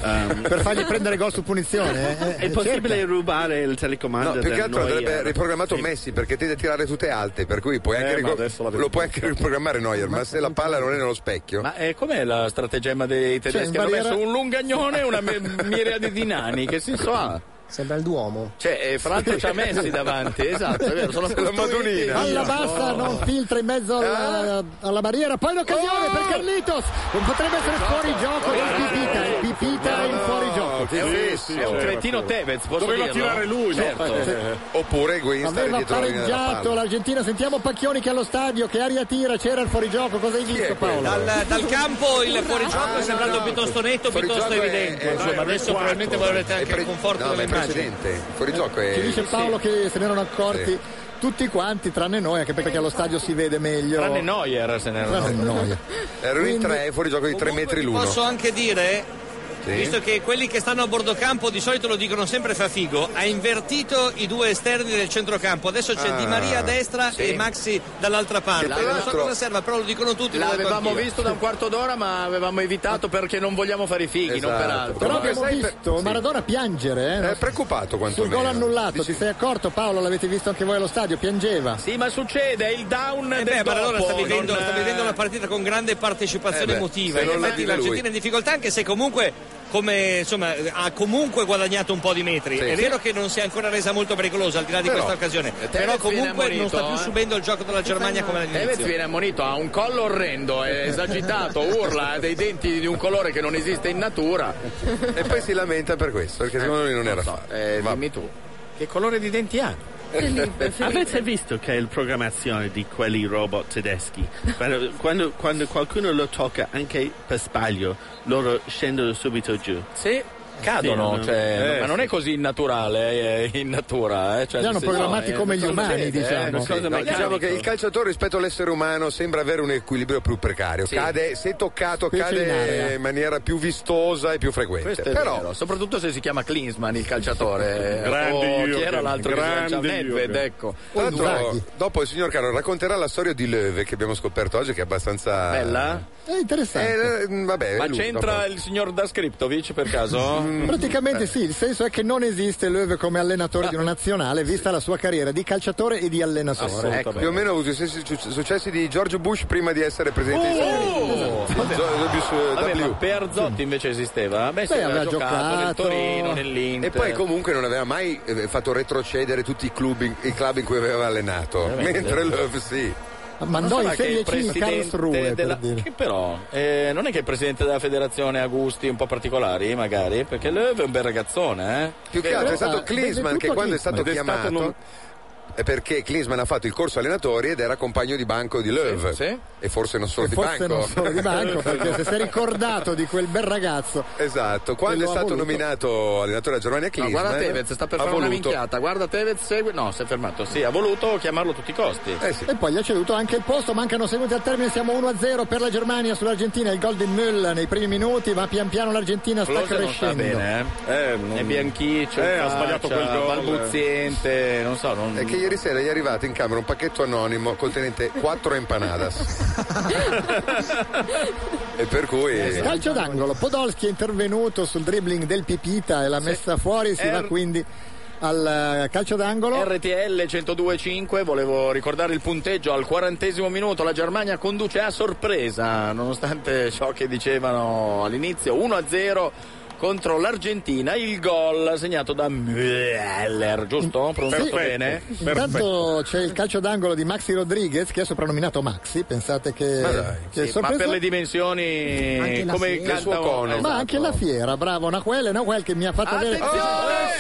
Um,
Per fargli prendere gol su punizione. eh, eh,
Ehm, è possibile rubare il
No,
telecomando?
più che
del
altro andrebbe
Neuer?
riprogrammato
Sì.
Messi perché tende a tirare tutte alte, per cui puoi anche
Eh, ma
rico-
adesso l'avete
lo puoi anche riprogrammare Neuer, ma se la palla non è nello specchio.
Ma eh, com'è la stratagemma dei
Cioè,
tedeschi?
in
Hanno
barriera-
messo un lungagnone e una me- miriade di nani. Che senso ha?
Sembra il Duomo.
Cioè, eh, fra l'altro ci ha messi davanti, esatto, è vero, sono
Se la
costruiti.
Palla bassa, non filtra in mezzo
Eh?
alla, alla barriera, poi l'occasione
Oh!
per Carlitos. Potrebbe essere
Esatto.
fuori gioco,
Eh,
è Pipita, è Pipita in fuori gioco.
che
Sì,
fesso.
sì, è un cretino Tevez, posso dirlo? certo.
Oppure Guin stare
Aveva
dietro la linea della
pareggiato
palla.
l'Argentina, sentiamo Pacchioni che è allo stadio, che aria tira, c'era il fuorigioco, cosa hai visto Paolo?
Dal, dal campo il fuorigioco è sembrato piuttosto netto, piuttosto evidente. insomma, adesso probabilmente volete anche il conforto
No, ma è
dell'immagine.
precedente. Il fuorigioco
Ci dice
è.
Paolo che se ne erano accorti
Sì.
tutti quanti, tranne noi, anche perché allo stadio si vede meglio.
Tranne Neuer se ne erano.
Tranne Neuer.
Erano in tre, fuorigioco di 3 metri l'uno.
Posso anche dire,
Sì.
visto che quelli che stanno a bordo campo di solito lo dicono sempre fa figo, ha invertito i due esterni del centrocampo. Adesso c'è
Ah,
Di Maria a destra
sì.
e Maxi dall'altra parte.
Che tra
Non so
l'altro-
cosa serva, però lo dicono tutti. lo dico
L'avevamo
anch'io.
visto da un quarto d'ora, ma avevamo evitato perché non vogliamo fare i fighi,
Esatto.
non per altro.
Però abbiamo
Sai, per-
visto Maradona piangere, eh?
È preoccupato quanto
Sul gol annullato, ti sei accorto Paolo? L'avete visto anche voi allo stadio? Piangeva.
Sì, ma succede, è il down
Eh
del
beh, ma allora
dopo,
sta vivendo,
non-
sta vivendo una partita con grande partecipazione
Eh beh,
emotiva.
se
In
non la
effetti
vive
l'Argentina
lui.
è in difficoltà, anche se comunque come, insomma, ha comunque guadagnato un po' di metri.
Sì.
È vero che non si è ancora resa molto pericolosa al di là di
Però,
questa occasione.
Tevez
Però
viene
comunque non
ammonito,
sta più
eh.
subendo il gioco della Germania come
Tevez
all'inizio.
viene ammonito, ha un collo orrendo, è esagitato, urla, ha dei denti di un colore che non esiste in natura.
E poi si lamenta per questo, perché secondo lui non
Eh,
era fatto.
dimmi tu. Che colore di denti ha?
Avete visto che la programmazione di quelli robot tedeschi, quando, quando- quando qualcuno lo tocca anche per sbaglio, loro scendono subito giù?
Sì. Cadono,
Sì, no?
cioè,
Eh,
ma non
sì.
è così naturale eh, in natura. Eh, cioè,
Li hanno
sì,
programmati
no,
come
eh,
gli
cosa
umani,
succede,
diciamo.
eh, cosa
No,
meccanica.
diciamo che il calciatore rispetto all'essere umano sembra avere un equilibrio più precario. Cade, se toccato,
Specie in
cade
area.
in maniera più vistosa e più frequente.
Questo è
Però
vero, soprattutto se si chiama Klinsman il calciatore.
Grande
o Eh, oh, chi
Jürgen,
era l'altro che si
grande
lanciava? Nedved,
Jürgen.
ecco.
Tra l'altro, dopo il signor Caro racconterà la storia di Löwe che abbiamo scoperto oggi, che è abbastanza.
Bella?
È interessante.
Eh, mm, vabbè, Mm.
Ma
lui,
c'entra
dopo.
il signor Daskriptovic per caso?
Praticamente sì, il senso è che non esiste Löwe come allenatore di una nazionale, vista la sua carriera di calciatore e di allenatore.
Ecco, più o meno ha avuto i stessi suc- successi di George Bush prima di essere presidente
Oh!
degli Stati Uniti.
Vabbè.
W-
Vabbè, ma
W.
Perzotti invece esisteva? Beh, sì,
Beh,
aveva
aveva
giocato nel
giocato.
Torino, nell'Inter.
E poi comunque non aveva mai eh, fatto retrocedere tutti i club in, i club in cui aveva allenato.
Veramente?
Mentre Löw sì.
Mandò in
Sembra che
Serie
il
C il
presidente
Karlsruhe, per
della-
dire.
Che però, eh, non è che il presidente della federazione ha gusti un po' particolari, magari? Perché Löw è un bel ragazzone, eh?
Più che altro è stato Klinsman che quando è stato chiamato è perché Klinsman ha fatto il corso allenatori ed era compagno di banco di Löw.
sì.
E forse non solo
E
di
forse
banco.
non solo di banco, perché se si è ricordato di quel bel ragazzo.
Esatto, quando è
Lo ha
stato
voluto.
nominato allenatore della Germania
No,
Klinsman
guarda Tevez, sta per
ha
fare una
voluto-
minchiata. Guarda Tevez, segue. No, si è fermato. Sì, ha voluto chiamarlo a tutti i costi.
Eh,
E poi gli ha ceduto anche il posto, mancano secondi al termine, siamo 1-0 per la Germania sull'Argentina, il gol di Müller nei primi minuti, ma pian piano l'Argentina sta
Klose non sta
crescendo.
bene, eh? È bianchiccio,
Eh,
in
ha sbagliato
faccia,
quel gol, eh.
balbuziente, non so. Non...
È che gli ieri sera gli è arrivato in camera un pacchetto anonimo contenente quattro empanadas. e per
Eh,
cui.
Calcio d'angolo, Podolski è intervenuto sul dribbling del Pipita e l'ha messa fuori, si va
Er-
quindi al eh, calcio d'angolo.
RTL 1025, volevo ricordare il punteggio al quarantesimo minuto, la Germania conduce a sorpresa, nonostante ciò che dicevano all'inizio, 1-0 contro l'Argentina, il gol segnato da Müller, giusto? Pronunciato bene?
Intanto c'è il calcio d'angolo di Maxi Rodriguez che è soprannominato Maxi, pensate che,
Ma dai,
Eh,
sì,
che
ma
sorpresa.
per le dimensioni
Anche la
come
fiera.
canta un-
Ma anche la fiera, bravo, Naquel e Naquel che mi ha
Ah,
fatto vedere.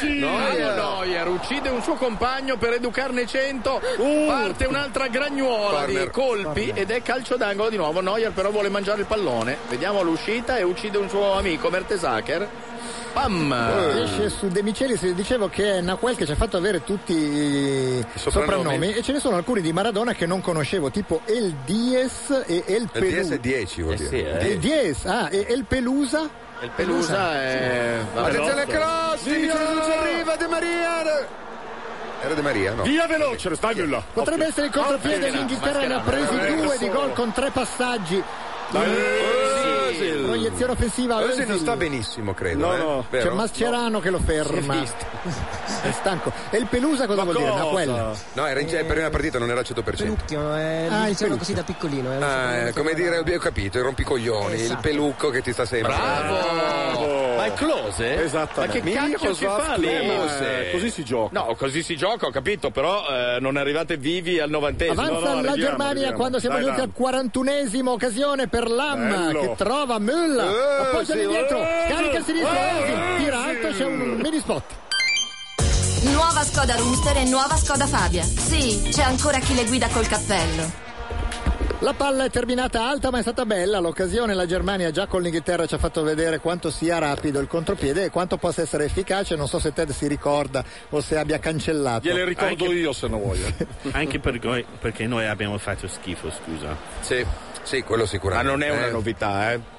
Neuer. Neuer uccide un suo compagno per educarne 100 parte un'altra gragnuola di
Corner.
colpi ed è calcio d'angolo di nuovo Neuer però vuole mangiare il pallone vediamo l'uscita e uccide un suo amico Mertesacker pam
Esce Eh, su De Michelis, dicevo che è Naquel che ci ha fatto avere tutti i
soprannomi.
soprannomi e ce ne sono alcuni di Maradona che non conoscevo, tipo El Dies e El
Il DS
Pelusa.
è 10
Eh,
vuol dire.
El Dies, ah, e El Pelusa?
Il Pelusa è
Attenzione cross,
Sì,
Vinicius
no.
arriva De Maria. Era De Maria, no?
Via veloce, stai là.
Potrebbe essere il contropiede
Maschera,
dell'Inghilterra, ne ha
maschera,
presi
maschera,
due di
solo.
gol con tre passaggi. Mm.
Özil.
Proiezione offensiva a
Özil non
Özil.
sta benissimo, credo.
No,
eh,
no.
vero?
C'è Mascherano che lo ferma. È stanco. E il Pelusa cosa vuol dire? Naquel.
No, era in, è per una partita non era al 100%.
Pelucchio, eh,
Ah,
lo dicevano
il pelucchio.
così da piccolino. eh, lo
Ah,
sapevano
eh, come
che era-
dire, ho capito, il rompicoglioni, il
Esatto.
pelucco che ti sta sempre.
Bravo! Ma è close?
Esattamente.
Ma che cacchio ci
Miroslav
fa lì?
Klose.
Eh, così si gioca. No, così si gioca, ho capito, però eh, non arrivate vivi al novantesimo.
Avanza la Germania quando siamo giunti al 41esimo occasione per Lam
Bello.
che trova Müller.
Eh,
Appoggia
sì.
lì dietro,
Eh,
scarica il sinistro,
eh,
Özil, tira alto, c'è un mini spot.
Nuova Skoda Rooster e nuova Skoda Fabia. Sì, c'è ancora chi le guida col cappello.
La palla è terminata alta ma è stata bella l'occasione, la Germania già con l'Inghilterra ci ha fatto vedere quanto sia rapido il contropiede e quanto possa essere efficace, non so se Ted si ricorda o se abbia cancellato.
Gliele ricordo io se non voglio.
Anche per noi- perché noi abbiamo fatto schifo, scusa. Mm,
Sì, sì, quello sicuramente.
Ma non è una
novità, eh.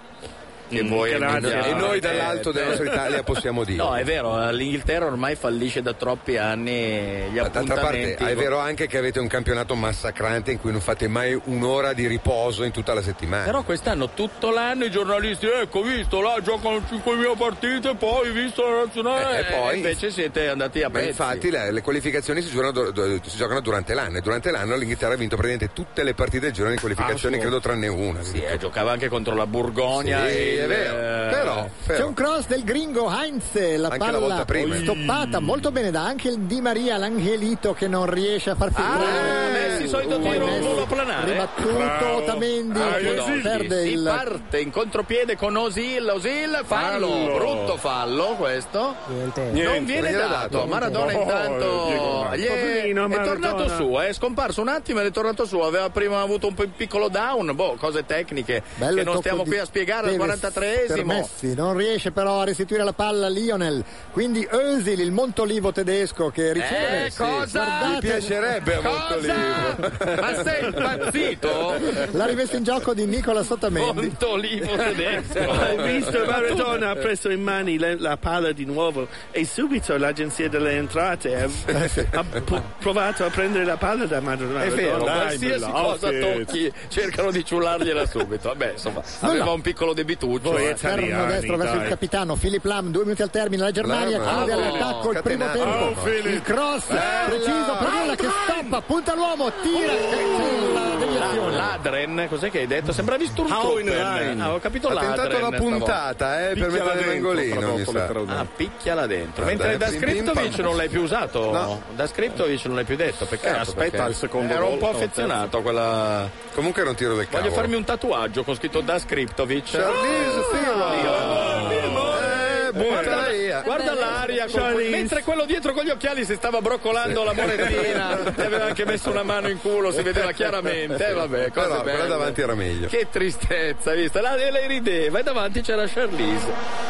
E voi- e noi dall'alto della nostra Italia possiamo dire.
No, è vero, eh, l'Inghilterra ormai fallisce da troppi anni gli
D'altra
appuntamenti.
parte è vero anche che avete un campionato massacrante in cui non fate mai un'ora di riposo in tutta la settimana.
Però quest'anno tutto l'anno i giornalisti, ecco, visto, là giocano 5.000 partite, poi visto la nazionale.
Eh, e poi?
invece siete andati a
Ma
pezzi.
infatti le, le qualificazioni si giocano, du- du- si giocano durante l'anno e durante l'anno l'Inghilterra ha vinto praticamente tutte le partite del girone di qualificazioni,
Ah, sì.
credo tranne una.
Sì, eh, giocava anche contro la Borgogna.
Sì,
e-
è vero,
eh,
però-
C'è un cross del gringo Heinz, la
Anche la
palla
volta prima.
stoppata molto bene da anche il Di Maria, l'anghelito che non riesce a far
Ah,
finire.
Messi solito tiro, volo a planare.
Oh,
Ah,
Ribattuto Otamendi che perde
si
il
parte in contropiede con Osil, Osil, fallo,
Fallo.
brutto fallo questo.
Niente,
non viene
non gliel'ha
dato.
dato.
Maradona
No,
intanto
Diego,
gli è,
poverino
è
Maradona.
tornato su, è scomparso un attimo ed è tornato su, aveva prima avuto un po' piccolo down, boh, cose tecniche
Bello
che
il
non
tocco
stiamo
di
qui a spiegare al
Tevez
43esimo.
per Messi, non riesce però a restituire la palla a Lionel. Quindi Özil, il Montolivo tedesco che riceve.
Eh, cosa?
Guardate-
Mi piacerebbe a Cosa? Montolivo. Ma sei impazzito?
La rimessa in gioco di Nicola Sottamendi.
Montolivo tedesco.
Ho visto Maradona ha preso in mano la, la palla di nuovo e subito l'agenzia delle entrate ha, ha po- provato a prendere la palla da Maradona.
Eh, È vero,
Dai,
qualsiasi
bella,
cosa
oh, sì.
tocchi cercano di ciulargliela subito. Vabbè, insomma, aveva un piccolo debituccio.
Voi
eh.
Cioè, Fermo destro verso il capitano Philip Lam, due minuti al termine, la Germania
Lahm,
chiude
eh. bravo.
all'attacco il primo
Scatenato.
tempo.
Bravo, Philip.
il cross
Bella. Oh.
preciso per Nulla che stoppa, punta l'uomo, tira, cancella deviazione.
Ladren, cos'è che hai detto? Sembravi Sturmtruppen.
Hauenrein.
Ah, ho capito
oh, Ha
Ladren.
tentato la
stavolta.
puntata, eh, per
Picchiala
mettere
dentro,
l'angolino,
tradotto,
mi sa.
l'ho tradotto. Ah, picchiala dentro.
Ah,
Mentre
dai,
da
pim, pim,
Scriptovic
pam.
non l'hai più usato.
No. Eh,
Da Scriptovic non l'hai più detto. Peccato.
Aspetta
perché
il secondo
Ero
gol,
un po'
no,
affezionato a quella.
Comunque era un tiro del cavolo.
Voglio farmi un tatuaggio con scritto da Scriptovic.
Charlize
Theron.
buttala via.
Guarda l'aria, con cui-
Charlize.
mentre quello dietro con gli occhiali si stava broccolando la morettina, ti aveva anche messo una mano in culo, si vedeva chiaramente. Eh, vabbè, cose
Però- però
belle.
davanti era meglio.
Che tristezza, hai visto? La- lei rideva e davanti c'era Charlize.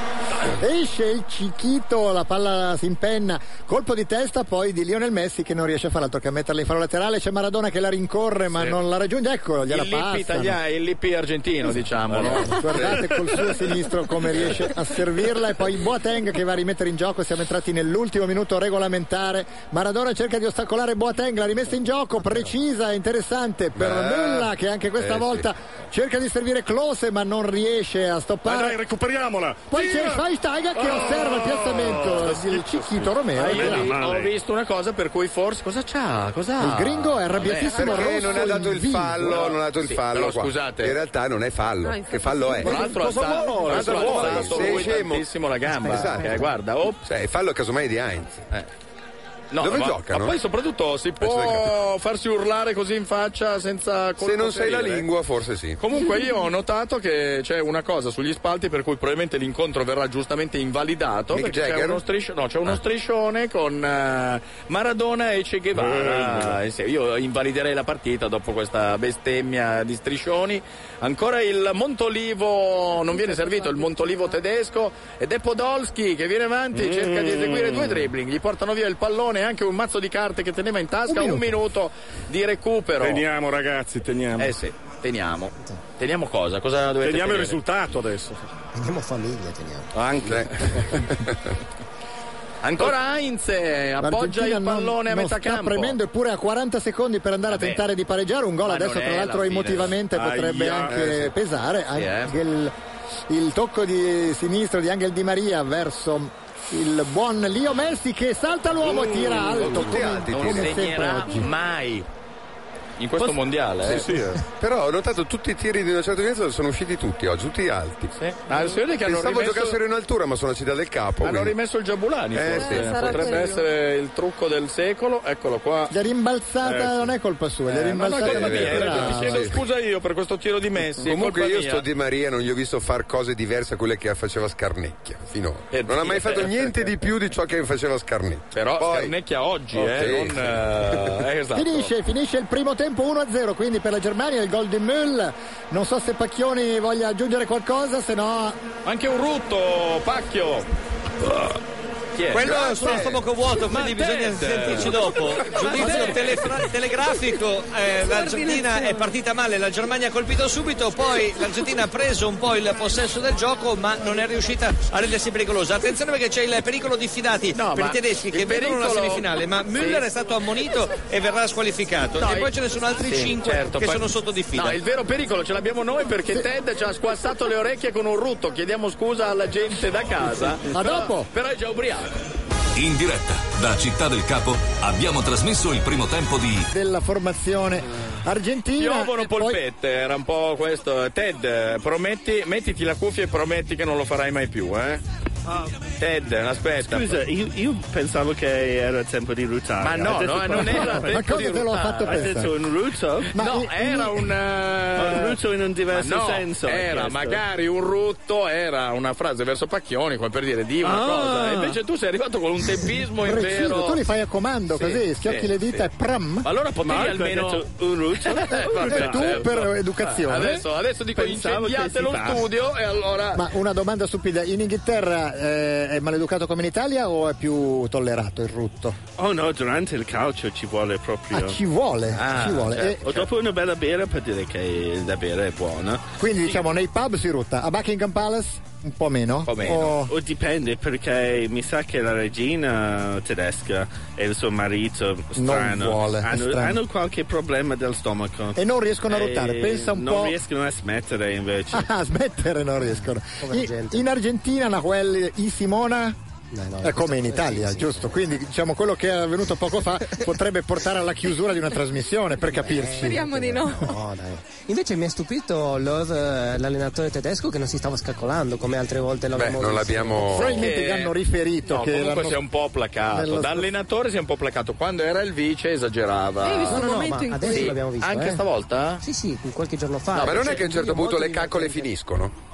Esce il Cichito, la palla si impenna, colpo di testa poi di Lionel Messi che non riesce a fare altro che metterla in fallo laterale, c'è Maradona che la rincorre ma
Sì.
non la raggiunge, ecco, gliela
il lip,
passa.
italia- il lip argentino, diciamo. no?
Guardate col suo sinistro come riesce a servirla e poi Boateng che va a rimettere in gioco, siamo entrati nell'ultimo minuto regolamentare, Maradona cerca di ostacolare Boateng, la rimessa in gioco, precisa, interessante per
Beh.
nulla che anche questa
Eh, sì.
volta cerca di servire Close ma non riesce a
Ma
stoppare.
dai, recuperiamola. Oh!
Poi c'è Feinsteiger che osserva il piazzamento del Cicchito Romero.
Ah,
Era-
ieri ho visto una cosa per cui forse cosa c'ha? Cosa
Il gringo è arrabbiatissimo,
Perché non ha dato il fallo, non ha dato il
Sì,
fallo.
però
qua.
scusate.
In realtà non è fallo.
No,
che fallo è?
Tra l'altro ha
Cosa
stato-
vuole?
tra l'altro ha
Cosa vuole?
alzato
Sei
lui
scemo.
tantissimo la gamba.
Esatto.
Eh, guarda, oh.
Cioè, il fallo casomai di Heinz. Eh.
No,
Dove
ma,
giocano? Eh,
ma poi soprattutto si può farsi urlare così in faccia senza colpo
Se non sei la
ferire?
lingua, forse sì.
Comunque io ho notato che c'è una cosa sugli spalti per cui probabilmente l'incontro verrà giustamente invalidato
Mick
perché c'è
Jagger?
uno, striscio- no, c'è
Ah.
uno striscione con eh, Maradona e Che Guevara. Eh sì, io invaliderei la partita dopo questa bestemmia di striscioni. Ancora il Montolivo, non viene servito il Montolivo tedesco ed è Podolski che viene avanti, cerca di eseguire due dribbling, gli portano via il pallone e anche un mazzo di carte che teneva in tasca, un minuto, di recupero.
Teniamo, ragazzi, teniamo.
Eh sì, teniamo. Teniamo cosa? Cosa dovete
Teniamo il
tenere?
risultato adesso.
Teniamo famiglia, teniamo. Anche. Ancora Heinz Eh, appoggia
L'Argentina
il pallone
non-
a
non
metà
sta
campo.
premendo eppure a 40 secondi per andare
Vabbè.
a tentare di pareggiare un gol
Ma
adesso
non è
tra l'altro
la fine.
emotivamente
Aia.
potrebbe anche
Eh, sì.
pesare
Sì,
anche il, il tocco di sinistro di Angel Di Maria verso il buon Lio Messi che salta l'uomo
Mm,
e tira alto come,
non
come sempre
segnerà
oggi.
mai. In questo
Posso-
mondiale, eh.
Sì, sì, eh. Però ho notato tutti i tiri di una certa dimensione sono usciti tutti oggi, tutti alti.
Ah, si vede che hanno
Pensavo
rimesso-
giocassero in altura, ma sono a città del capo.
Hanno
quindi.
rimesso il Giabulani,
Eh,
forse.
sì. Eh, sarà
potrebbe
quello.
essere il trucco del secolo. Eccolo qua.
Gli è rimbalzata, non è colpa sua, gli è
Eh, no, no, è
rimbalzata.
colpa mia, hai
laterale.
ragione, ti chiedo
Sì.
scusa io per questo tiro di
Eh,
Messi. è
Comunque
colpa
io
mia.
sto Di Maria non gli ho visto fare cose diverse a quelle che faceva Scarnecchia finora.
Eh,
non ha mai
dire.
fatto niente di più di ciò che faceva Scarnecchia.
Però
Poi-
Scarnecchia oggi,
Ok,
eh, non,
sì.
eh, esatto.
Finisce, finisce il primo tempo 1-0, quindi per la Germania il gol di Müll. Non so se Pacchioni voglia aggiungere qualcosa, se no
Anche un rutto, pacchio. Chi è?
Quello
Grazie.
è sullo stomaco vuoto,
Ma
quindi
te-
bisogna sentirci dopo. Giudizio telefra- telegrafico, eh, l'Argentina è partita male, la Germania ha colpito subito, poi l'Argentina ha preso un po' il possesso del gioco ma non è riuscita a rendersi pericolosa. Attenzione perché c'è il pericolo di fidati per
ma
i tedeschi che
il
vedono la
pericolo-
semifinale, ma Müller
Sì.
è stato ammonito e verrà squalificato.
No,
e poi
il-
ce ne sono altri
sì,
5
certo,
che
poi-
sono sotto di fila.
No, il vero pericolo ce l'abbiamo noi perché Ted ci ha squassato le orecchie con un rutto. Chiediamo scusa alla gente da casa. Però-
A dopo.
Però è già ubriaco.
In diretta da Città del Capo abbiamo trasmesso il primo tempo di
della formazione argentina.
Piovono polpette, era un po' questo. Ted, eh, prometti, mettiti la cuffia e prometti che non lo farai mai più, eh?
Ah,
Ted, aspetta.
Scusa, io, io pensavo che era tempo di ruzzare.
Ma no, no, eh, non era tempo Ma cosa di te l'ho ruzzare. fatto pensare?
Adesso un ruzzo?
no, era un. eh,
Un ruzzo in un diverso
ma no,
senso. hai
Era
chiesto.
magari un rutto, era una frase verso Pacchioni, come per dire di una
Ah.
cosa. E invece tu sei arrivato con un tempismo in
Preciso,
vero.
tu li fai a comando così, schiocchi
sì,
le dita
sì.
e pram.
Ma allora potevi
Marco ha
almeno. Eh, certo.
detto un ruzzo?
E tu per educazione.
Adesso, adesso dico
Pensavo che
incendiate
si
lo
fa.
studio e allora.
Ma una domanda stupida, in Inghilterra eh, è maleducato come in Italia o è più tollerato il rutto?
Oh no, durante il calcio ci vuole proprio.
Ah, ci vuole,
Ah,
ci vuole.
certo.
E-
O dopo una bella birra per dire che la birra è buona.
quindi diciamo nei pub si rutta, a Buckingham Palace un po' meno. O-
O dipende perché mi sa che la regina tedesca e il suo marito strano,
vuole, è
hanno,
strano.
hanno qualche problema del stomaco
E non riescono a
E
ruttare, pensa un
non
po'.
riescono a smettere invece.
Ah, smettere non riescono. I- in Argentina Nahuel I Simona è come in Italia, giusto? Quindi diciamo quello che è avvenuto poco fa potrebbe portare alla chiusura di una trasmissione, per capirci.
Speriamo di no.
Invece mi ha stupito Löw, eh, l'allenatore tedesco, che non si stava scaccolando come altre volte l'abbiamo
non
visto.
l'abbiamo-
Probabilmente gli hanno riferito
No,
che
comunque
l'hanno-
si è un po' placato.
nello-
Da allenatore si è un po' placato. Quando era il vice esagerava.
Sì, hai visto No, il no, no, momento ma in cui- adesso
Sì,
l'abbiamo visto,
Anche
eh.
stavolta?
Sì, sì, qualche giorno fa. Cioè,
No, ma non è che a un certo punto le
cacche
caccole finiscono.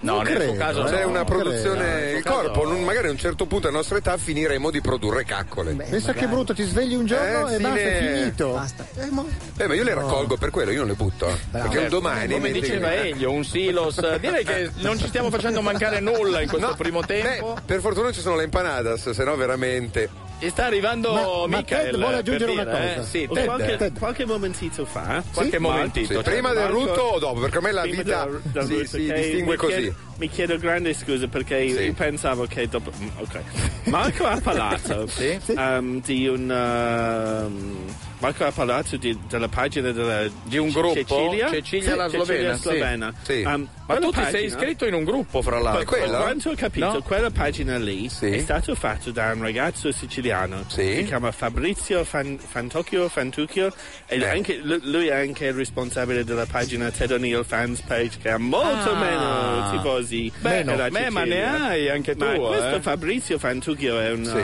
No,
Non
nel suo
credo,
caso
eh. c'è
no,
una
non
produzione.
credo.
il corpo, non- magari a un certo punto, a nostra età, finiremo di produrre caccole.
Pensa che brutto, ti svegli un giorno
Eh,
e
sì,
basta,
ne-
è finito. Eh, ma-
Eh, ma io le raccolgo per quello, io non le butto. eh. Perché un
Esatto.
Certo,
domani.
come
mentre-
diceva Elio, un silos. Direi che non ci stiamo facendo mancare nulla in questo primo tempo.
Per fortuna ci sono le empanadas, se no veramente.
E sta arrivando
Ma- ma
Michael.
Ted vuole
eh,
aggiungere
per
una
dire,
cosa.
eh, sì,
Oh,
Ted.
qualche-
Ted.
Qualche momentito fa. eh?
Qualche
Marco-
momentito,
Sì, prima del rutto o dopo? Perché a me la
cioè, Prima
vita
del- del
si-
rutto,
si
ok?
distingue
mi
così.
Chiedo, mi chiedo grande scusa perché io pensavo che dopo. mm, Ok. Marco ha parlato ehm, di un. ehm, Marco ha parlato di- della pagina della
Di un gruppo,
Cecilia,
Cecilia, la Slovena. sì.
Slovena.
Sì.
Ehm,
Ma
quella
tu ti sei
pagina-
iscritto in un gruppo, fra l'altro.
per quanto ho capito,
No?
quella pagina lì è stata fatta da un ragazzo siciliano che si chiama Fabrizio Fan- Fantocchio Fantucchio e anche- lu- lui è anche il responsabile della pagina Ted O'Neill Fans Page che ha molto
Ah.
meno tifosi.
Beh, no,
della
beh, ma
Sicilia.
ne hai anche
Ma
tu,
Questo
eh.
Fabrizio Fantucchio è un,
Sì.
uh,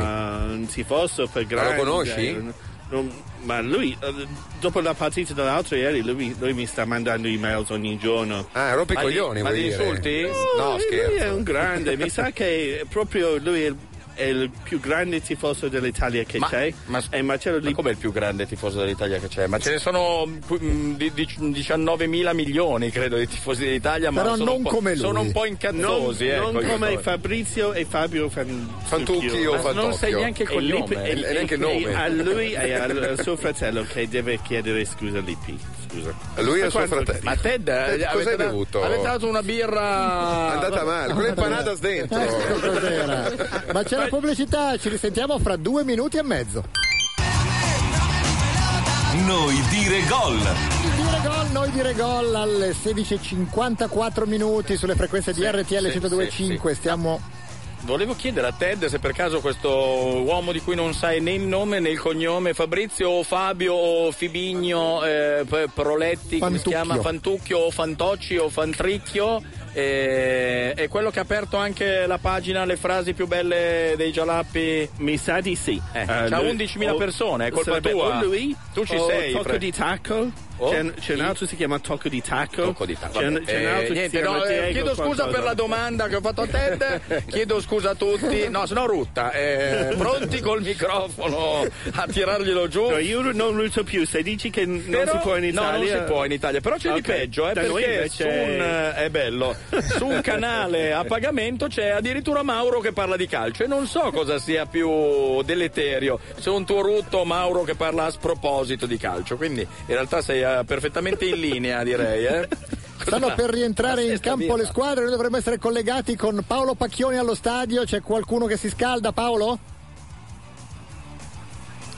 un tifoso per
Ma lo
grande.
conosci?
un- un- ma lui, eh, dopo la partita dell'altro ieri, lui, lui mi sta mandando email ogni giorno.
Ah, rompi i
Ma
coglioni,
gli- Ma
vuoi
gli
dire?
insulti?
No,
lui
scherzo.
è un grande, mi sa che proprio lui è il, è il più grande tifoso dell'Italia che
Ma-
c'è.
ma-
e Marcello Lip-
Ma com'è il più grande tifoso dell'Italia che c'è? Ma ce ne sono mm, di- di- 19 mila milioni, credo, di tifosi dell'Italia. Ma
Però
sono
non
un po',
come lui.
Sono un po'
non,
incazzosi.
non
ecco, in
come
questo-
Fabrizio e Fabio Fan-
Fantucchio o
Ma
Fantocchio.
Non sai neanche
E
col
Lip-
nome.
e- e neanche il nome.
A lui e al, al suo fratello che deve chiedere scusa Lippi. Scusa.
A lui e
Ma
al suo
quanto-
fratello.
Ma Ted, eh,
Ted,
avete
cos'hai
da-
bevuto?
Avete dato una birra.
Andata male, con le empanadas dentro.
Ma c'è la pubblicità, ci risentiamo fra due minuti e mezzo.
Noi dire gol.
Dire gol, noi dire gol alle 16.54 minuti sulle frequenze di RTL
sì,
102.5.
sì,
Stiamo.
Volevo chiedere a Ted se per caso questo uomo di cui non sai né il nome né il cognome, Fabrizio o Fabio o Fibigno, eh, P- Proletti, come si
Fantucchio.
chiama Fantucchio o Fantocci o Fantricchio, eh, è quello che ha aperto anche la pagina Le frasi più belle dei Gialappi?
Mi sa di sì.
Eh,
Eh,
c'ha
lui-
11.000
o-
persone, è colpa
sarebbe
tua.
O lui,
tu ci
o
sei.
Tocco
Fred.
di Tacco.
O
c'è, un- c'è un altro che si chiama Tocco di Tacco. Tocco di Tacco. C'è, un- c'è un altro
Eh,
che si
niente,
chiama
no, eh,
Diego
chiedo scusa
qualcosa.
per la domanda che ho fatto a Ted, chiedo scusa a tutti, no, se no rutta, eh, pronti col microfono a tirarglielo giù.
No, io non ruto più, se dici che n-
Però-
non si può in
no,
Italia.
non si può in Italia, però c'è di
Ok.
peggio, eh,
Da noi
perché
invece-
su un, eh, è bello, su un canale a pagamento c'è addirittura Mauro che parla di calcio e non so cosa sia più deleterio, se un tuo rutto Mauro che parla a sproposito di calcio, quindi in realtà sei eh, perfettamente in linea direi. Eh.
Stanno per rientrare in campo le squadre, noi dovremmo essere collegati con Paolo Pacchioni allo stadio. C'è qualcuno che si scalda, Paolo?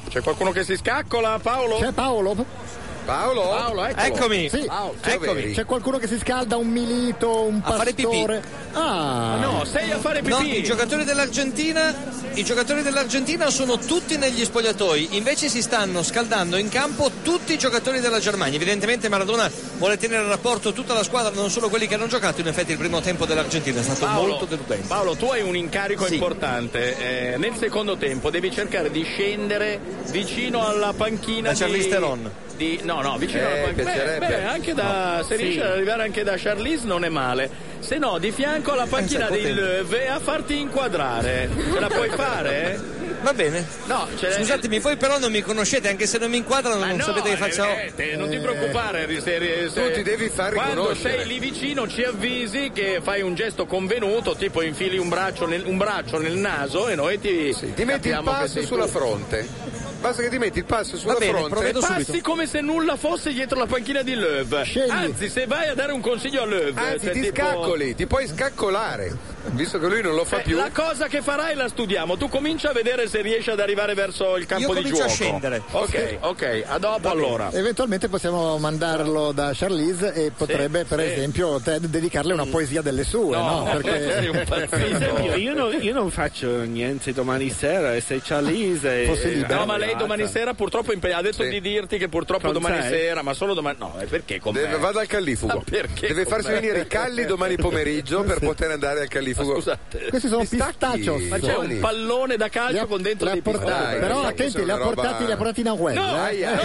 C'è qualcuno che si scaccola, Paolo?
C'è Eh, Paolo?
Paolo?
Eccomi. Sì.
eccomi.
C'è qualcuno che si scalda, un milito, un
A fare pipì.
pastore. Ah,
sei a fare
No,
pipì.
i giocatori dell'Argentina i giocatori dell'Argentina sono tutti negli spogliatoi, invece si stanno scaldando in campo tutti i giocatori della Germania. Evidentemente Maradona vuole tenere a rapporto tutta la squadra, non solo quelli che hanno giocato. In effetti il primo tempo dell'Argentina è stato
Paolo,
molto deludente.
Paolo, tu hai un incarico
Sì.
importante. eh, nel secondo tempo devi cercare di scendere vicino alla panchina
Da
di
Charlize Theron.
di- no, no, vicino
Eh,
alla panchina. Beh,
piacerebbe.
beh, anche da,
No.
se
Sì.
riesci ad arrivare anche da Charlize non è male. Se no, di fianco alla panchina
Pensa,
di Löwe a farti inquadrare. Ce la puoi fare? eh?
Va bene.
No, ce l'hai-
Scusatemi, voi però non mi conoscete, anche se non mi inquadrano, non
no,
sapete che faccia
eh, te- non ti preoccupare, se- se- se-
Tu ti devi far
Quando
riconoscere.
sei lì vicino ci avvisi che fai un gesto convenuto, tipo infili un braccio nel, un braccio nel naso e noi ti
Ti metti il
capiamo Diciamo che
passo
sei
sulla
tu.
fronte. Basta che ti metti il passo sulla
Va bene,
fronte.
provedo subito. Passi come se nulla fosse dietro la panchina di Löw.
Scegli.
Anzi, se vai a dare un consiglio a Löw,
Anzi,
cioè,
ti
tipo-
scaccoli, ti puoi scaccolare. Visto che lui non lo fa
Eh,
più.
La cosa che farai la studiamo. Tu comincia a vedere se riesci ad arrivare verso il campo
Io
di
comincio
gioco.
a scendere. Eh,
Ok, ok, a dopo allora.
Eventualmente possiamo mandarlo da Charlize e potrebbe, per
sì. Mm.
esempio, Ted dedicarle una poesia delle sue, no?
eh,
Perché
Per esempio, io, non, io non faccio niente domani sera e se Charlize
eh,
e- e-
No, ma lei domani sera purtroppo è impegnata. Ha detto
Sì.
di dirti che purtroppo
Non
domani
sai?
sera, ma solo domani. No, eh, perché con
Deve-
me?
vada al callifugo.
Ma perché
Deve
con
farsi
me?
venire i calli domani pomeriggio per poter andare al centrifugo.
Scusate. Questi sono pistacios.
Ma c'è un
pallone da
Li
calcio
ha-
con dentro
li ha
dei
portati-
pistacchi.
Però attenti, li ha portati, li ha portati in Awell.
No,
eh.
aia,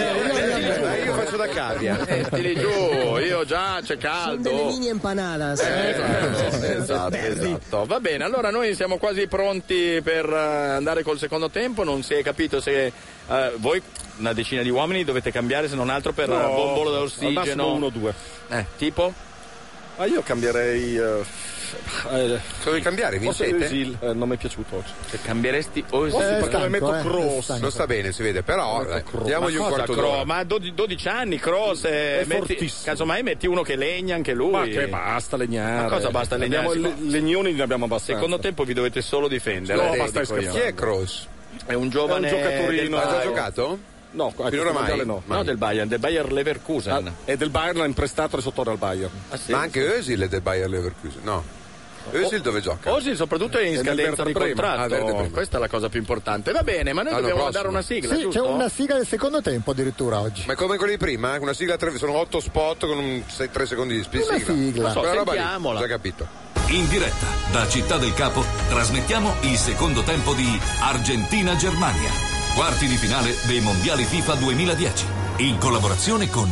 io faccio da cavia.
Mettili Eh, giù, io già ah, c'è
Sono delle
caldo.
mini empanadas.
Eh, Esatto, esatto. Va bene, allora noi siamo quasi pronti per eh, andare col secondo tempo. Non si è capito se eh, voi una decina di uomini dovete cambiare se non altro per eh, bombolo
Al massimo
d'ossigeno.
uno o due.
Eh, tipo?
Ah, io cambierei. eh, eh,
Cosa devi cambiare?
forse
Vincete?
Özil, eh, non mi è piaciuto
Cioè,
oggi.
Oh,
cambieresti
Osil? Eh, stanco, eh,
cross.
stanco.
Non sta bene, si vede, però eh, diamogli un quarto d'ora.
Ma 12 anni, Cross. eh,
È
metti,
fortissimo.
casomai metti uno che legna anche lui.
Ma che basta legnare.
Ma cosa basta legnare?
Abbiamo le- legnoni ne abbiamo abbastanza.
Secondo tempo vi dovete solo difendere.
No, ma stai scherzando. Chi è
Cross?
È un giovane.
È un giocatorino.
del
Ha già
Bayern.
giocato? No, a questo
Finora mai?
mondiale
No,
no.
del Bayern, del Bayern Leverkusen.
È Ah, del Bayern, l'ha imprestato e sotto al Bayern.
Ah,
Ma anche Özil è del Bayer Leverkusen, no? Özil dove gioca?
Osil soprattutto è Oh,
È
in
nel
scadenza
Werder
di
Bremen.
contratto.
Ah, Werder Bremen.
Questa è la cosa più importante. Va bene, ma noi
L'anno
dobbiamo
prossimo.
dare una sigla,
Sì, c'è
giusto?
una sigla del secondo tempo addirittura oggi.
Ma è come quelli di prima, eh, una sigla a tre, sono otto spot con un 3 secondi di spi-
Una sigla.
Non so,
Quella roba lì,
sentiamola.
già capito.
In diretta da Città del Capo trasmettiamo il secondo tempo di Argentina-Germania, quarti di finale dei Mondiali FIFA 2010, in collaborazione con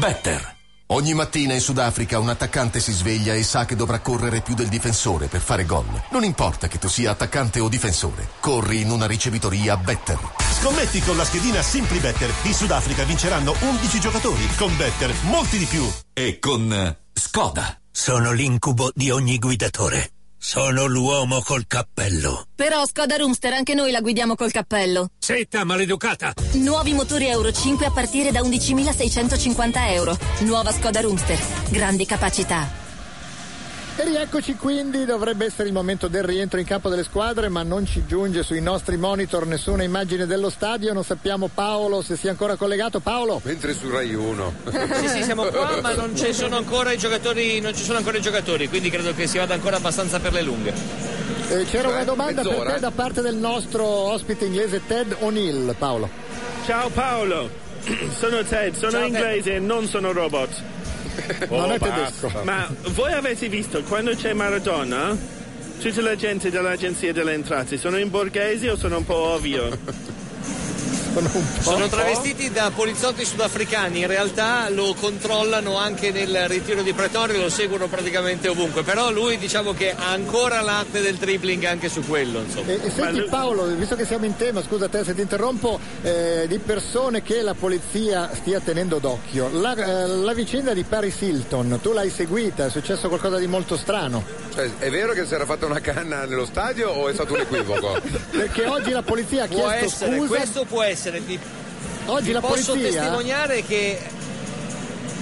Better.
Ogni mattina in Sudafrica un attaccante si sveglia e sa che dovrà correre più del difensore per fare gol. Non importa che tu sia attaccante o difensore, corri in una ricevitoria better.
Scommetti con la schedina Simply Better. In Sudafrica vinceranno 11 giocatori. Con Better, molti di più.
E con Skoda.
Sono l'incubo di ogni guidatore. Sono l'uomo col cappello.
Però Skoda Roomster anche noi la guidiamo col cappello.
Setta, maleducata!
Nuovi motori Euro 5 a partire da 11.650 euro. Nuova Skoda Roomster. Grandi capacità.
E rieccoci quindi, dovrebbe essere il momento del rientro in campo delle squadre, ma non ci giunge sui nostri monitor nessuna immagine dello stadio, non sappiamo Paolo se sia ancora collegato. Paolo,
Mentre su Rai 1.
Sì, sì, siamo qua, ma non ci sono ancora i giocatori, non ci sono ancora i giocatori, quindi credo che si vada ancora abbastanza per le lunghe.
eh, c'era
Cioè,
una domanda
mezz'ora,
per te
eh?
da parte del nostro ospite inglese Ted O'Neill, Paolo.
Ciao Paolo, sono Ted, sono
Ciao, Ted.
inglese e non sono robot.
Non è
basta.
tedesco.
Ma voi avete visto quando c'è Maradona? Tutta la gente dell'agenzia delle entrate sono in borghese o sono un po' ovvio?
Sono travestiti da poliziotti sudafricani, in realtà lo controllano anche nel ritiro di Pretoria, lo seguono praticamente ovunque, però lui diciamo che ha ancora l'arte del dribbling anche su quello, insomma.
E, e senti Paolo, visto che siamo in tema, scusa te se ti interrompo, eh, di persone che la polizia stia tenendo d'occhio. La, eh, la vicenda di Paris Hilton, tu l'hai seguita, è successo qualcosa di molto strano.
Cioè, è vero che si era fatta una canna nello stadio o è stato un equivoco?
Perché oggi la polizia ha
Può
chiesto
essere,
scusa.
questo può essere. Ti,
Oggi
ti
la
posso
polizia-
testimoniare che...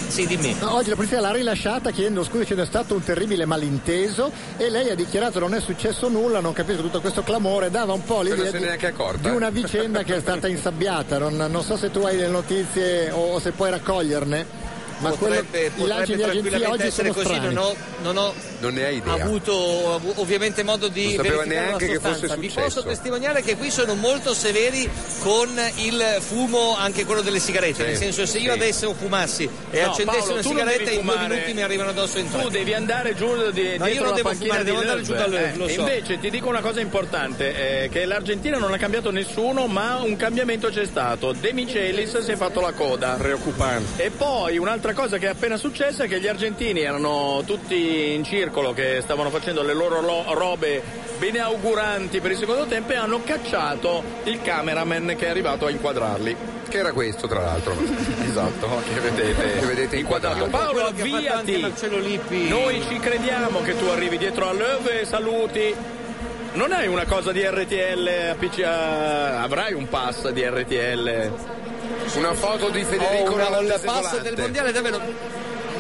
Sì, dimmi.
No, oggi la polizia l'ha rilasciata chiedendo scusa, dicendo è stato un terribile malinteso e lei ha dichiarato non è successo nulla, non capisco tutto questo clamore, dava un po'
non se
l'idea
ne
di,
è neanche accorta.
di una vicenda che è stata insabbiata, non, non so se tu hai delle notizie o, o se puoi raccoglierne, ma
potrebbe,
quello, i lanci
potrebbe
di agenzia
tranquillamente
oggi
essere
sono
così,
strani.
non ho, non ho
Non ne hai idea.
avuto av- ovviamente modo
Non
di
sapeva
verificare la
neanche che
sostanza.
fosse
Vi
successo.
posso testimoniare che qui sono molto severi con il fumo, anche quello delle sigarette.
Sì,
Nel senso, se io
sì.
adesso fumassi e
No,
accendessi
Paolo,
una
tu non
sigaretta,
devi
in due
fumare.
minuti mi arrivano addosso in tre.
Tu devi andare giù di,
No,
dietro
io non
la
devo
panchina
fumare,
di
devo andare
Löw,
giù da Löw,
eh.
lo so.
Invece ti dico una cosa importante, eh, che l'Argentina non ha cambiato nessuno, ma un cambiamento c'è stato. De Michelis si è fatto la coda.
Preoccupante.
E poi un'altra cosa che è appena successa è che gli argentini erano tutti in circolo che stavano facendo le loro lo- robe beneauguranti per il secondo tempo e hanno cacciato il cameraman che è arrivato a inquadrarli.
Che era questo, tra l'altro. esatto, che vedete, che vedete inquadrato.
Paolo,
Quello che ha fatto anche
avviati!
Marcello Lippi.
Noi ci crediamo che tu arrivi dietro a Löw e saluti. Non hai una cosa di RTL, a PC, a- avrai un pass di RTL.
Una foto di
Ho una- il pass del mondiale davvero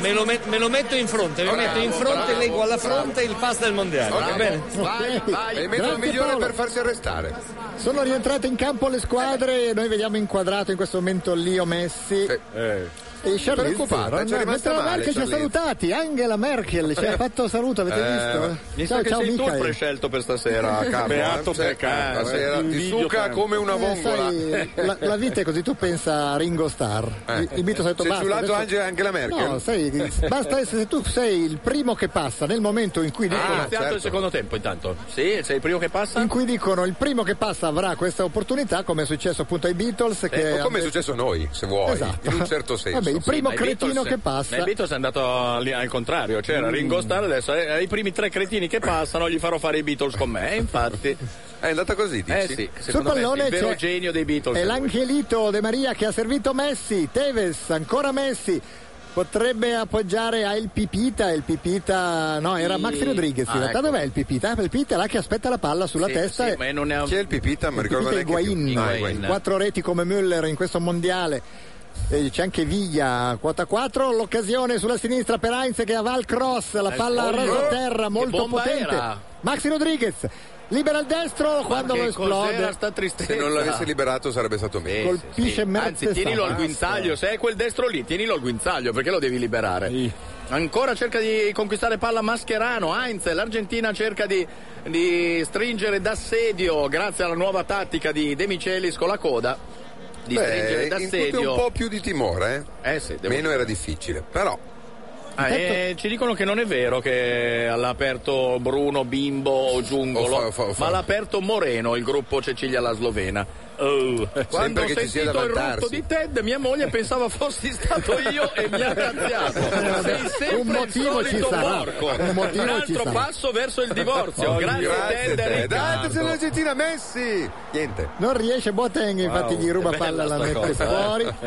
me lo, met- me lo metto in fronte me lo metto in fronte
bravo,
leggo alla fronte il pass del mondiale va bene
Vai, vai. È il metodo
Grazie,
migliore
Paolo.
per farsi arrestare.
Sono rientrate in campo le squadre e noi vediamo inquadrato in questo momento Lio Messi.
Eh.
E Charlize
preoccupata,
Theron,
ci è rimasta
Angela
male,
Merkel ci ha
Charlize.
salutati, Angela Merkel ci ha fatto saluto, avete
Eh,
visto?
Mi sa
Ciao,
che
ciao,
sei tu il
Michael.
prescelto per stasera, capo.
Beato
eh. Cioè,
peccato, eh.
Stasera ti
Invidio
suca
tanto.
come una
Eh,
vongola.
sai, la, la vita è così, tu pensa a Ringo Starr.
Eh.
Il- Il mito
Sei
basta.
sul lato Angela- Angela Merkel?
No, sai, basta essere se tu sei il primo che passa nel momento in cui
Ah,
dicono,
certo.
iniziato il secondo tempo intanto. Sì, sei il primo che passa.
in cui dicono il primo che passa avrà questa opportunità, come è successo appunto ai Beatles. Che
Eh, o come è
hanno-
successo a noi, se vuoi,
Esatto.
in un certo senso.
Vabbè, il primo
ma i
cretino che passa. Mm.
ma i Beatles è andato lì al contrario, c'era Ringo Starr adesso eh, ai primi tre cretini che passano gli farò fare i Beatles con me, e infatti.
È andata così,
Eh sì,
Sul
secondo me
pallone
il vero
c'è-
genio dei Beatles.
È
è lui.
l'Anchelito De Maria che ha servito Messi, Tevez, ancora Messi. Potrebbe appoggiare a El Pipita, El Pipita, no, era
Sì.
Maxi Rodriguez.
Ah,
in realtà
ecco.
dov'è El Pipita? El Pipita è là che aspetta la palla sulla
Sì,
testa.
sì,
e-
ma non è...
Chi è il Pipita? Mi ricordo
Pipita
neanche più.
Higuain,
Ah, Higuain.
quattro reti come Müller in questo mondiale. E c'è anche Viglia, quota 4, l'occasione sulla sinistra per Heinz che va al cross, la
Eh,
palla
oh,
resa a
no.
terra,
Che
molto
bomba
potente.
era.
Maxi Rodriguez, libera al destro quando
che
lo esplode.
cos'era sta tristezza?
Se non l'avesse liberato sarebbe stato meglio.
Colpisce Mertes
Anzi, tienilo al
Tabasco.
guinzaglio, se è quel destro lì, tienilo al guinzaglio perché lo devi liberare. Ancora cerca di conquistare palla Mascherano, Heinz, l'Argentina cerca di, di stringere d'assedio grazie alla nuova tattica di De Michelis con la coda. Di
Beh,
stringere
incute
d'assedio.
un po' più di timore, eh?
Eh sì, devo
Meno
dire.
era difficile, però.
Ah, e ci dicono che non è vero che l'ha aperto Bruno Bimbo o Giungolo,
O Oh, fa- o fa- o fa.
ma l'ha aperto Moreno, il gruppo Cecilia la Slovena. Oh. Quando ho
che ci sia
sentito
da
il rotto
vantarsi.
di Ted, mia moglie pensava fossi stato io e mi ha razziato.
Eh,
Sei
Un
sempre il
motivo ci
solito
sarà.
porco.
Un motivo ci
altro
sarà.
passo verso il divorzio. Grazie, Ted.
Ted.
Riccardo.
Dateci l'Argentina, Messi! Niente.
Non riesce Boateng, infatti
Wow,
gli ruba
è bella
palla, la
sta
mette
cosa, eh.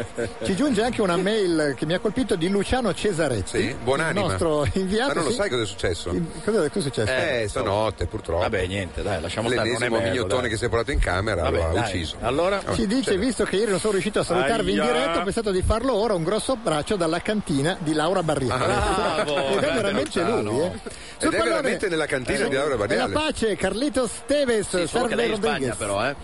fuori. Ci giunge anche una mail che mi ha colpito di Luciano Cesaretti,
Sì, buonanima.
il nostro inviato.
Ma non lo
sì.
sai cosa è successo?
Cosa, cosa è successo?
Eh, stanotte, purtroppo. Vabbè,
niente, dai, lasciamo stare, non è
L'ennesimo
bello,
migliottone
dai.
che si è portato in camera
Vabbè,
lo ha
dai.
ucciso. Cioè, ah.
Allora?
oh,
Ci dice, visto che ieri non sono riuscito a salutarvi in
Aia.
diretta, ho pensato di farlo ora, un grosso abbraccio dalla cantina di Laura
Ah,
Barriera. Ed è veramente lui, eh.
Ed è
pallone- Eh,
veramente nella cantina di Laura
E la
Barriale.
pace, Carlitos Tevez,
Sì, solo che
serve
lei è in
Rodriguez.
Spagna però, eh.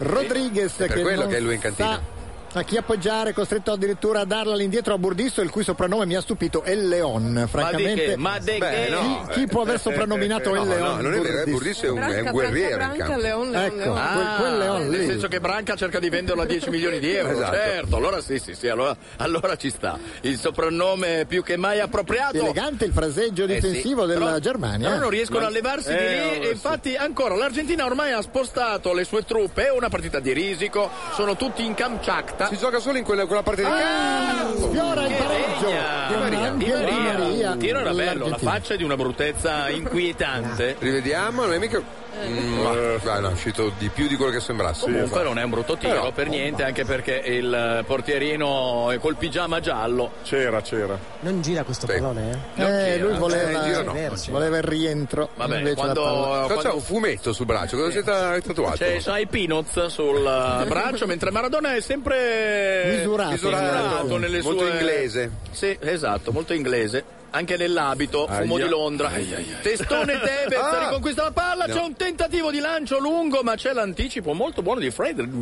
Rodriguez
È per
che
quello
non
che è lui in cantina.
sa a chi appoggiare, costretto addirittura a darla all'indietro a Burdisso, il cui soprannome mi ha stupito, El Leon. Francamente,
che? Ma de
Beh,
che?
no, eh,
chi, chi può aver soprannominato
No,
El Leon?
no, non è vero, eh, Burdisso è un, è un guerriero in campo.
Ecco,
Ah,
quel- quel Leon
nel
lì.
senso che Branca cerca di venderlo a 10 milioni di euro,
Esatto.
certo, allora sì, sì, sì, allora, allora ci sta. Il soprannome più che mai appropriato.
Elegante il fraseggio
Eh sì,
difensivo della
però-
Germania.
Però non riescono a levarsi di
Eh,
lì
oh,
allora
e infatti ancora l'Argentina ormai ha spostato le sue truppe, è una partita di risico, sono tutti in Kamchatka.
Si gioca solo in quella, quella parte di campo.
Ah, Sfiora il pareggio.
Di Maria, Di
Angelo
Maria.
Di Maria.
Il tiro era bello, la
L'Argentina.
faccia è di una bruttezza inquietante.
Rivediamo, non è mica. Mm, ma- ah, no, è uscito di più di quello che sembrasse.
Comunque non è un brutto tiro
Però, oh,
per niente, anche perché il eh, portierino è col pigiama giallo.
C'era, c'era.
Non gira questo pallone, eh?
Eh, lui
Eh, in
voleva,
giro no, non
voleva il rientro.
Vabbè,
invece
quando-
la palla-
Cosa
quando-
c'è un fumetto sul braccio? Cosa c'è ta- tatuato?
Cioè, c'ha i peanuts sul eh, braccio, mentre Maradona è sempre
Misurato.
misurato nelle
Molto
sue...
inglese.
Sì, esatto, molto inglese. Anche nell'abito, fumo
Aia.
di Londra. Testone Tevez
Ah!
riconquista la palla,
No.
c'è un tentativo di lancio lungo, ma c'è l'anticipo molto buono di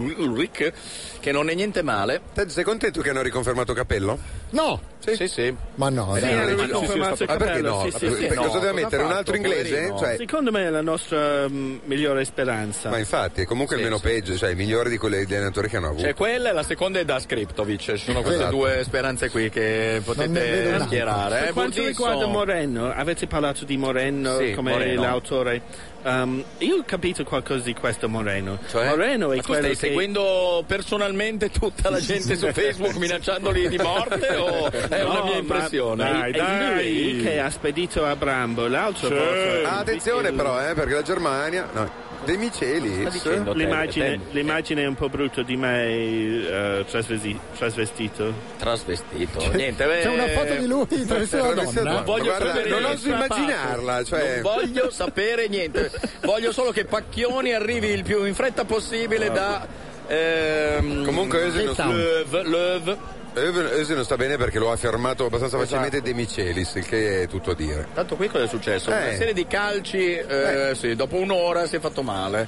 Frederick, che non è niente male.
Ted, sei contento che hanno riconfermato Capello?
No,
Sì, sì. sì.
ma no.
Eh,
dai.
hanno
hanno
riconfermato
riconfermato
Ma perché no?
Capello, sì, sì, sì,
Perché
no,
cosa deve
cosa
mettere? Un
ha
altro
fatto,
inglese?
poverino?
Cioè,
Secondo me è la nostra mm, migliore speranza.
ma infatti è comunque il
Sì,
meno
sì.
peggio, cioè il migliore di quelli degli allenatori che hanno avuto.
C'è quella e la seconda è da Skriptovic, ci sono queste
Esatto.
due speranze qui che
Non ne vedo
potete
un'altra.
schierare.
Per
eh,
quanto
Burdisso.
riguarda Moreno, avete parlato di Moreno
Sì,
come
Moreno.
l'autore. Um, io ho capito qualcosa di questo Moreno.
Cioè?
Moreno è
Eh, Ma tu
quello
stai
che...
seguendo personalmente tutta la gente su Facebook minacciandoli di morte o è una
No,
mia
ma-
impressione?
Dai, dai. lui che ha spedito a Brambo l'altro volta.
Ah, attenzione però, eh, perché la Germania. No, dei miceli.
Sì. L'immagine, l'immagine è un po' brutta di me eh, trasvesi- trasvestito.
Trasvestito, niente. eh,
C'è una foto di lui travestito da
Travestito da
donna.
donna. Guarda, non oso immaginarla, cioè-
Non voglio sapere niente. Voglio solo che Pacchioni arrivi il più in fretta possibile da. ehm,
Comunque Özil non,
Löw, Löw.
Özil Eh, non sta bene perché lo ha fermato abbastanza
Esatto.
facilmente De Michelis, il che è tutto a dire.
Tanto qui cosa è successo?
Eh.
Una serie di calci, eh, sì, dopo un'ora si è fatto male.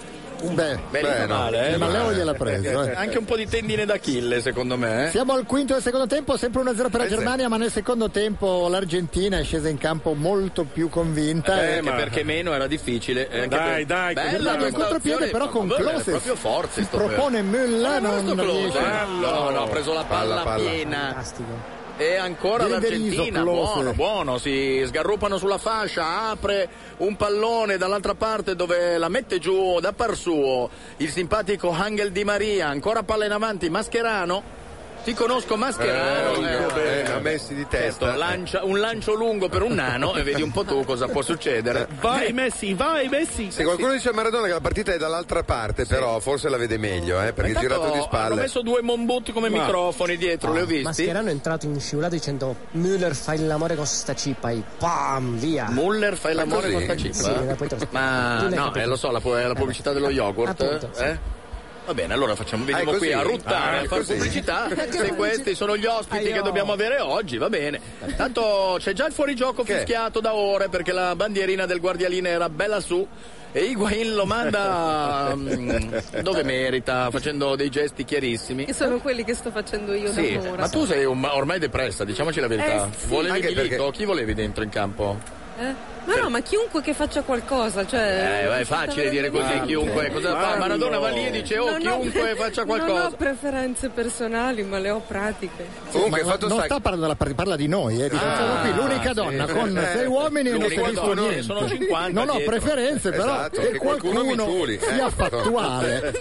Eh. Beh,
Merito male, eh.
il Maleo gliel'ha preso. eh.
Anche un po' di tendine d'Achille, secondo me. eh.
Siamo al quinto del secondo tempo, sempre 1-0 per la
Eh sì.
Germania, ma nel secondo tempo l'Argentina è scesa in campo molto più convinta.
Eh,
E-
anche perché meno era difficile. eh, anche
Dai,
per-
dai,
Bella
Germania.
questa
Il contropiede
azione,
però con
ma vabbè,
Klose.
Proprio forze sto
Propone Müller,
Guarda sto
non
Klose.
riesce.
eh. No, no, ha preso la palla,
Palla, palla.
piena. E ancora
Viene
l'Argentina,
deriso, Klose.
buono, buono, si sgarruppano sulla fascia, apre un pallone dall'altra parte dove la mette giù da par suo il simpatico Angel Di Maria, ancora palla in avanti, Mascherano. Ti conosco Mascherano,
Eh,
eh,
eh,
eh,
ha messi di testa.
certo, lancia- un lancio lungo per un nano e vedi un po' tu cosa può succedere.
Vai Messi, vai Messi.
Se qualcuno dice a Maradona che la partita è dall'altra parte, però forse la vede meglio, eh, perché è
Intanto
girato di
Hanno
spalle.
messo due mombut come
Ma-
microfoni dietro, li ho eh, visti.
Mascherano è entrato in scivolata dicendo Müller fai l'amore con sta cippa e pam via
Müller fai l'amore con sta cippa?
sì, era poi tra-
Ma
Tu l'hai
no, eh,
capito.
lo so, la, pu- la pubblicità dello yogurt.
appunto, sì.
eh? Va bene, allora facciamo,
Ah, è
veniamo
così?
qui a ruttare,
Ah, è
a fare
così?
pubblicità.
Ma che
Se
pubblicità?
questi sono gli ospiti
Aio.
che dobbiamo avere oggi, va bene. Tanto c'è già il fuorigioco
Che?
fischiato da ore perché la bandierina del guardialine era bella su. E Higuain lo manda mm, dove merita, facendo dei gesti chiarissimi.
Che sono quelli che sto facendo io
Sì,
da ora.
ma tu sei un- ormai depressa, diciamoci la verità.
Eh, sì.
Volevi
Anche
Milito?
perché-
Chi volevi dentro in campo?
Eh? Ma no, ma chiunque che faccia qualcosa, cioè...
Eh, è facile dire così,
Guarda.
chiunque. Cosa fa?
Guarda.
Maradona va lì e dice, oh,
Non ho-
chiunque faccia
Non
qualcosa.
ho preferenze personali, ma le ho pratiche.
Comunque, non non sta parlando della partita, parla di noi, eh, dice,
Ah,
sono qui l'unica
sì.
donna con
Eh,
sei uomini e non si
l'unica
è visto
donna,
niente.
sono 50
Non ho
dietro.
preferenze, però
Esatto,
che
che qualcuno
qualcuno,
mi ciuli, eh.
sia fattuale.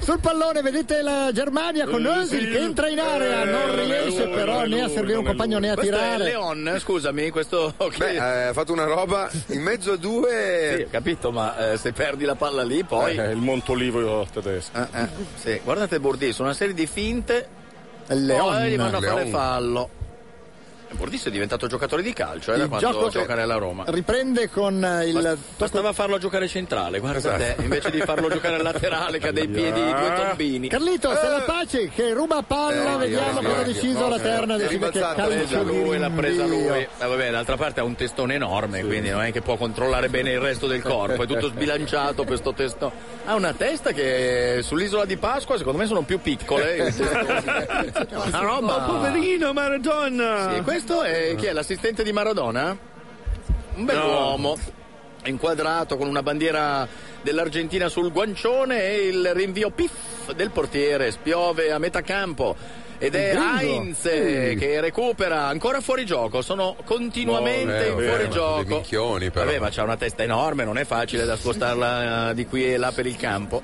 Sul pallone vedete la Germania con Özil che entra in area, non riesce però né a servire un compagno né a
Questo è
tirare.
Leon, scusami, questo...
Beh, eh, ha fatto una roba in mezzo a due.
Sì, ho capito, ma eh, se perdi la palla lì poi...
Eh,
il Montolivo tedesco. sì, guardate Bordi, sono una serie di finte...
Leon.
Poi gli vanno a fare
Leon.
fallo. Bordis è diventato giocatore di calcio eh, da
Il
quando
gioco-
gioca nella Roma.
Riprende con eh, il
Bastava farlo giocare centrale, guarda
Esatto.
te, invece di farlo giocare al laterale che ha dei piedi di due tombini.
Carlito,
Eh,
se la pace che ruba palla, vediamo cosa ha deciso la terna, decide che
l'ha presa
calcio di
lui, l'ha presa
rinvio.
lui. Eh, vabbè, d'altra parte ha un testone enorme, quindi non è che può controllare bene il resto del corpo, è tutto sbilanciato questo testo. Ha una testa che sull'isola di Pasqua secondo me sono più piccole.
Cioè,
una roba
Ma poverino Maradona.
Sì, questo è chi è l'assistente di Maradona? Un bel uomo inquadrato con una bandiera dell'Argentina sul guancione e il rinvio piff del portiere spiove a metà campo ed è
Il gringo.
Heinz
Mm.
che recupera ancora fuori gioco sono
eh,
continuamente
Boh,
in fuori
Dei
gioco
minchioni, però.
vabbè ma c'ha una testa enorme non è facile da spostarla eh, di qui e là per il campo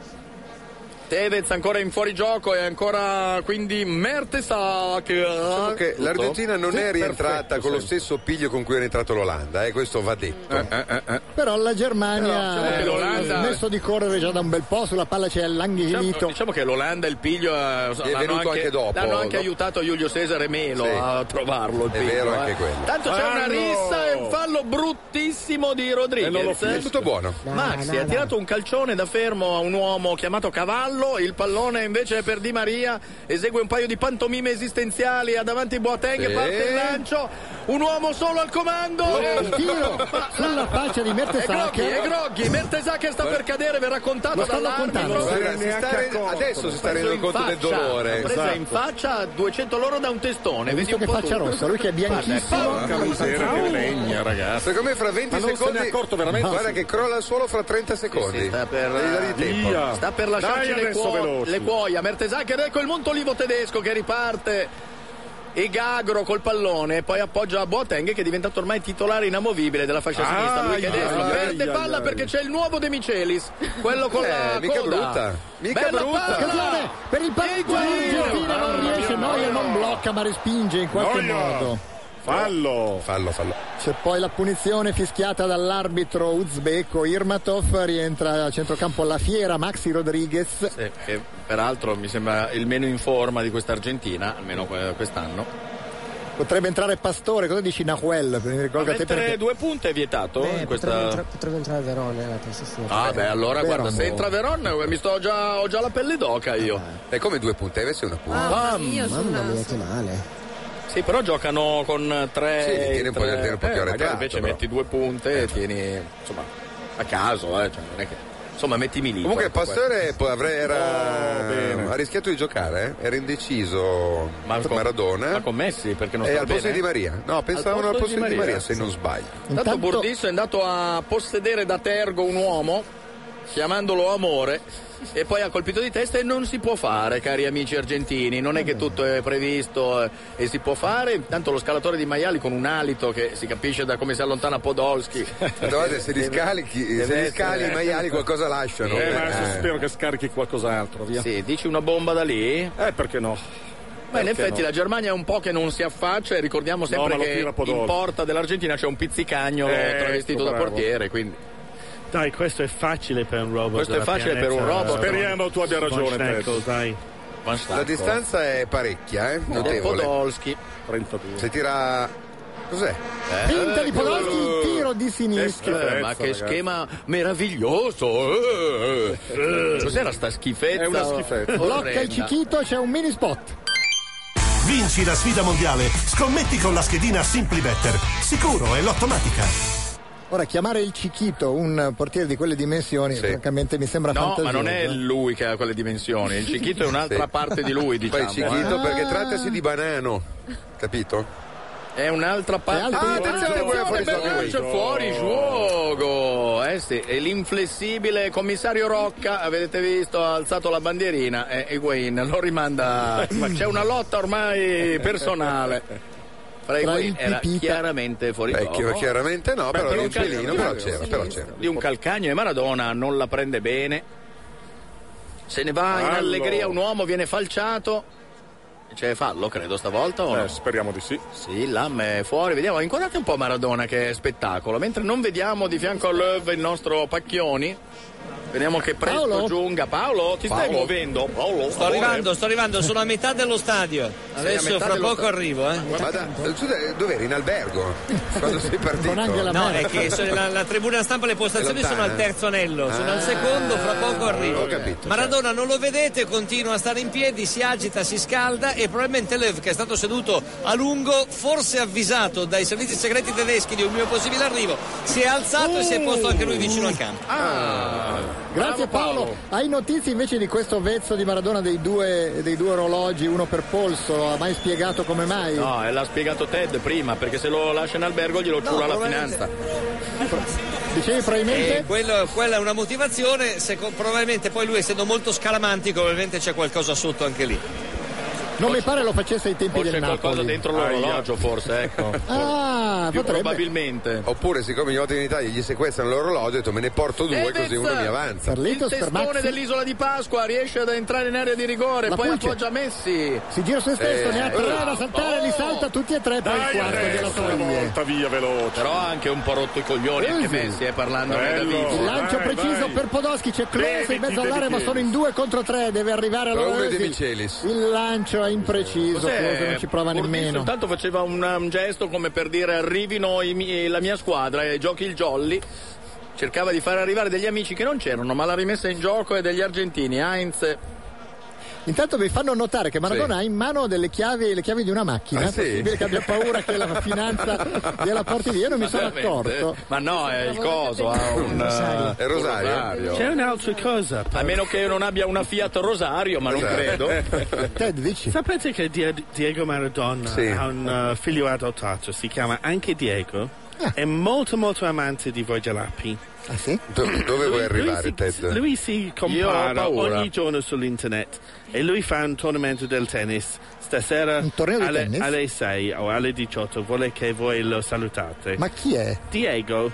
Tevez ancora in fuorigioco e ancora quindi Mertesacker.
Diciamo Che
Tutto?
Eh, L'Argentina non
Sì,
è rientrata
perfetto,
con lo
sì.
stesso piglio con cui era entrato l'Olanda, eh, questo va detto.
Però la
Però,
Germania
diciamo
eh,
che l'Olanda- Certo.
ha smesso di correre già da un bel po', sulla palla c'è
Diciamo,
l'anghelito.
diciamo che l'Olanda il piglio eh, l'hanno
venuto anche dopo,
L'hanno anche
no?
aiutato Giulio Cesare Melo
Sì.
a trovarlo. Il
È
piglio,
vero
eh.
anche quello.
Tanto c'è una
Fallo!
rissa e un fallo bruttissimo di Rodriguez. eh.
E non l'ho visto. È tutto buono. No,
Maxi
no,
ha
no.
tirato un calcione da fermo a un uomo chiamato Cavallo. Il pallone invece è per Di Maria. Esegue un paio di pantomime esistenziali. Ha davanti Boateng e
Sì.
parte il lancio. Un uomo solo al comando.
Il tiro sulla faccia di
Groghi,
Mertesacker.
è Groghi, Mertesacker sta
Eh.
per cadere, verrà contato
Lo stanno
dall'arbitro.
contando.
Guarda, si sta re- adesso si sta rendendo
Preso in
conto del
faccia,
dolore.
ha Preso in
Esatto.
faccia a 200 loro da un testone.
Hai
vedi
visto
un
che
po'
faccia
tu.
rossa? Lui che è bianchissimo.
Guarda, eh, porca miseria, che legna, ragazzi.
Secondo me fra 20
Ma non se
secondi.
ne è accorto veramente?
Guarda che crolla al suolo fra 30 secondi.
sta per,
Devi dargli tempo.
Via. Sta per lasciarci le, cuo- le cuoia. Mertesacker, ecco il Montolivo tedesco che riparte. E Gagro col pallone, poi appoggia a Boateng che è diventato ormai titolare inamovibile della fascia
Ah,
sinistra. Lui che è
ai,
destro,
ai,
perde
ai,
palla
ai.
perché c'è il nuovo De Micelis, quello con la
Eh, mica
coda.
brutta. Mica
Bella
brutta.
palla.
Occasione
per il palleggio Argentina non riesce, Neuer non blocca ma respinge in qualche
Neuer.
modo.
Fallo! Fallo, fallo.
C'è poi la punizione fischiata dall'arbitro uzbeko Irmatov, rientra a centrocampo alla fiera Maxi Rodriguez.
Sì, Eh, che peraltro mi sembra il meno in forma di questa Argentina, almeno que- quest'anno.
Potrebbe entrare Pastore, cosa dici Nahuel? Mi ricordo a te
Mettere
perché...
due punte è vietato
Eh,
in
potrebbe,
questa...
entra- potrebbe entrare Verone la posizione.
Ah beh, allora
Verone.
guarda, se entra Veron eh, mi sto già, ho già la pelle d'oca io.
È come due punte, deve essere una punta.
Mamma mia, che male.
Sì, però giocano con eh, tre...
Sì, li tieni un po'
tre-
li tieni un po' più
eh, magari
arretrato,
invece
però.
metti due punte e tieni, insomma, a caso, eh, cioè, non è che... Insomma, metti lì.
Comunque Pastore eh, poi avrei- era... ha rischiato di giocare, eh? era indeciso
con-
Maradona.
ma con Messi, perché non
E
sta
al posto
bene.
di Maria. No, pensavano
Al
al
posto
posto
di
di
Maria,
Maria, se non sbaglio.
Intanto Burdisso è andato a possedere da Tergo un uomo, chiamandolo amore, e poi ha colpito di testa e non si può fare, cari amici argentini. Non è che tutto è previsto eh, e si può fare. Intanto lo scalatore di maiali con un alito che si capisce da come si allontana Podolski.
Guardate, se li scalichi- se li scali i maiali qualcosa lasciano.
Eh, ma adesso
Eh.
spero che scarichi qualcos'altro, via.
Sì, dici una bomba da lì?
Eh, perché no?
Ma in
Perché
effetti
no?
la Germania è un po' che non si affaccia e ricordiamo sempre
No, ma lo
che
tira Podolski.
in porta dell'Argentina c'è un pizzicagnolo
Eh,
travestito da
ecco, bravo.
portiere, quindi
Dai, questo è facile per un robot.
Questo è
della
facile per un
pianeta,
robot.
eh,
Speriamo tu abbia
Von
ragione,
Schneckel,
Ted.
dai.
La distanza è parecchia, eh? Notevole.
Podolski.
32.
Se tira... Cos'è?
Finta di Podolski
Uh,
il tiro di sinistra.
Eh, ma che schema meraviglioso! eh, eh. Cos'era sta schifezza?
È una
schifezza.
Locca e Cichito c'è un mini spot.
Vinci la sfida mondiale. Scommetti con la schedina Simply Better. Sicuro e l'ottomatica.
Ora, chiamare il Cichito un portiere di quelle dimensioni, francamente mi sembra
No,
fantasioso. eh.
ma non è lui che ha quelle dimensioni, il Cichito è un'altra
Sì.
parte di lui, diciamo.
Poi Cichito,
eh.
perché trattasi di banano, capito?
È un'altra parte
Ah, attenzione,
attenzione,
quello è fuori
Bergoglio,
gioco.
fuori gioco. Eh sì, e l'inflessibile commissario Rocca, avete visto, ha alzato la bandierina e Higuain lo rimanda. Ma c'è una lotta ormai personale. Fra Higuain era chiaramente fuori
Beh,
gioco.
chi- chiaramente no, però di un pelino, però c'era, però c'era.
Di un calcagno e Maradona non la prende bene. Se ne va Ah, in
Fallo.
allegria un uomo, viene falciato. C'è fallo, credo, stavolta o no?
speriamo di sì.
Sì, Lam è fuori. Vediamo, inquadrate un po' Maradona che è spettacolo. Mentre non vediamo di fianco a Löw il nostro Pacchioni. Vediamo che presto giunga. Paolo, ti stai
Paolo.
muovendo? Paolo,
Sto arrivando, sto arrivando, sono a metà dello stadio.
Sei a
Adesso
metà
fra
dello
poco
sta-
arrivo, eh.
Ma da, tu da- dove eri? In albergo? Quando sei partito?
No, è che sono- la, la tribuna stampa le postazioni
È lontana. eh. Ah.
sono al terzo anello, sono al secondo, fra poco arrivo.
ho capito,
Maradona non lo vedete, continua a stare in piedi, si agita, si scalda e probabilmente Lev che è stato seduto a lungo, forse avvisato dai servizi segreti tedeschi di un mio possibile arrivo, si è alzato e si è posto anche lui vicino al campo.
Oh.
Ah,
Grazie Paolo. Hai notizie invece di questo vezzo di Maradona dei due, dei due orologi, uno per polso? Ha mai spiegato come mai?
No, eh, l'ha spiegato Ted prima, perché se lo lascia in albergo glielo ciura la
probabilmente-
finanza. Eh,
Dicevi
E Eh, quello- quella è una motivazione, seco- probabilmente poi lui essendo molto scaramantico, probabilmente c'è qualcosa sotto anche lì.
Non mi pare lo facesse ai tempi
O
del
c'è qualcosa
Napoli.
dentro l'orologio, forse, ecco.
Ah,
Più
potrebbe.
probabilmente.
Oppure, siccome ogni volta in Italia gli sequestrano l'orologio, ho detto me ne porto due,
Eh,
così
Tezza!
uno mi avanza.
il testone dell'isola di Pasqua riesce ad entrare in area di rigore,
La
poi
pulce.
appoggia Messi.
Si gira su se stesso,
Eh,
ne ha tre
bravo.
da saltare, li salta tutti e tre, poi il
Dai,
quarto glielo
adesso,
toglie.
Volta via veloce.
Però ha anche un po' rotto i coglioni anche Messi, eh, parlando da
Bello.
Il lancio
Vai,
preciso
vai.
per Podoschi, c'è Klose in
Dediti,
mezzo all'area, ma
dediti.
sono in due contro tre, deve arrivare
Però uno è
allora.
De
Michelis.
Il lancio è impreciso, Klose non ci prova nemmeno.
Intanto faceva un, um, gesto come per dire arrivino i mi- eh, la mia squadra e giochi il jolly. Cercava di far arrivare degli amici che non c'erano, ma la rimessa in gioco è degli argentini. Heinz
Intanto vi fanno notare che Maradona ha in mano delle chiavi, le chiavi di una macchina.
Ah, sì?
È possibile che abbia paura che la finanza gliela porti via. Io non mi
Ma
sono
veramente?
accorto.
Ma no, è il coso, ha un
Rosario.
eh,
È Rosario?
C'è un'altra cosa.
A meno che non abbia una Fiat Rosario, ma non
Esatto.
credo.
Eh,
Ted, dici?
Sapete che Dia- Diego Maradona
Sì.
ha un eh, figlio adottato, si chiama anche Diego,
Ah.
è molto molto amante di voi gelapi.
Ah sì?
Do- dove vuoi arrivare, Ted?
Lui si
Io ho
compara
paura.
ogni giorno sull'internet e lui fa un torneo del tennis stasera
torneo di
alle,
tennis?
alle 6 o alle 18, vuole che voi lo salutate.
Ma chi è?
Diego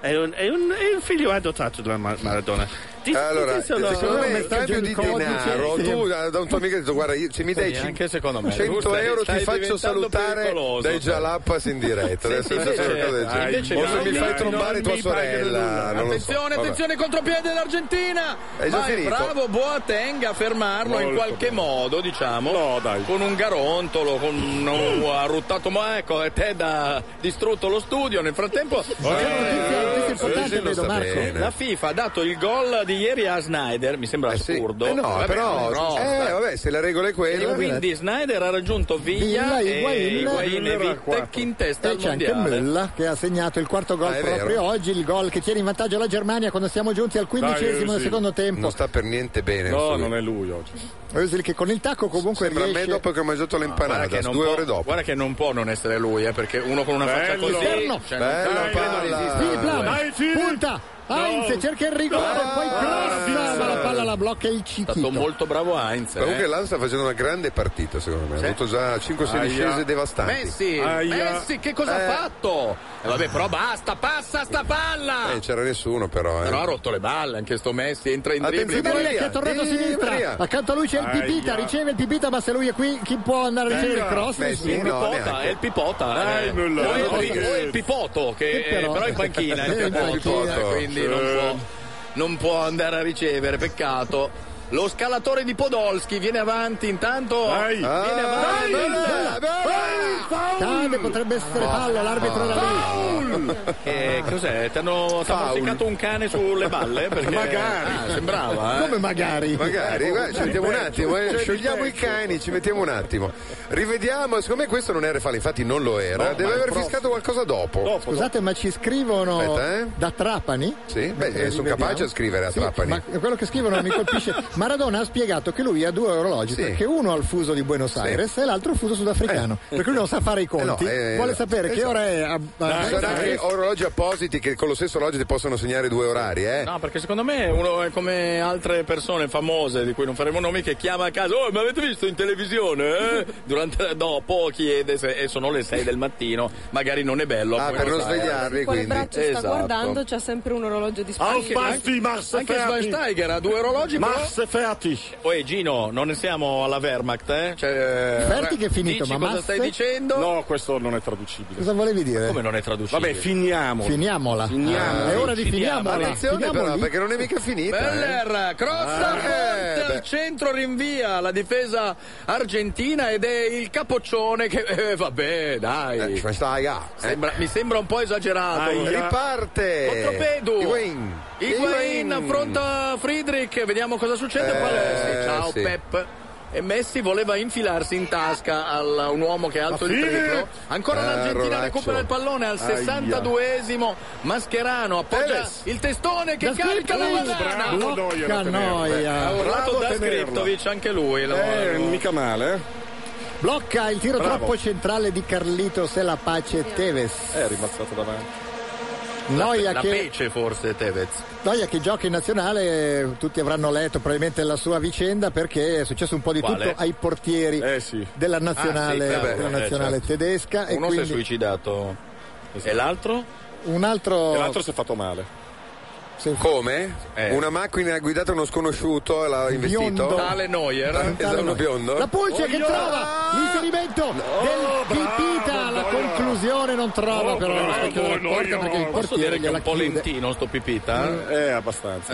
è un, è un- è un figlio adottato della Mar- Maradona. Dici-
Allora,
dici solo-
secondo me il cambio di denaro,
Sì.
tu da, da un tuo amico hai detto guarda, io- se mi dai
Sì, anche secondo me.
100
Tu stai-
euro
stai
ti faccio
diventando
salutare
pericoloso,
dai
te.
Jalapas in diretta. Adesso
Senti,
è solo
invece-
cose del genere.
ah, invece
O se
Gaudi
mi fai trombare
non
tua
mi paga nulla.
sorella. non lo so.
Attenzione,
Vabbè.
attenzione, contropiede dell'Argentina.
È già
Ma è
finito.
bravo Boateng a fermarlo in
Molto
qualche modo, diciamo. Con un garontolo, con
Mm.
un arruttato. Ma ecco, e Ted ha distrutto lo studio. Nel frattempo,
C'è una notizia, notizia importante, vedo Marco.
la FIFA ha dato il gol
di ieri a Snyder, mi sembra assurdo.
Eh no,
Vabbè,
però.
no,
eh, vabbè, se la regola è quella.
E quindi Snyder ha raggiunto Villa,
Villa,
e
Higuain,
Higuain e Wittek in testa
E
al
c'è anche
mondiale.
Mülla che ha segnato il quarto gol
Ah, è
proprio
vero.
oggi, il gol che tiene in vantaggio la Germania quando siamo giunti al quindicesimo del secondo tempo.
Non sta per niente bene.
No,
non
è lui oggi.
Özil che con il tacco comunque
Sembra a me
riesce...
dopo che ho mangiato l'impanata,
Ah, Guarda che non
due
può-
ore dopo.
Guarda che non può non essere lui, eh, perché uno con una faccia
Bello.
così. cioè,
Esterno.
non-
Bello,
non-
palla.
non esiste.
Sì, bravo. Dai,
Punta! Heinz cerca il rigore, poi cross, ma la palla la blocca il
È
Cichito.
stato molto bravo Heinz. eh.
Comunque l'An sta facendo una grande partita, secondo me.
Sì.
Ha avuto già 5
Aia.
sedicesime devastanti.
Messi, Messi, che cosa
Eh.
ha fatto? Eh, vabbè, però basta, passa sta palla!
Eh, c'era nessuno, però. Eh.
Però ha rotto le balle anche sto Messi, entra in dribbling.
Di Maria, che è tornato a sinistra, accanto a lui c'è il
Aia.
Pipita, riceve il Pipita, ma se lui è qui chi può andare a ricevere il cross?
il
Nessuno.
pipota, è il pipota. eh.
Dai, nulla.
O è il-
No,
o è il pipoto, che
Che però-
però è in panchina, il
È in
pipoto,
panchina.
quindi
Eh.
non può, non può andare a ricevere, peccato. Lo scalatore di Podolski viene avanti intanto. Viene
Ah,
avanti.
Eh,
Grande, potrebbe essere fallo, l'arbitro era lì.
Eh,
Che cos'è? Ti hanno ti hanno appiccato un cane sulle balle? Perché...
Magari.
Ah,
Sembrava, eh.
Come magari?
Magari, guarda, ci mettiamo un attimo, eh. sciogliamo i cani, ci mettiamo un attimo. Rivediamo, secondo me questo non era fallo, infatti non lo era,
No, ma
deve
il
aver
prof-
fiscato qualcosa dopo.
Scusate, ma ci scrivono
Aspetta, eh.
da Trapani?
Sì, beh,
Mentre
eh, sono
rivediamo.
capace a scrivere a
Sì,
Trapani.
Ma quello che scrivono mi colpisce. Maradona ha spiegato che lui ha due orologi,
Sì.
perché uno ha il fuso di Buenos Aires e l'altro il fuso sudafricano.
Eh.
Perché lui non sa fare i conti,
Eh no, eh,
vuole sapere che
esatto.
ora è a, a
Ci sono
Buenos
anche
Aires.
orologi appositi che con lo stesso orologio ti possono segnare due orari, eh?
No, perché secondo me uno è come altre persone famose di cui non faremo nomi che chiama a casa, oh, mi avete visto in televisione? eh?" Durante, dopo chiede se e sono le 6 del mattino, magari non è bello.
Ah,
poi
per non
sai.
svegliarli,
Quale braccio sta
Esatto.
guardando c'ha sempre un orologio
Anche-
disponibile.
anche- anche Schweinsteiger ha due orologi
Masse
fertig poi Gino non ne siamo alla Wehrmacht eh?
Fertig è finito,
dici
ma
cosa
Masse?
stai dicendo
No, questo non è traducibile.
Cosa volevi dire?
come non è traducibile
Vabbè, finiamola.
Finiamola.
Finiamola.
Ah, è ora di
Finiamola.
finiamola.
Attenzione,
Finiamo
però,
lì.
Perché non è mica finita. eh.
Beller, cross
Ah, eh,
al
beh.
centro rinvia la difesa argentina ed è il capoccione che eh, vabbè,
Eh,
dai. Sembra- mi sembra un po' esagerato.
ah, Aia. Riparte.
Contropedu.
Higuain. Higuain.
Higuain affronta Friedrich, vediamo cosa succede. Poi, eh, sì, ciao
sì.
Pep. E Messi voleva infilarsi in tasca a un uomo che è alto il
Friedrich.
triplo. Ancora
Eh,
l'Argentina
rolaccio.
recupera il pallone al
Aia.
62esimo. Mascherano appoggia
Tevez.
il testone che
Da
carica la
Scriptovic.
banana.
Bravo Neuer a tenerlo.
noia.
Ha urlato
Bravo
da
tenerlo.
Scriptovic anche lui. lo-
Eh, mica male, eh.
Blocca il tiro
Bravo.
troppo centrale di Carlitos e la pace Tevez.
Eh, È rimbalzato davanti.
Noia
la
che-
pece forse Tevez.
Noia che gioca in nazionale, eh, tutti avranno letto probabilmente la sua vicenda perché è successo un po' di
Quale?
tutto ai portieri
Eh,
della nazionale,
Ah, sì, vabbè,
della
eh,
nazionale
certo.
tedesca. e
uno
quindi
si è suicidato e l'altro?
un altro...
si è fatto male.
Come?
Eh.
Una macchina guidata da uno sconosciuto e l'ha investito?
Biondo. Tale Neuer.
Esatto, uno biondo.
La pulce che trova
Ah!
l'inserimento del Pipita, la conclusione non trova però lo specchio della porta perché il
Posso
portiere
dire che è
gliela
un po'
chiude.
lentino sto pipita?
Eh, abbastanza.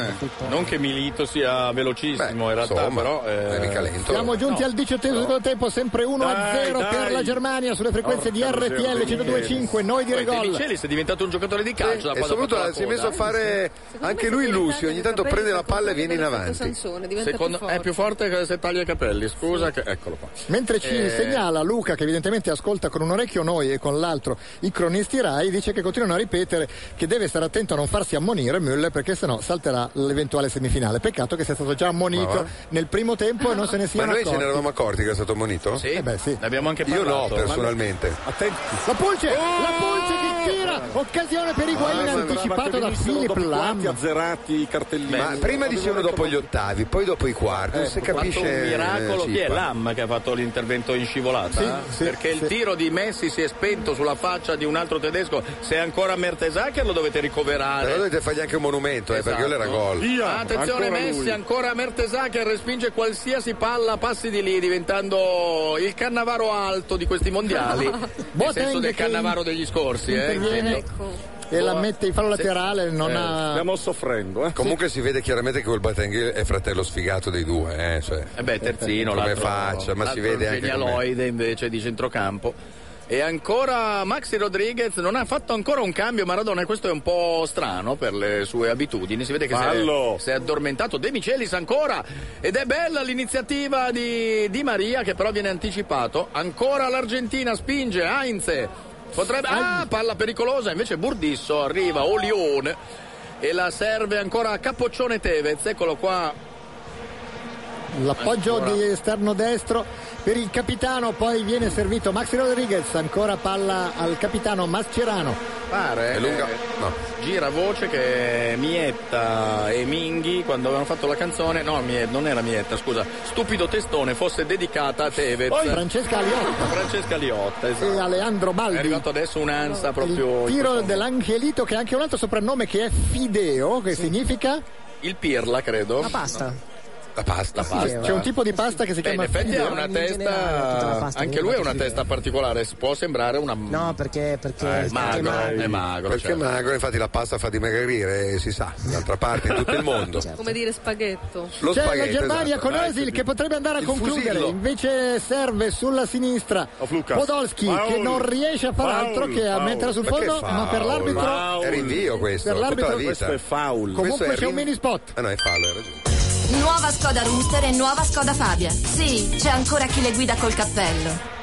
Non che Milito sia velocissimo in realtà,
insomma,
però... eh,
Siamo giunti al diciottesimo secondo tempo, sempre 1-0
Dai,
per
dai.
la Germania sulle frequenze di
Porca miseria,
RTL 102.5, noi di
Poi
Regol.
Temicelis è diventato un giocatore di calcio da
e
quando ha
soprattutto
fatto la
si è
coda. eh,
messo a fare anche lui Lucio, ogni tanto prende la palla e viene in avanti.
Secondo- eh, è più forte che se taglia i capelli, scusa, che- eccolo qua.
Mentre ci
Eh,
segnala Luca, che evidentemente ascolta con un orecchio noi e con l'altro i cronisti Rai, dice che continuano a ripetere che deve stare attento a non farsi ammonire Müller perché sennò salterà l'eventuale semifinale. Peccato che sia stato già ammonito
Ma va.
nel primo tempo e non se ne
Ma
sia
noi ce ne
accorti.
eravamo accorti che era stato monito?
Sì. Eh beh, sì. Ne
abbiamo anche
Io
parlato.
no,
Ma-
personalmente.
La pulce, la
Oh!
pulce che tira, occasione per Higuain anticipato da Philip Lam.
azzerati i cartellini.
Ma prima dicevano dopo gli ottavi, poi dopo i quarti,
Eh,
non si
Ecco,
Ha fatto
capisce.
un miracolo
eh,
chi è
Cipa.
Lam che ha fatto l'intervento in scivolata
Sì, sì, Perché il tiro di Messi si è spento sulla faccia di un altro tedesco. Se è ancora Mertesacker lo dovete ricoverare. Esatto.
Però dovete fargli anche un monumento, eh, perché quello era gol.
Attenzione Messi, ancora Mertesacker respinge qualsiasi palla passi di lì, diventando il cannavaro alto di questi mondiali. Nel senso
Boateng
del
che
cannavaro degli scorsi, eh,
interviene
intendo.
e la mette in fallo laterale,
Eh,
non ha...
soffrendo,
Comunque si vede chiaramente che quel Batenghi è fratello sfigato dei due, eh. Cioè,
Eh beh, terzino,
come
l'altro-
faccia, ma si
l'altro
vede
il
anche. come-
genialoide invece di centrocampo. E ancora Maxi Rodriguez non ha fatto ancora un cambio Maradona e questo è un po' strano per le sue abitudini. Si vede che si è,
Fallo.
si è addormentato De Michelis ancora ed è bella l'iniziativa di Di Maria che però viene anticipato. Ancora l'Argentina spinge Heinz. Potrebbe Ah, palla pericolosa, invece Burdisso arriva Olione e la serve ancora a Capoccione Tevez. Eccolo qua
L'appoggio di esterno destro per il capitano, poi viene servito Maxi Rodriguez, ancora palla al capitano Mascherano.
pare eh,
È lunga- no.
gira voce che Mietta e Minghi quando avevano fatto la canzone no Mie- non era Mietta scusa stupido testone fosse dedicata a Tevez
Poi Francesca Aliotta.
Francesca Liotta esatto.
E Aleandro Baldi.
è arrivato adesso un'ansa proprio Oh, in
Tiro
questo-
dell'Angelito che ha anche un altro soprannome che è Fideo, che significa
il pirla credo
La pasta.
la pasta, pasta.
eh.
c'è un tipo di pasta che si
Beh, in
chiama
effetti
Fideo.
ha una
generale, tutta la
testa
pasta,
anche lui
viene
ha
fatto
una
così.
testa particolare s- può sembrare una Ah,
No, perché, perché,
Eh,
perché magro.
Perché
certo.
magro, infatti la pasta fa dimagrire, eh, si sa, d'altra parte in tutto il mondo.
Certo.
Come dire spaghetto.
Lo
C'è la
spaghetto,
Germania
esatto.
con
Ah,
Dai,
Özil
sì.
che potrebbe andare a
Il
concludere,
fusillo.
invece serve sulla sinistra
Oh,
Lucas.
Podolski che
Foul.
non riesce a fare
Foul.
altro che a
Foul.
metterla Eh, sul
Ma che
fondo,
foul?
ma per l'arbitro
Foul. È rinvio questo,
Per
tutta
l'arbitro
la vita. Questo è foul.
Comunque
Questo è
c'è un
rin-
mini spot.
Ah no, è fallo, hai ragione.
Nuova Skoda Rooster e nuova Skoda Fabia. Sì, c'è ancora chi le guida col cappello.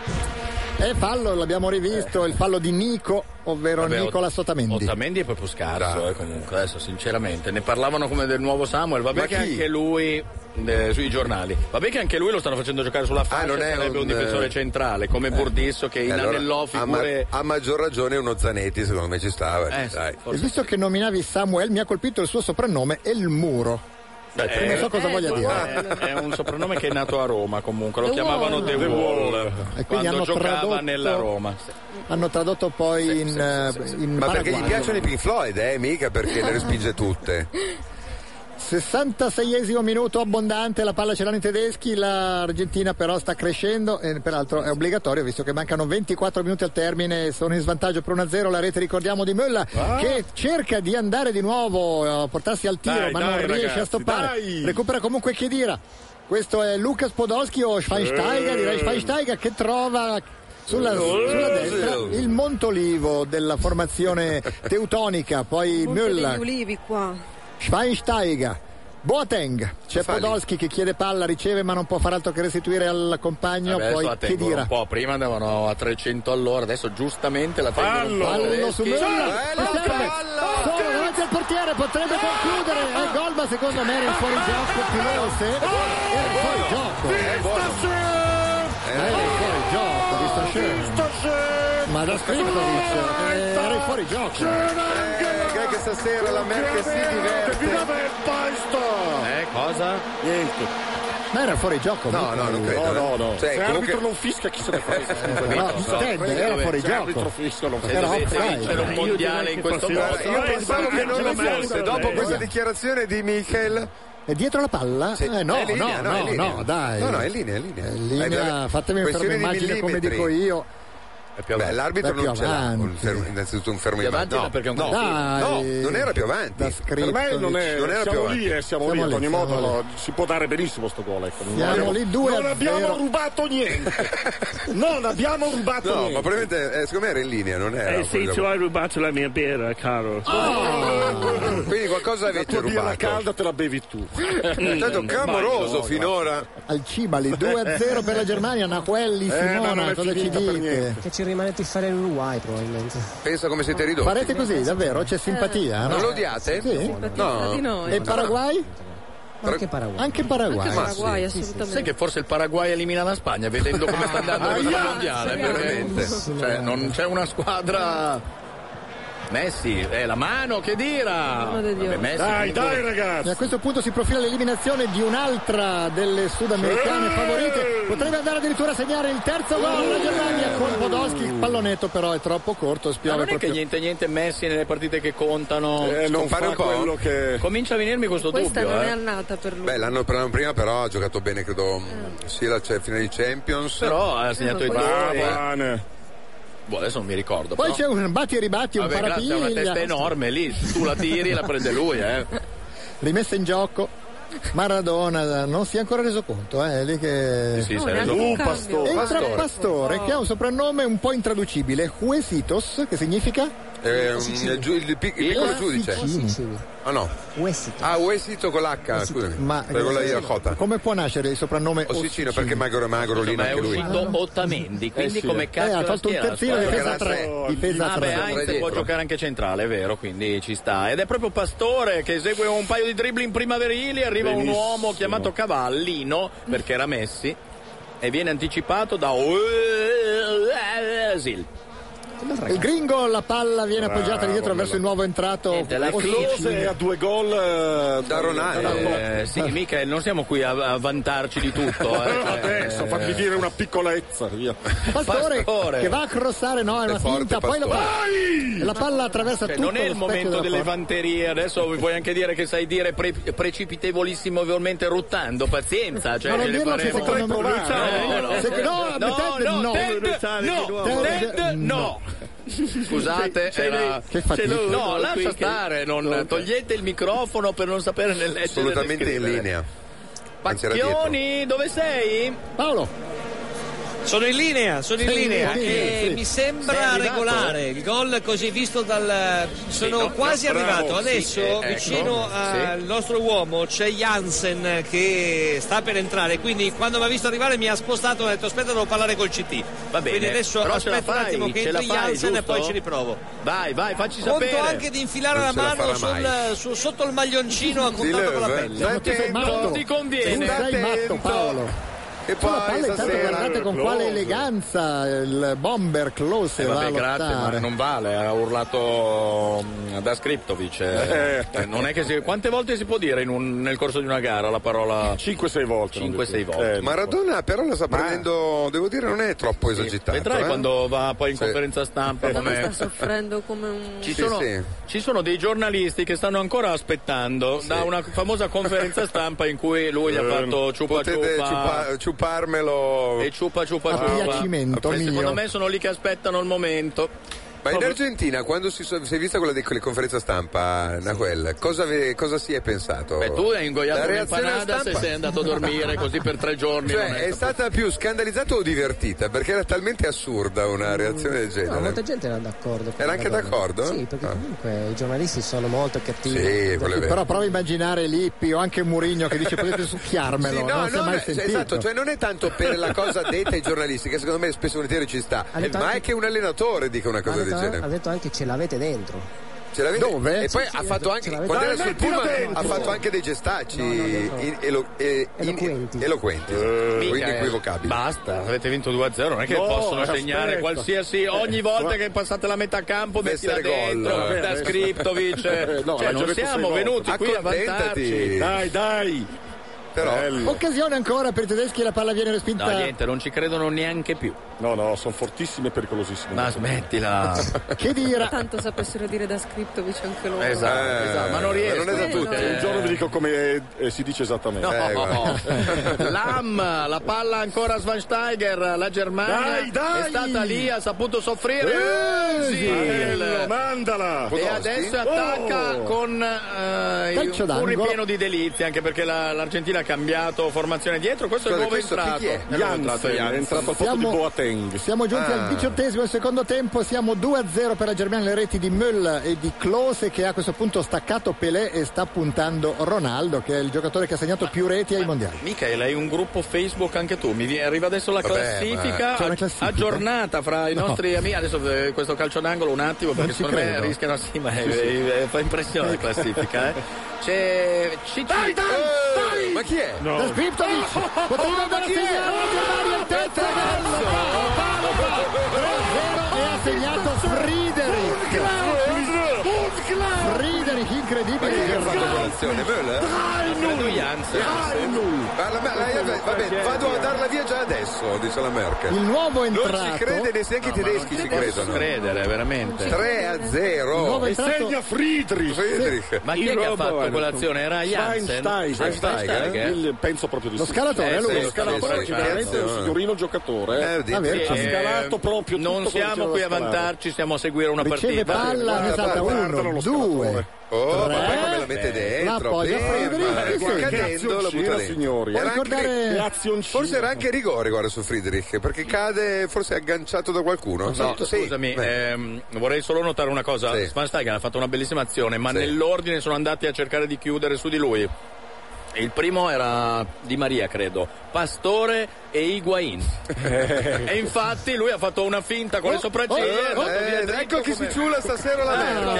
E Eh, fallo, l'abbiamo rivisto, il fallo di Nico, ovvero
Vabbè, Ot-
Nicola Sotamendi.
Otamendi è proprio scarso, eh, comunque, adesso sinceramente. Ne parlavano come del nuovo Samuel,
Ma
vabbè che
chi?
anche lui eh, sui giornali. Vabbè che anche lui lo stanno facendo giocare sulla fascia,
Ah, non è
sarebbe un,
un,
difensore
eh,
centrale, come Burdisso che
Eh,
inanellò
allora, a ma-
figure
a, maggior ragione uno Zanetti, secondo me ci stava.
Eh,
dai.
E visto che nominavi Samuel, mi ha colpito il suo soprannome, El Muro.
Eh,
non so cosa
eh,
voglia
guarda, È un soprannome che è nato a Roma comunque, lo
The
chiamavano
Wall.
The
The
Wall,
E quindi
quando
hanno
giocava
tradotto-
nella Roma. Sì.
Hanno tradotto poi in, eh, in
Ma perché gli
paraguayo.
piacciono i Pink Floyd, eh, mica perché le respinge tutte.
66esimo minuto abbondante, la palla ce l'hanno i tedeschi, l'Argentina però sta crescendo e peraltro è obbligatorio visto che mancano 24 minuti al termine, sono in svantaggio per 1-0, la rete ricordiamo di Mölla
Ah.
che cerca di andare di nuovo, eh, portarsi al tiro
Dai,
ma
dai,
non riesce
ragazzi,
a stoppare,
dai.
recupera comunque Chedira, questo è Lucas Podolski o Schweinsteiger,
Eh.
direi Schweinsteiger che trova sulla, sulla destra il Montolivo della formazione teutonica, poi
Monte degli
Möller
ulivi qua.
Schweinsteiger. Boateng, c'è
Fali.
Podolski che chiede palla, riceve ma non può fare altro che restituire al compagno,
Vabbè, adesso
poi
la tengono
Chedira.
un po', prima andavano a 300 all'ora, adesso giustamente la tengono un po' Cioè,
Fallo
tedeschi.
su Müller, che serve. Solo davanti al portiere, potrebbe concludere, è gol ma secondo me era in fuorigioco più veloce, era in fuorigioco. Era in fuorigioco di Stascena. Ma da Skriptovic, eh, era in fuorigioco.
Direi che stasera la Merkel si diverte.
Eh, cosa?
Niente.
Ma era fuori gioco.
No, no, non credo.
No, no, no.
Cioè, comunque-
Se
Eh,
l'arbitro non fischia, chi se ne frega?
No,
Cioè,
eh, dipende, era fuori
Se
gioco.
l'arbitro fischia, non
Se
frega.
dovete
Era offside.
vincere un
Io
mondiale
direi
in
che
questo
fosse-
modo- Io pensavo che non lo fosse, dopo questa dichiarazione di Michel.
È dietro la palla?
Sì,
Eh, no,
è in linea,
no,
no, è
no,
in linea.
no, dai.
No, no, è in linea, è in linea.
È in linea,
Eh,
fatemi una
questione di
immagine come
millimetri.
dico io.
Beh, l'arbitro
È più
non ce l'ha.
avanti.
un fermo- innanzitutto un fermo
Più
in mano.
avanti
No,
era perché è un
no,
dai.
no, non era più avanti.
Da
Per me non, è-
non
era più
siamo
avanti.
lì, eh, siamo, lì,
Siamo
ad ogni
lì,
modo
siamo
no, si può dare benissimo sto gol. Ecco. Non
Siamo
abbiamo-
lì, due
non
a
abbiamo
zero.
rubato niente. non abbiamo rubato
No, ma
niente.
probabilmente, eh, secondo me era in linea, non era.
Eh sì,
fuori
tu
cioè,
hai rubato la mia birra, caro.
Ah!
gioco. Quindi qualcosa avete
La
rubato.
calda te la bevi tu.
È stato clamoroso
Vai, no,
finora.
Al Cibali 2-0 per la Germania, Naquelli,
Eh, no, non
Simona,
è
cosa ci
finita per
dite?
niente.
Che ci rimane fare l'Uruguay probabilmente.
Pensa come siete ridotti.
Farete così, davvero? C'è simpatia?
Non
no?
lo odiate?
Sì.
No.
E Paraguay?
Anche Paraguay.
Anche Paraguay.
Ma sì. Sai che forse il Paraguay elimina la Spagna vedendo come sta
Ah,
andando questo mondiale, veramente. Cioè, non c'è una squadra. Messi, eh, la mano, che dira! Vabbè, Messi comunque-
E a questo punto si profila l'eliminazione di un'altra delle sudamericane favorite. Potrebbe andare addirittura a segnare il terzo gol la Germania con Podolski. Il pallonetto però è troppo corto,
Ma
spiove
non è che
proprio.
niente niente Messi nelle partite che contano.
Eh, non
Scompare
fa quello
che. Comincia a venirmi questo
Questa
dubbio.
non
eh.
è annata per lui.
Beh, l'anno, l'anno prima però ha giocato bene, credo, mh, sì, la cioè, finale di Champions.
Però ha segnato i
Bravo,
gol.
eh.
Boh, adesso non mi ricordo.
Poi
però.
c'è un batti e ribatti, un
Vabbè, grazie, ha
parapiglia.
una testa enorme lì. Tu la tiri e la prende lui, eh.
Rimessa in gioco. Maradona non si è ancora reso conto, eh, è lì che...
Sì, sì,
certo.
si è reso
Uh,
conto.
Pastore. Entra
Pastore.
Pastore, che ha un soprannome un po' intraducibile, Juesitos, che significa?
Eh, mm, giu- il, pic- il piccolo giudice. Ah no. Ah, Uesito con l'H, scusami.
Ma eh,
Perché con la I, la J.
come può nascere il soprannome
Ossicino, perché magro e magro lì
ma è
anche lui.
uscito Ottamendi, quindi
Eh sì.
come
Eh,
cazzo
ha
la
fatto un
schiera,
terzino,
la
difesa
squadra?
tre, difesa
ah,
tre.
beh, Heinz
Dietro.
può giocare anche centrale, è vero, quindi ci sta. Ed è proprio Pastore che esegue un paio di dribbling primaverili, arriva
Benissimo.
un uomo chiamato Cavallino, perché era Messi, e viene anticipato da Özil.
Il gringo, la palla viene appoggiata
Bravo,
dietro verso il nuovo entrato.
Niente, la Close è a
due gol
da
Eh, sì, mica, non siamo qui a, a vantarci di tutto. eh.
Adesso fammi dire una piccolezza, via.
Pastore, che va a crossare, no, è una finta, poi la palla, la palla attraversa
Cioè,
tutto
non è il
lo specchio
momento
della
delle
porta.
vanterie, adesso vi puoi anche dire che sai dire pre- precipitevolissimo, ovviamente ruttando, pazienza. Cioè,
Ma non
ce ne
dirlo che
faremo-
secondo me-
Luciano,
No, no, se- no, Ted, no. Luciano, di
no,
nuovo.
Ted,
Ted,
no. Scusate,
Sei- sei
era...
lei- che fatica.
no,
Qui
lascia
che-
stare, non- togliete il microfono per non sapere né leggere
Assolutamente
né
in
scrivere.
linea. Anzi, era dietro.
Pacchioni, dove sei?
Paolo.
Sono in linea, sono in
Sì,
linea
sì,
e
sì.
mi
Sei
sembra
arrivato?
regolare il gol così visto dal... sono
no,
quasi
no, bravo,
arrivato,
sì,
adesso
eh, ecco.
vicino
Sì.
al nostro uomo c'è Jansen che sta per entrare, quindi quando mi ha visto arrivare mi ha spostato e ha detto aspetta devo parlare col CT.
Va bene,
Quindi adesso
però ce la
aspetta un
fai,
attimo che
ce la
entri
fai,
Jansen e
giusto?
poi ci riprovo.
Vai, vai, facci
Conto
sapere.
anche di infilare
Non
la
ce la
mano
farà mai.
sul, su- sotto il maglioncino a contatto
Dillo,
con la
eh.
pelle.
Stai attento,
non ti conviene.
Tu sei matto, Paolo.
E
Sulla
poi
palla intanto
stasera-
guardate con
Close.
quale eleganza il bomber Close
Eh,
va a
vabbè, grazie, ma
lottare.
non vale, ha urlato mm, da Skriptovic. eh. Eh, non è che si- quante volte si può dire in un- nel corso di una gara la parola? 5-6 volte. Eh, 5-6 volte.
Maradona però la sta prendendo, devo dire, non è troppo esagitato.
Vedrai
eh.
quando va poi in
Sì. Eh,
conferenza stampa. come-
Sta soffrendo come un...
Ci, sono, ci sono dei giornalisti che stanno ancora aspettando da una famosa conferenza stampa in cui lui gli ha
Eh,
fatto ciupa
potete
ciupa
ciupa- ciuparmelo
e ciupa ciupa
A
ciupa.
piacimento
E Secondo
mio.
me sono lì che aspettano il momento.
Ma in
Proprio-
Argentina, quando si, so- si è vista quella di quelle conferenze stampa, Nahuel, cosa, ve- cosa si è pensato?
Beh, tu hai
Oh.
ingoiato
La reazione
un'empanada se
stampa-
sei andato a dormire così per tre giorni. non
Cioè,
è-
è stata più scandalizzata o divertita? Perché era talmente assurda una reazione del
No, molta
genere.
gente era d'accordo. con
Era anche
Maradona.
d'accordo?
Sì, perché comunque i giornalisti sono molto cattivi.
Sì, quello è vero.
Però prova a immaginare Lippi o anche Murigno che dice potete succhiarmelo,
Sì, no,
non si è
no,
mai
no, cioè,
sentito.
esatto, cioè non è tanto per la cosa detta ai giornalisti, che secondo me spesso e volentieri ci sta,
Ha detto
ma
anche-
è che un allenatore dica una
ha
cosa del
detto,
genere.
ha detto anche ce l'avete dentro.
Ce l'avete?
Dove?
E poi
Sì, sì,
ha fatto
ce
anche,
l'avete.
quando era
Dai,
sul
mettila
pullman,
dentro!
ha fatto anche dei gestacci in- elo- e- in- eloquenti,
Mica,
quindi
eh,
equivocabili.
Basta, avete vinto 2-0, non è che
No,
possono
aspetta.
segnare qualsiasi ogni volta
Eh.
che passate la metà campo mettila
Essere gol.
dentro
Eh,
da
adesso.
Skriptovic.
Eh, no,
cioè,
ha
non
giocato
siamo
sei
venuti
volte.
qui a vantarci.
Accontentati. Dai,
dai.
Però
Occasione ancora per i tedeschi, la palla viene
No,
respinta.
niente, non ci credono neanche più. No, no, sono fortissime e pericolosissime. Ma smettila.
che dire? Eh,
Tanto sapessero dire da Skriptovic anche
Eh,
loro.
Esatto, esatto, ma non riesco.
è da tutti.
Eh.
Un giorno vi dico come eh, eh, si dice esattamente.
No. Lam, la palla ancora a Schweinsteiger, la Germania
Dai, dai!
è stata lì, ha saputo
Eh,
soffrire. Sì.
Bello, mandala!
E adesso attacca
Oh!
con eh,
Calcio
un
d'angolo.
ripieno di delizie, anche perché la- l'Argentina ha cambiato formazione dietro. Questo è il
Scusate,
nuovo
Cioè, questo
entrato.
chi è?
È il nuovo entrato,
Jansen,
Jansen.
è entrato al posto di Boateng.
Siamo giunti
Ah.
al diciottesimo e secondo tempo, siamo 2-0 per la Germania, le reti di Müller e di Klose che a questo punto ha staccato Pelé e sta puntando Ronaldo che è il giocatore che ha segnato più reti ai mondiali.
Michael, hai un gruppo Facebook anche tu. Mi vi- arriva adesso la
Vabbè,
classifica,
ma- C'è una
ag-
classifica?
aggiornata fra i
No.
nostri amici. Adesso eh, questo calcio d'angolo un attimo, perché
ci
secondo me
credo.
rischiano. Sì, ma
Sì, sì.
eh, eh, fa impressione la classifica. Eh. C'è Eh, Cici. Dai, dai,
Ma chi è?
Da Skriptovic potrebbe andare a
Eh,
segnare la Germania il terzo gol Paolo Paolo Paolo 3-0 e ha segnato Friedrich Friedrich incredibile
Chi ha fatto quell'azione? Müller?
Credo Jansen.
Parla- ma- la- eh, Vabbè, vado a darla via già adesso, dice la Merkel.
Il nuovo
Non
entrato-
ci crede neanche i tedeschi ci credono.
credere, veramente.
3 a 0.
E segna
Friedrich.
Ma chi è che ha fatto quell'azione? Era eh? Jansen? Schweinsteiger?
eh? Il- penso proprio di
Lo
sì.
scalatore,
Eh,
è lui.
sì, Lo scalatore,
Sì, sì,
sicuramente
sì.
è un signorino giocatore.
Eh, sì,
ha
eh,
scalato proprio tutto
non
quello che
siamo
c'era
qui
da
a
scalare.
vantarci, stiamo a seguire una partita.
Guarda, guarda, guarda, guarda lo scalatore.
Oh, ma poi come la mette dentro?
poi
Ferma,
Friedrich.
cadendo la butta
Grazioncina,
dentro.
signori.
Era anche-
Ricordare-
Forse era anche rigore, guarda, su Friedrich, perché cade forse agganciato da qualcuno.
No,
Sì.
scusami,
Beh.
ehm, vorrei solo notare una cosa. Schweinsteiger ha fatto una bellissima azione, ma
Sì.
nell'ordine sono andati a cercare di chiudere su di lui. Il primo era Di Maria, credo, Pastore e Higuain. e infatti lui ha fatto una finta con le sopracciglia.
oh,
è andato
eh,
via dritto
ecco che
come- Ah,
Ficciula stasera la merda.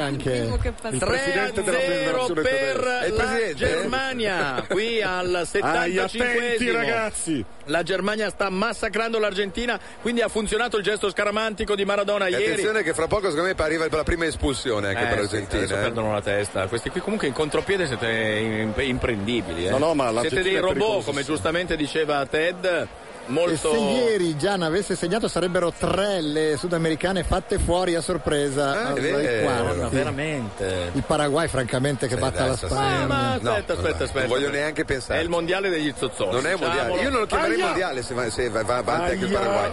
anche.
Il presidente della federazione tedesca. È il presidente? Germania, qui al 75
attenti, ragazzi.
La Germania sta massacrando l'Argentina, quindi ha funzionato il gesto scaramantico di Maradona
E
ieri.
attenzione che fra poco secondo me arriva la prima espulsione anche
Eh,
per
sì,
l'Argentina.
adesso
eh.
perdono la testa. Questi qui comunque in contropiede siete im- imprendibili. eh.
No, no, ma
siete
l'Argentina
dei
è
robot,
pericolosissima.
come giustamente diceva Ted.
E se
Molto.
ieri Gian avesse segnato sarebbero tre le sudamericane fatte fuori a sorpresa
Eh,
ai
è vero,
quarti.
no, veramente.
Il Paraguay francamente che batta la Spagna.
Ah, ma aspetta,
No,
aspetta, aspetta.
non voglio neanche pensare.
È il mondiale degli zozzoni.
Non è un mondiale.
diciamolo.
Io non lo chiamerei
Aia!
mondiale se va, se va- va avanti anche il
Aia!
Paraguay.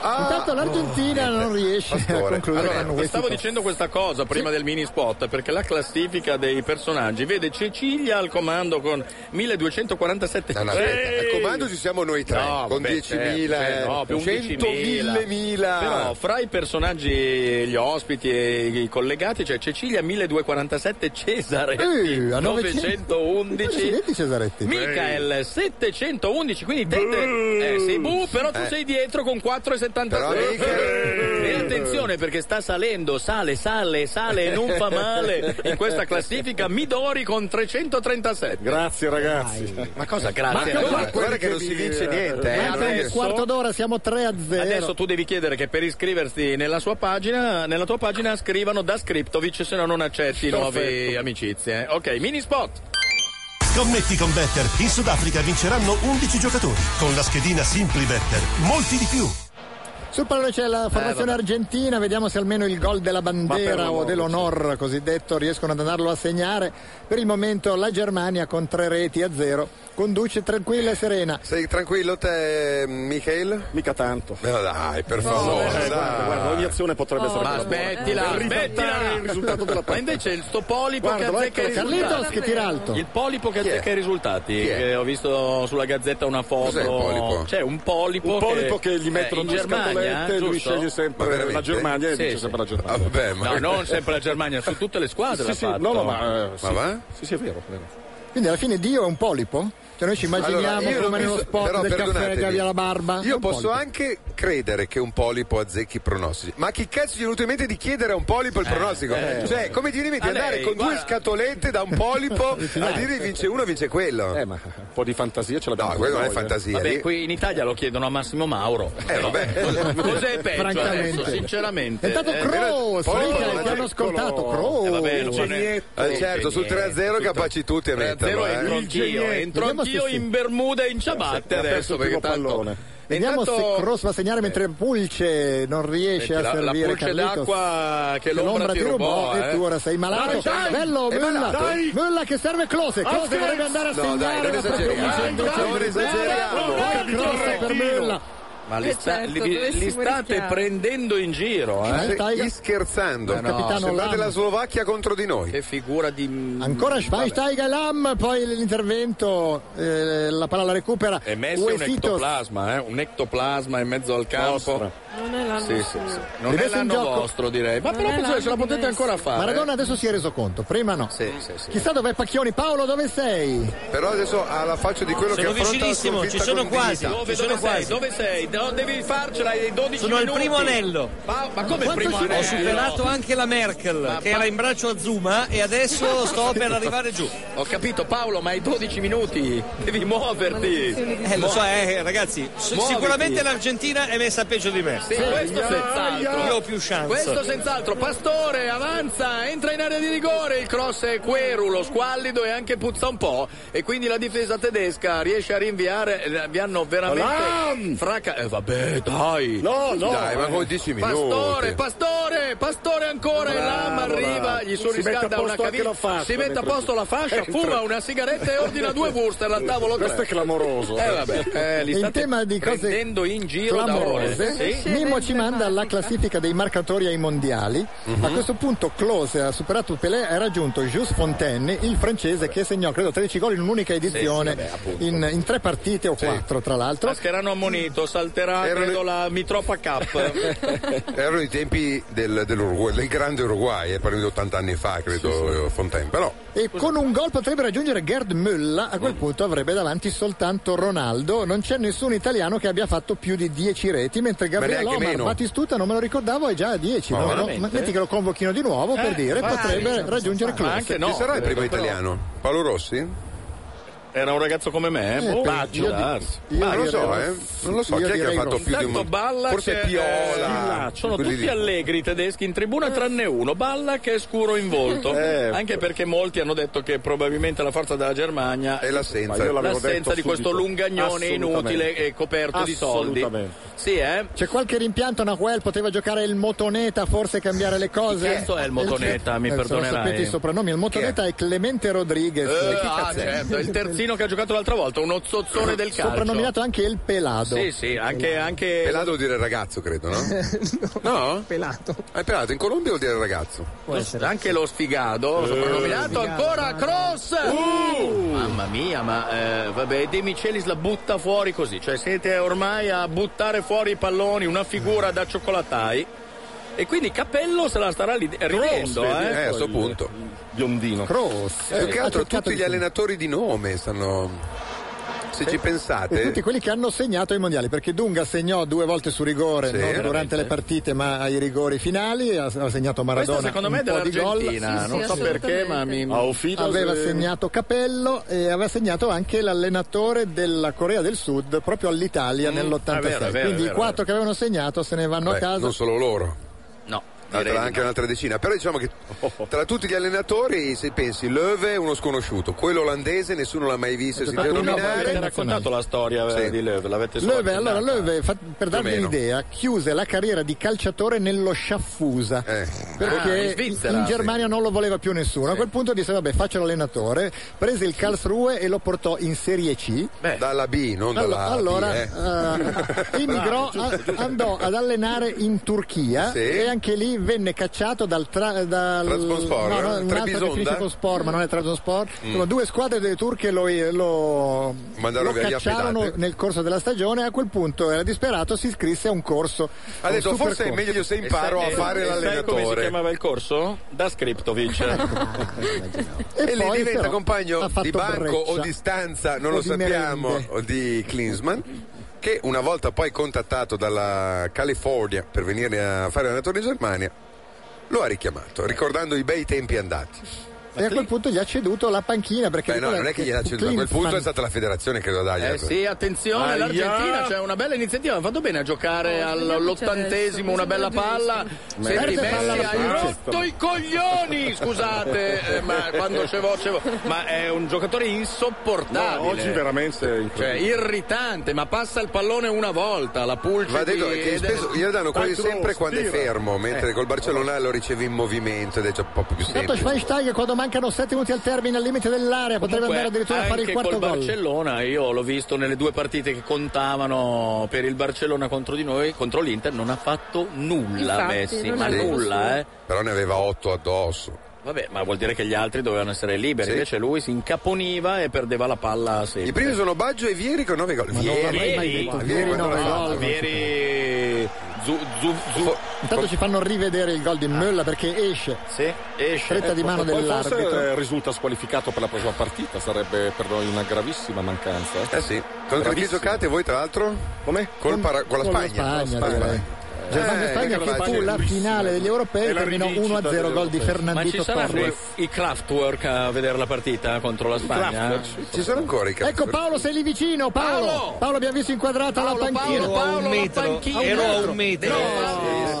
Intanto l'Argentina non riesce a concludere
Allora,
con
ti
questi
stavo
posti.
dicendo questa cosa prima del mini spot perché la classifica dei personaggi vede Cecilia al comando con Eh, 1247
No, no, aspetta, al comando ci siamo noi tre, con 10.000,
certo, cioè, no, più
100.000.
11.000. Però fra i personaggi, gli ospiti e i collegati c'è Cecilia 1247 Cesaretti
Eh, a
911
Accidenti Cesaretti.
Michael 711, quindi tende. Eh, sei bu, però tu
Eh.
sei dietro con 4,73. E attenzione perché sta salendo, sale, sale, sale e non fa male in questa classifica. Midori con 337.
Grazie ragazzi.
Ma cosa
Ma
grazie?
che guarda- guarda che non si vince niente, eh.
E
Manca un
adesso-
quarto d'ora, siamo 3 a 0.
Adesso tu devi chiedere che per iscriverti nella sua pagina, nella tua pagina scrivano da Scriptovic, se no non accetti nuove
Perfetto.
amicizie. Ok, mini spot.
Scommetti con Better, in Sudafrica vinceranno 11 giocatori. Con la schedina Simply Better, molti di più.
Sul pallone c'è la formazione
vabbè.
argentina, vediamo se almeno il gol della
Ma per
bandiera o
l'amor di
dell'onor cosiddetto riescono ad andarlo a segnare. Per il momento la Germania con tre reti a zero conduce tranquilla e serena.
Sei tranquillo te, Michael? Eh,
Mica tanto.
dai, per
No,
favore.
eh, guarda, guarda, ogni azione potrebbe essere
Oh, Ma
quella buona.
smettila,
Per
smettila.
ribaltare il risultato della
Ma
partita.
invece il sto polipo
Guarda,
che
guarda,
azzecca i
Carlitos
risultati.
che tira alto.
Il polipo che
Chi è?
azzecca i risultati.
Chi è?
che ho visto sulla gazzetta una foto.
Cos'è il polipo?
C'è un polipo.
Un polipo che, gli
eh,
mettono
in
due
Germania,
scatolette e lui
giusto?
sceglie sempre la Germania e
Sì,
vince
sì. Ah,
sempre la Germania.
No, non sempre la Germania, su tutte le squadre.
Sì,
l'ha
sì,
fatto.
no, no, ma, eh, sì.
va?
Sì, sì, è vero. è vero.
Quindi alla fine Dio è un polipo? Cioè noi ci immaginiamo
Allora, io
come
non
nello
penso-
spot
però
del caffè
perdonatemi,
che avvia la barba. È
Io
un
posso
polipo.
anche credere che un polipo azzecchi i pronostici. Ma chi cazzo gli è venuto in mente di chiedere a un polipo il
Eh,
pronostico?
eh.
cioè, come ti viene in mente
A
di andare
lei,
con due
guarda.
scatolette da un polipo a dire vince uno, vince quello?
Eh, ma un po' di fantasia ce l'abbiamo.
No, quello non è
noi, eh.
fantasia.
Vabbè,
lì-
qui in Italia lo chiedono a Massimo Mauro. Eh,
vabbè.
Cos'è peggio
Francamente.
adesso, sinceramente?
Intanto
Eh,
oh,
Kroos,
però-
Michael,
Povero,
che hanno ascoltato, Kroos.
Eh, vabbè, lo fanno-
Eh, certo, sul 3-0 capaci tutti a
0
metterlo. eh.
entro anch'io, entro anch'io in Bermuda e in ciabatte
Ha perso
adesso
il
perché
primo
tanto
Vediamo se Cross va a segnare mentre Pulce non riesce
Senti,
a
la, la
servire
pulce
Carlitos.
d'acqua che
Che
l'ombra, ti rubò, eh.
e tu ora sei malato.
Dai, dai,
Bello,
è
Mulla,
malato.
Dai. Mulla che serve Close. Close
Alzheimer.
dovrebbe andare a
No, dai,
segnare.
non
ma proprio
esageriamo.
un centro
Dai,
centro.
non esageriamo.
Guarda,
Guarda,
Cross per
Florentino.
Mulla.
certo. Ma li,
Eh,
sta-
certo,
li- li
dovessimo
state
rischiare.
prendendo in giro, eh.
Ma stai scherzando?
Ma no,
sembrate la
Lama.
Slovacchia contro di noi.
Che figura di.
Ancora Schweinsteiger Lam, poi l'intervento, eh, la palla la recupera.
È messo un
Uesitos.
ectoplasma, eh? un ectoplasma in mezzo al campo.
Non è l'anno
Sì, sì, sì. Non
Rimesso
è
in
l'anno
gioco.
vostro, direi. Ma
Non
però
è
cioè, ce la
l'anno
potete
messo.
ancora fare. eh?
Maradona adesso si è reso conto, prima no.
Sì, sì, sì.
Chissà dov'è Pacchioni. Paolo, dove sei?
Però adesso alla faccia di quello
Sono
che affronta la
vicinissimo,
sconfitta
ci sono
con
quasi,
dignità.
Dove, dove sei? Dove sei? No, devi farcela ai 12
Sono al
minuti.
primo anello.
Ma, ma come il
Quanto
primo
ci-
anello?
Ho superato anche la Merkel, che era in braccio a Zuma, e adesso sto per arrivare giù.
Ho capito Paolo, ma hai 12 minuti. Devi muoverti.
Eh, lo so, eh, ragazzi, s-
Muoviti.
sicuramente l'Argentina è messa peggio di me.
Sì, questo senz'altro.
Io ho più chance.
Questo senz'altro. Pastore avanza, entra in area di rigore. Il cross è querulo, squallido e anche puzza un po'. E quindi la difesa tedesca riesce a rinviare. eh, Vi hanno veramente fraca. Eh, vabbè, dai.
No, no. Dai, ma con 10 minuti.
Pastore, pastore, Pastore, Pastore ancora in là, ma arriva, gli surriscalda una caviglia, si mette a posto la fascia, fuma una sigaretta e ordina due Wurster al tavolo
Questo è clamoroso.
Eh vabbè, eh, li
in
state
tema di cose
prendendo in giro da
clamorose,
ore. Eh, Sì?
Mimmo ci manda alla classifica dei marcatori ai mondiali. A questo punto Close ha superato Pelé e ha raggiunto Jules Fontaine, il francese che segnò credo 13 gol in un'unica edizione,
vabbè, appunto.
in, in tre partite o quattro tra l'altro.
Mascherano ammonito, salterà
Erano-
credo la Mitropa Cup.
Erano i tempi del, dell'Uruguay, del grande Uruguay, eh, parliamo di 80 anni fa, credo, eh, Fontaine. Però
E con un gol potrebbe raggiungere Gerd Müller, a quel punto avrebbe davanti soltanto Ronaldo, non c'è nessun italiano che abbia fatto più di 10 reti, mentre Gabriel
neanche
Omar
meno.
Batistuta non me lo ricordavo è già a 10,
Ma
no, no?
veramente?
Ma metti che lo convochino di nuovo per dire potrebbe raggiungere Klose.
Chi sarà il primo italiano? Paolo Rossi?
Era un ragazzo come me,
Eh,
boh,
per-
faccio
io di-
darsi.
io
Ma
direi Rossi. Io direi Rossi.
Tanto Balla
Forse
che,
Piola,
eh, sono
quelli
tutti
lì.
allegri i tedeschi in tribuna tranne uno, Balla che è scuro in volto,
Eh.
anche perché molti hanno detto che probabilmente la forza della Germania
È l'assenza. Ma io l'avevo
l'assenza
detto
di questo
subito.
lungagnone
Assolutamente.
inutile e coperto di soldi.
Assolutamente.
Sì, eh?
C'è qualche rimpianto, Nahuel poteva giocare il motoneta, forse cambiare le cose.
Chi cazzo è il Motoneta, mi
Eh, se lo
perdonerai.
sapete i soprannomi, il motoneta è? Clemente Rodriguez.
Eh,
Chi
ah,
cazzo è?
certo, il terzino che ha giocato l'altra volta, uno zozzone del calcio.
Soprannominato anche il pelado.
Sì, sì, anche, anche
Pelato vuol dire ragazzo, credo, no? no? Ah,
Pelato.
È pelato, in Colombia vuol dire ragazzo.
Lo- anche lo
Eh.
sfigato, soprannominato
sfigato,
ancora Cross.
Uh!
Mamma mia, ma eh, vabbè, De Michelis la butta fuori così, cioè siete ormai a buttare fuori i palloni, una figura da cioccolatai. E quindi Cappello se la starà lì ridendo,
vedi?
eh.
Eh, a sto punto.
Biondino.
Cross.
Più che
Eh, Ha
altro
cercato
tutti
di
gli allenatori di nome stanno... Se ci
E Eh, tutti
pensate...
quelli che hanno segnato ai mondiali, perché Dunga segnò due volte su rigore,
Sì,
non durante
veramente.
le partite, ma ai rigori finali, ha, ha segnato Maradona.
Questa secondo me è
un po' di gol.
dell'Argentina, non so perché, ma mi
aveva segnato Capello e aveva segnato anche l'allenatore della Corea del Sud proprio all'Italia nell'86.
è Mm. Ah, vero, è vero,
Quindi
è vero,
i quattro che avevano segnato se ne vanno a
Beh,
casa.
non solo loro.
No. Oh,
Anche un'altra decina, però diciamo che tra tutti gli allenatori, se pensi, Löwe è uno sconosciuto, quello olandese nessuno l'ha mai visto, si deve
Tu no, ma
nominare.
avete raccontato la storia eh,
eh, Sì.
di Löw, l'avete
Löwe,
solo
allora, Löwe, fa- per
Più o
darvi
meno.
un'idea, chiuse la carriera di calciatore nello Sciaffusa.
Eh.
Ah, in
Perché
Svizzera,
in Germania non lo voleva più nessuno. A quel punto disse: Vabbè, faccio l'allenatore. Prese il Karlsruhe e lo portò in Serie C.
Dalla B, non
Allo-
dalla A,
allora,
B, eh.
eh, immigrò, a- andò ad allenare in Turchia
Sì.
e anche lì venne cacciato dal, tra, dal
Trabzonspor,
no,
eh?
no, un'altra che
Trebisonda?
finisce con spor, ma non è Trabzonspor.
Mm.
Insomma, due squadre delle turche lo, lo,
Mandarono
lo
via gli
cacciarono
affidati.
nel corso della stagione. A quel punto era disperato, si iscrisse a un corso.
Ha
un
detto,
supercorso.
forse è meglio se imparo a fare
Come si
l'allenatore.
chiamava il corso? Da Skriptovic.
E,
E
lì
poi
diventa
però
compagno
ha fatto
di banco o
breccia.
di stanza, non
O
lo
di
sappiamo,
merende.
o di Klinsman, che una volta poi contattato dalla California per venire a fare allenatore in Germania, lo ha richiamato, ricordando i bei tempi andati.
E a quel punto gli ha ceduto la panchina perché
Beh, no, non è che gliel'ha ceduto, a quel punto è stata la federazione che lo dà.
Eh sì, attenzione,
Aia.
l'Argentina c'è una bella iniziativa, ha fatto bene a giocare all'ottantesimo, una bella palla. Senti,
Verde palla
Messi
alla
hai
Francia.
rotto i coglioni, scusate, eh, ma quando c'è voce, c'è voce. ma è un giocatore insopportabile.
No, oggi veramente
Cioè, irritante, ma passa il pallone una volta, la pulce
Va detto
di-
che spesso glielo danno quasi sempre quando è fermo, mentre
Eh,
col Barcellona lo riceve in movimento ed è già un po' più
Tanto
semplice.
Schweinsteiger quando mancano 7 minuti al termine al limite dell'area potrebbe
Comunque,
andare addirittura a fare il
anche
quarto
col
gol.
Barcellona, io l'ho visto nelle due partite che contavano per il Barcellona contro di noi, contro l'Inter, non ha fatto nulla
Infatti,
Messi,
non
ma
ha fatto
nulla, eh.
Però ne aveva otto addosso.
Vabbè, ma vuol dire che gli altri dovevano essere liberi,
Sì.
invece lui si incaponiva e perdeva la palla sempre.
I primi sono Baggio e Vieri con 9 gol.
Vieri,
Vieri,
Ah,
Vieri,
quando l'ha fatto?
gol.
Vieri, Zu- Zu- Zu-
Intanto ci fanno rivedere il gol di Müller perché esce.
Sì, esce. Eh,
Stretta di mano
eh, Poi
dell'arbitro.
Forse eh, risulta squalificato per la prossima partita, sarebbe per noi una gravissima mancanza.
Eh sì, contro chi giocate voi tra l'altro?
Come?
Col para- con la
Con la
Spagna.
Spagna,
Con la
direi. Germania
Eh,
e Spagna
che
che fu
facile.
la finale degli europei
E la
terminò
rivincita
1-0 gol di
dell'Europeo. Ma
Fernandito
ci saranno
Torres.
i- i Kraftwerk a vedere la partita contro la Spagna?
Ci sono ancora i
Ecco Paolo sei lì vicino Paolo. Paolo, abbiamo visto inquadrata la panchina.
Ero a un metro, ero a un metro,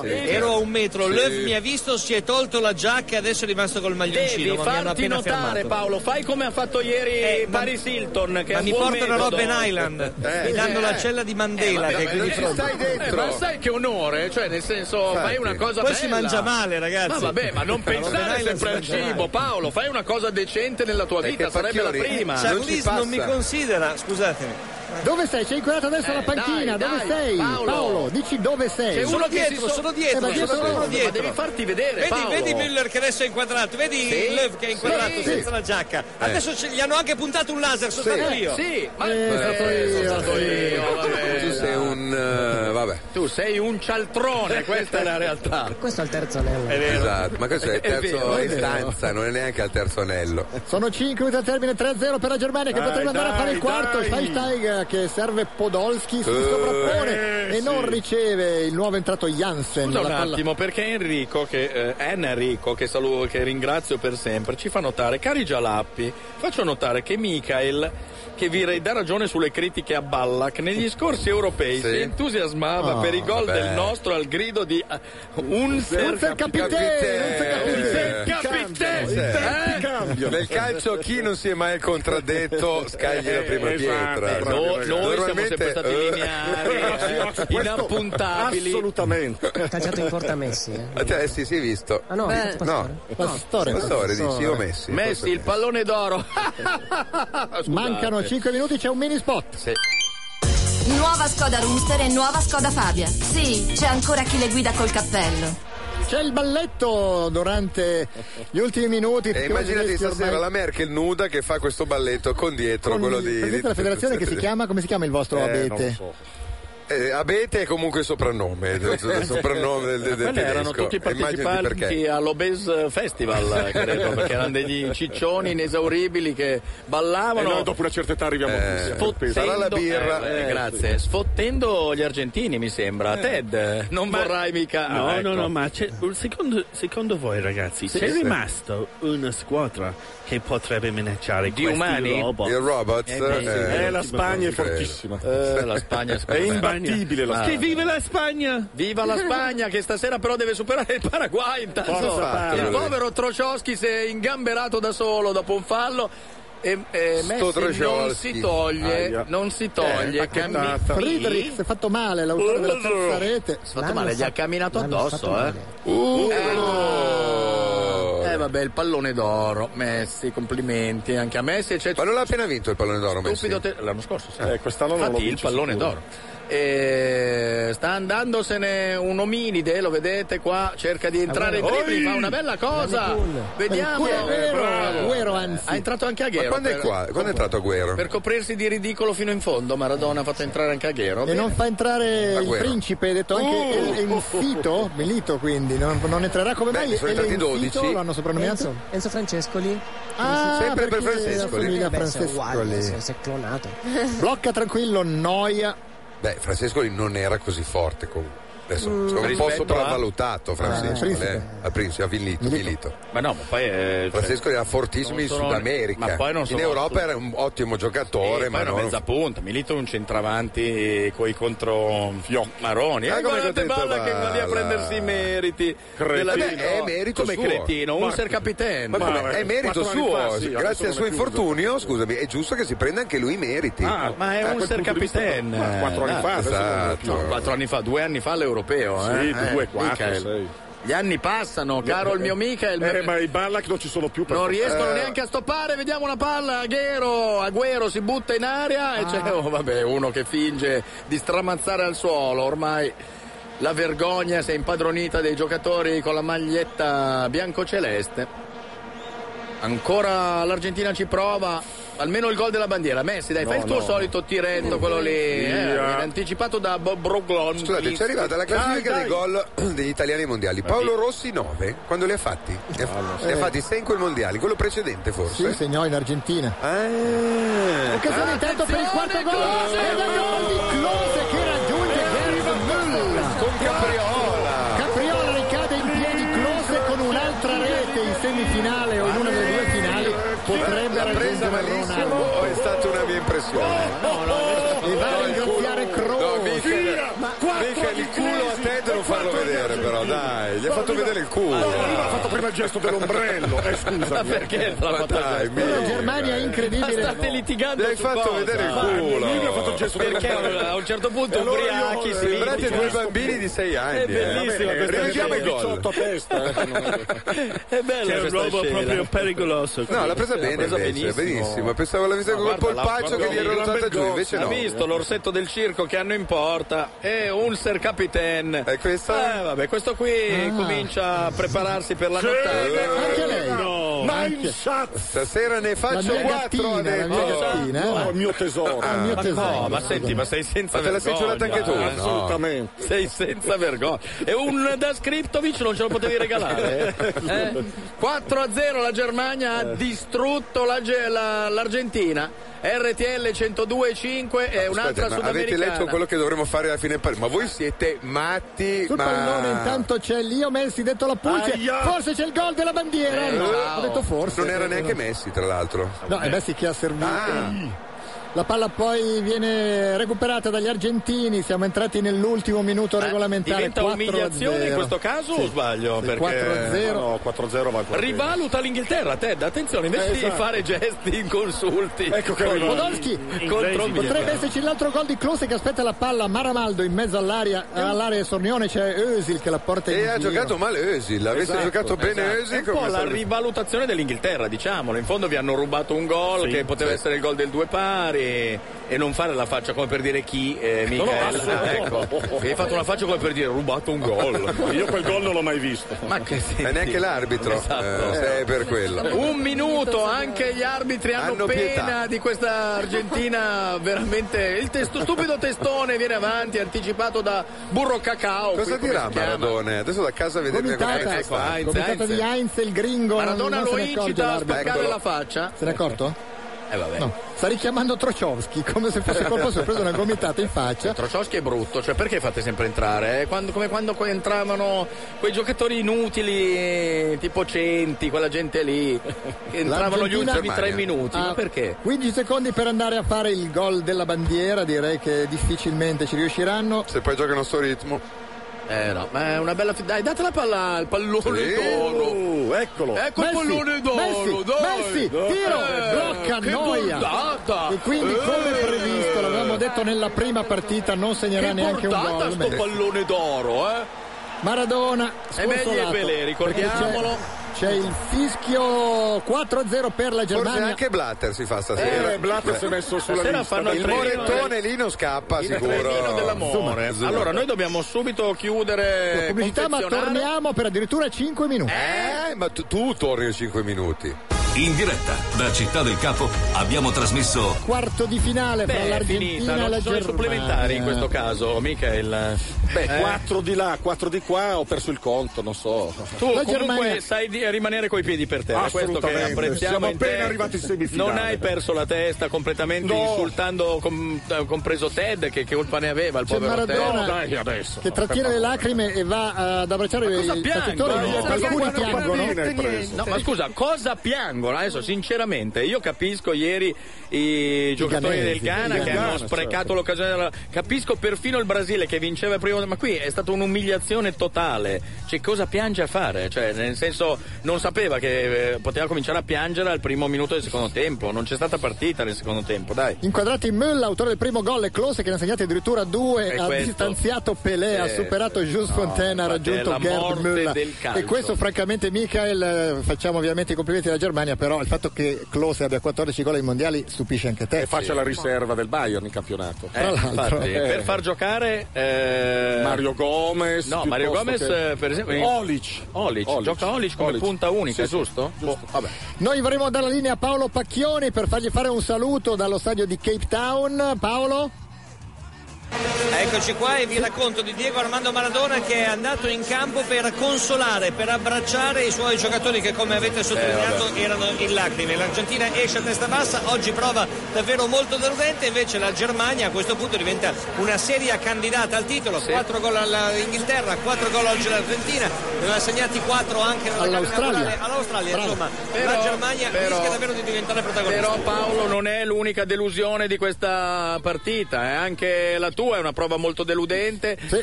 ero a un metro.
Sì.
Löw mi ha visto, si è tolto la giacca e adesso è rimasto col maglioncino.
Devi
ma mi hanno
farti
appena
notare
fermato.
Paolo, fai come ha fatto ieri
Eh, ma-
Paris Hilton che
ma
ha
mi
buon
portano a
metodo.
Robben Island, mi danno la cella di Mandela
Eh,
che è qui
vabbè,
di
non ci
fronte.
stai dentro. Eh, ma sai che onore errore, cioè nel senso fai una cosa
Poi
bella.
si mangia male, ragazzi.
Ma vabbè, ma non pensare
Allora,
sempre al
si mangia
cibo,
male.
Paolo, fai una cosa decente nella tua
Perché
vita, sarebbe la
Facchioli-
prima.
Eh, Charlize non, mi considera, scusatemi.
Dove sei? Ci hai inquadrato adesso
Eh,
la panchina.
dai,
dove
dai,
sei?
Paolo.
dici dove sei.
C'è uno dietro, sono dietro,
Eh, ma io
sono
sono-
proprio dietro.
devi farti vedere,
Vedi,
Paolo.
vedi Müller che adesso è inquadrato, vedi
Sì.
Löw che è inquadrato
Sì. Eh.
senza la giacca. Adesso ce- gli hanno anche puntato un laser, sono
Sì.
stato io.
Sì, ma-
Eh,
Eh, sono stato io, vabbè.
Tu sei un. eh, vabbè.
Tu sei un cialtrone, questa è la realtà.
Questo è il terzo anello.
Esatto, ma questo è il
È vero,
terzo
è
istanza, non è neanche al terzo anello.
Sono 5 minuti al termine 3-0 per la Germania che
Dai,
potrebbe andare a
dai,
fare il quarto.
dai.
Schweinsteiger che serve Podolski, si
Eh,
sovrappone e
sì.
non riceve il nuovo entrato Jansen.
Scusa
La
un
palla-
attimo, perché Enrico, che, eh, Enrico che, saluto, che ringrazio per sempre, ci fa notare, cari Gialappi, faccio notare che Michael, che vi dà ragione sulle critiche a Ballack, negli scorsi europei si entusiasmava
Ah,
per i gol
vabbè.
del nostro al grido di eh, Unser,
Unser Capitän,
Unser
Unser
Capitän.
Eh,
Eh?
Nel calcio chi non si è mai contraddetto scagli la prima
Eh, esatto,
pietra.
no- noi siamo
Normalmente-
sempre stati
eh, Cioè,
lineari, eh, inappuntabili.
Assolutamente.
Calciato in porta Messi. eh.
A te Cioè, sì, si è visto.
Ah, no,
Eh,
Pastore.
no. Pastore,
Pastore, Pastore.
dici, io Messi.
Messi, il pallone d'oro. Scusate.
Mancano 5 minuti, c'è un mini spot.
Nuova Skoda Rooster e nuova Skoda Fabia. Sì, c'è ancora chi le guida col cappello.
C'è il balletto durante gli ultimi minuti.
E immaginate Eh, stasera la Merkel nuda che fa questo balletto con dietro quello di.
Presidente della
di-
federazione che si chiama, come si chiama il vostro
Eh, non
abete?
lo so. Eh, abete è comunque il soprannome, il il soprannome del, del, del
Eh, Quelli erano
tedesco.
tutti i
Immaginati
partecipanti
perché.
all'Obes Festival, eh, credo, perché erano degli ciccioni inesauribili che ballavano.
E noi Eh dopo una certa età arriviamo
Eh,
tutti sempre.
sfottendo-
Sarà la birra.
eh, eh,
Eh,
grazie. Sfottendo gli argentini, mi sembra. Ted, non
Ma-
vorrai mica.
No,
Ah, ecco.
no, no, ma c'è- un secondo, secondo voi ragazzi,
Sì,
c'è
sì.
rimasto una squadra che potrebbe minacciare
Di
questi
umani?
robot?
I robots, Eh, sì. eh,
Eh, la Spagna è
credo.
fortissima.
Eh, la Spagna
È imbattibile la
Spagna.
Spagna.
Che vive la Spagna! Viva la Spagna che stasera però deve superare il Paraguay intanto.
Forza, Paolo.
il povero Trocioschi si è ingamberato da solo dopo un fallo e, e Messi non
Trocioschi.
si toglie,
Aia.
non si
Eh,
toglie,
pacchettata.
Friedrich si è fatto male, l'autore della terza rete.
Si è fatto male, gli ha camminato addosso, eh.
Uh,
Eh vabbè, il pallone d'oro, Messi, complimenti anche a Messi. C'è
Ma non l'ha appena vinto il pallone d'oro, Messi?
stupido te- l'anno scorso, sì.
Eh, quest'anno non
Infatti
lo
il
vince
pallone
sicuro.
d'oro. E sta andandosene un ominide, lo vedete qua, cerca di entrare in
Ah,
dribbling,
oi!
fa una bella cosa. Vediamo. Eh,
Guerrero, Guerrero, anzi.
Ha entrato anche Aguero.
Ma quando è
per-
qua? Quando è entrato Agüero?
Per coprirsi di ridicolo fino in fondo, Maradona ha fatto entrare anche Aguero.
E
bene.
non fa entrare il
guerra.
principe, ha detto anche
Uh.
il, il Fito, Milito quindi, non, non entrerà come
Beh,
mai
sono
e
entrati
il Fito
12.
lo hanno
Enzo,
soprannominato?
Enzo Francescoli.
Ah,
Sempre per
perché
Francescoli.
assomiglia a
Beh, eh, se è uguale,
Francescoli.
se- se è clonato.
Blocca tranquillo, noia.
Beh, Francescoli non era così forte comunque. Adesso
Mm. Ah,
sono un
Rispetto
po'
a-
sopravvalutato Francescoli,
Principe.
eh, al principe, a Villito. Villito.
Ma no, ma poi eh,
Francesco era fortissimo
non
in
sono-
Sud America.
ma poi non
in
sono-
Europa era un ottimo giocatore,
Eh,
ma
poi una
non
mezza punta, Milito è un centravanti eh, coi contro Maroni.
Ah,
Eh,
come
guardate
contento
Balla che va lì a
Balla.
prendersi i meriti.
Cretino.
della
Beh,
vita.
è merito
come
suo.
cretino, un
Ma-
ser
Ma
capitano.
come? è Eh, merito
quattro anni
suo,
fa, sì, adesso
grazie al suo
non è più
infortunio, scusami, è giusto che si prenda anche lui i meriti.
Ah,
Ma è
Eh,
un Ah, ser capitano.
ma quattro anni fa, adesso non è
Esatto.
più.
No, quattro anni fa, due anni fa all'europeo.
Sì,
eh. Eh,
due, quattro,
Michael.
sei.
Gli anni passano, caro il mio Michael.
Eh, ma i Ballack non ci sono più. per
Non
fortuna.
Eh,
riescono neanche a stoppare, vediamo una palla, Aguero, Agüero si butta in aria e
Ah.
c'è oh, vabbè, uno che finge di stramazzare al suolo, ormai la vergogna si è impadronita dei giocatori con la maglietta biancoceleste. Ancora l'Argentina ci prova, almeno il gol della bandiera. Messi, dai, fai il tuo solito tiretto, quello lì, eh, viene anticipato da Bob Broglon.
Scusate, ci è arrivata la classifica
Dai,
dei gol degli italiani ai mondiali. Paolo Rossi 9, quando li ha fatti? Ne ha, ne ha fatti 6 in quel mondiale, quello precedente
Sì,
forse.
segnò in Argentina.
Eh.
Occasione intanto per il quarto gol.
Klose!
E da gol di Klose che raggiunge
Eh,
Gerd Müller.
Con Capriola.
Capriola ricade in piedi Klose con un'altra rete in semifinale o in una delle due finali. Potrebbe
L'ha presa
raggiungere
malissimo
Ronaldo.
o è stata una mia impressione?
No, no, e va a ringraziare Kroos.
No, Michel, Michel, il culo a te non farlo vedere però, dai, gli ha fatto vedere il culo.
No, lui ha fatto prima il gesto dell'ombrello. Eh, scusa.
perché?
Ma dai,
La Germania è incredibile.
State litigando.
Gli hai
su
fatto
cosa?
vedere il culo.
Lui mi ha fatto il gesto
Perché
dell'ombrello.
a un certo punto
E allora io-
ubriachi si
sembrate
litiga.
due bambini di 6 anni.
È bellissima
eh.
questa
Rivediamo i
scena.
gol.
a testa. eh.
È bello
C'è un uomo proprio
pericoloso.
No, l'ha presa bene, invece, benissimo. Pensavo l'avesse con col polpaccio che gli era ruzzata giù, invece
ha
no.
visto l'orsetto del circo che hanno in porta e Ulser Capiten. E
questo?
Eh, vabbè, questo qui comincia a prepararsi per la nottata.
Anche lei.
No. Ma il chat.
Stasera ne faccio
mia
4
gattina, la mia
adesso.
gattina. eh.
Oh, il mio tesoro.
Ah,
mio
ma
tesoro.
no, ma senti, ma sei senza
Ma te la sei
vergogna.
giurata anche tu?
eh?
Assolutamente.
Sei senza vergogna. E un da Skriptovic non ce lo potevi regalare. eh? 4 a 0 la Germania ha
Eh.
distrutto la Ge- la- l'Argentina. RTL 102.5 è un'altra
Aspetta, ma avete
sudamericana.
letto quello che dovremmo fare alla fine partita? Ma voi siete matti,
Sul
ma...
pallone intanto c'è Lio Messi dentro la pulce.
Aia.
Forse c'è il gol della
Eh,
bandiera. No,
bravo.
Ho detto forse.
Non era neanche Messi, tra l'altro.
No, eh, è Messi che ha servito.
Ah.
La palla poi viene recuperata dagli argentini. Siamo entrati nell'ultimo minuto regolamentare.
diventa
4 a
umiliazione in
0.
questo caso
Sì.
o sbaglio?
Sì,
Perché-
4-0.
No, 4-0 va ancora bene.
Rivaluta l'Inghilterra, Ted, attenzione, invece
Eh, esatto.
di fare gesti, inconsulti.
Ecco che
con-
arriva.
Podolski
contro
Inglesi.
Potrebbe esserci l'altro gol di Klose che aspetta la palla a Maramaldo in mezzo all'area, all'area Sornione c'è Özil che la porta in
E
giro.
ha giocato male Özil, avesse
Esatto,
giocato bene
Esatto. È
Özil
un po'
come
la
sarebbe-
rivalutazione dell'Inghilterra, diciamolo. In fondo vi hanno rubato un gol che poteva essere il gol del due pari e non fare la faccia come per dire chi, eh, Michel.
no,
Ah, ecco. E hai fatto una faccia come per dire rubato un gol.
Io quel gol non l'ho mai visto.
Ma che
E neanche l'arbitro,
Esatto.
eh, se è per quello.
Un minuto, anche gli arbitri hanno,
Hanno
pena
pietà.
di questa Argentina, veramente il testo- stupido testone viene avanti, anticipato da Burro Cacao.
Cosa
qui, come
dirà
si chiama?
Maradone? Adesso da casa vedete come
Gomitata,
cazzo
ecco,
sta.
Heinz,
gomitata
Heinz.
di Heinz il gringo.
Maradona
non
lo
se ne accorge
incita a
l'arbitro.
spaccare
Eccolo.
la faccia.
Se n'è accorto?
Eh vabbè.
No, sta richiamando Trociovski come se fosse colpo suo, ha preso una gomitata in faccia.
Trocioschi è brutto, cioè perché fate sempre entrare? eh? Quando- come quando que- entravano quei giocatori inutili, eh, tipo Centi, quella gente lì, che entravano gli
L'Argentina- Ah.
ultimi tre minuti.
Ha
Ma perché?
15 secondi per andare a fare il gol della bandiera, direi che difficilmente ci riusciranno.
Se poi giocano a sto ritmo.
Eh no, ma è una bella. fi- Dai, date la palla al pallone
Sì.
d'oro.
Uh, eccolo.
Ecco il
Messi,
pallone d'oro,
Messi,
dai,
Messi,
dai.
tiro,
Eh,
blocca,
che
noia.
bordata. Eh.
E quindi come previsto, l'avevamo detto nella prima partita, non segnerà
Che
neanche un
portata
gol.
sto
Messi.
pallone d'oro, eh?
Maradona, scorsolato.
meglio e Pelé, ricordiamolo.
Perché C'è, c'è il fischio 4-0 per la
Forse
Germania.
anche Blatter si fa stasera.
Eh, Blatter si è messo sulla
Stasera
lista.
fanno
dai.
Il
Treno,
morettone lì non scappa,
Il
sicuro.
trenino dell'amore.
Zoom, zoom.
Allora, noi dobbiamo subito
La
chiudere.
pubblicità, ma
eh, confezionare.
torniamo per addirittura 5 minuti.
Eh, ma tu, tu torni a 5 minuti.
In diretta da Città del Capo abbiamo trasmesso
Quarto di finale
Beh,
fra
è
l'Argentina
finita,
e
non
la
ci sono i
Germania.
supplementari in questo caso, Michael.
Beh, 4 di là, 4 di qua, ho perso il conto, non so.
Tu
La
comunque
Germania-
sai di rimanere coi piedi per terra, questo che
Assolutamente.
apprezziamo.
Siamo
in te.
appena arrivati in semifinale.
Non hai perso la testa completamente
No.
insultando com- eh, compreso Ted che, che colpa ne aveva il
C'è
povero Ted.
Maradona
Dai, adesso.
che trattiene le lacrime e va eh, ad abbracciare i
cosa piango?
calciatori.
No,
Questa
Alcuni
buona
piangono.
campanina hai preso.
No, ma scusa, cosa piangono? Adesso, sinceramente, io capisco ieri i giocatori del
ghanesi,
Ghana
i
che
ghanesi,
hanno sprecato l'occasione della... Capisco perfino il Brasile che vinceva il primo, ma qui è stata un'umiliazione totale. Cioè, cosa piange a fare? Cioè, nel senso, non sapeva che eh, poteva cominciare a piangere al primo minuto del secondo tempo. Non c'è stata partita nel secondo tempo, dai.
Inquadrati Müller, autore del primo gol, e Klose che ne ha segnati addirittura due,
E
ha
questo-
distanziato Pelé, ha
Eh,
superato Jules
no,
Fontaine, ha
infatti è
raggiunto
la
Gerd
morte del
Müller.
calcio.
E questo francamente Michael, eh, facciamo ovviamente i complimenti alla Germania, però il fatto che Klose abbia 14 gol ai mondiali stupisce anche te.
E faccia la riserva del Bayern in campionato.
Eh, infatti,
eh.
per far giocare eh,
Mario Gomez.
No, Mario Gomez,
piuttosto
eh, per esempio-
Olic.
Olic. Gioca Olic come punta unica,
Sì, sì.
giusto? Boh, vabbè.
Noi vorremmo dare la linea a Paolo Pacchioni per fargli fare un saluto dallo stadio di Cape Town. Paolo?
Eccoci qua e vi racconto di Diego Armando Maradona che è andato in campo per consolare, per abbracciare i suoi giocatori che come avete
Eh,
sottolineato erano in lacrime. L'Argentina esce a testa bassa, oggi prova davvero molto deludente, invece la Germania a questo punto diventa una seria candidata al titolo, 4 gol all'Inghilterra, 4 gol oggi all'Argentina, ne ha segnati 4 anche nella
All'Australia.
Campionale, all'Australia,
Bravo.
insomma, la
Però-
Germania
però-
rischia davvero di diventare protagonista.
Però Paolo non è l'unica delusione di questa partita, è anche la tua è una prova molto deludente.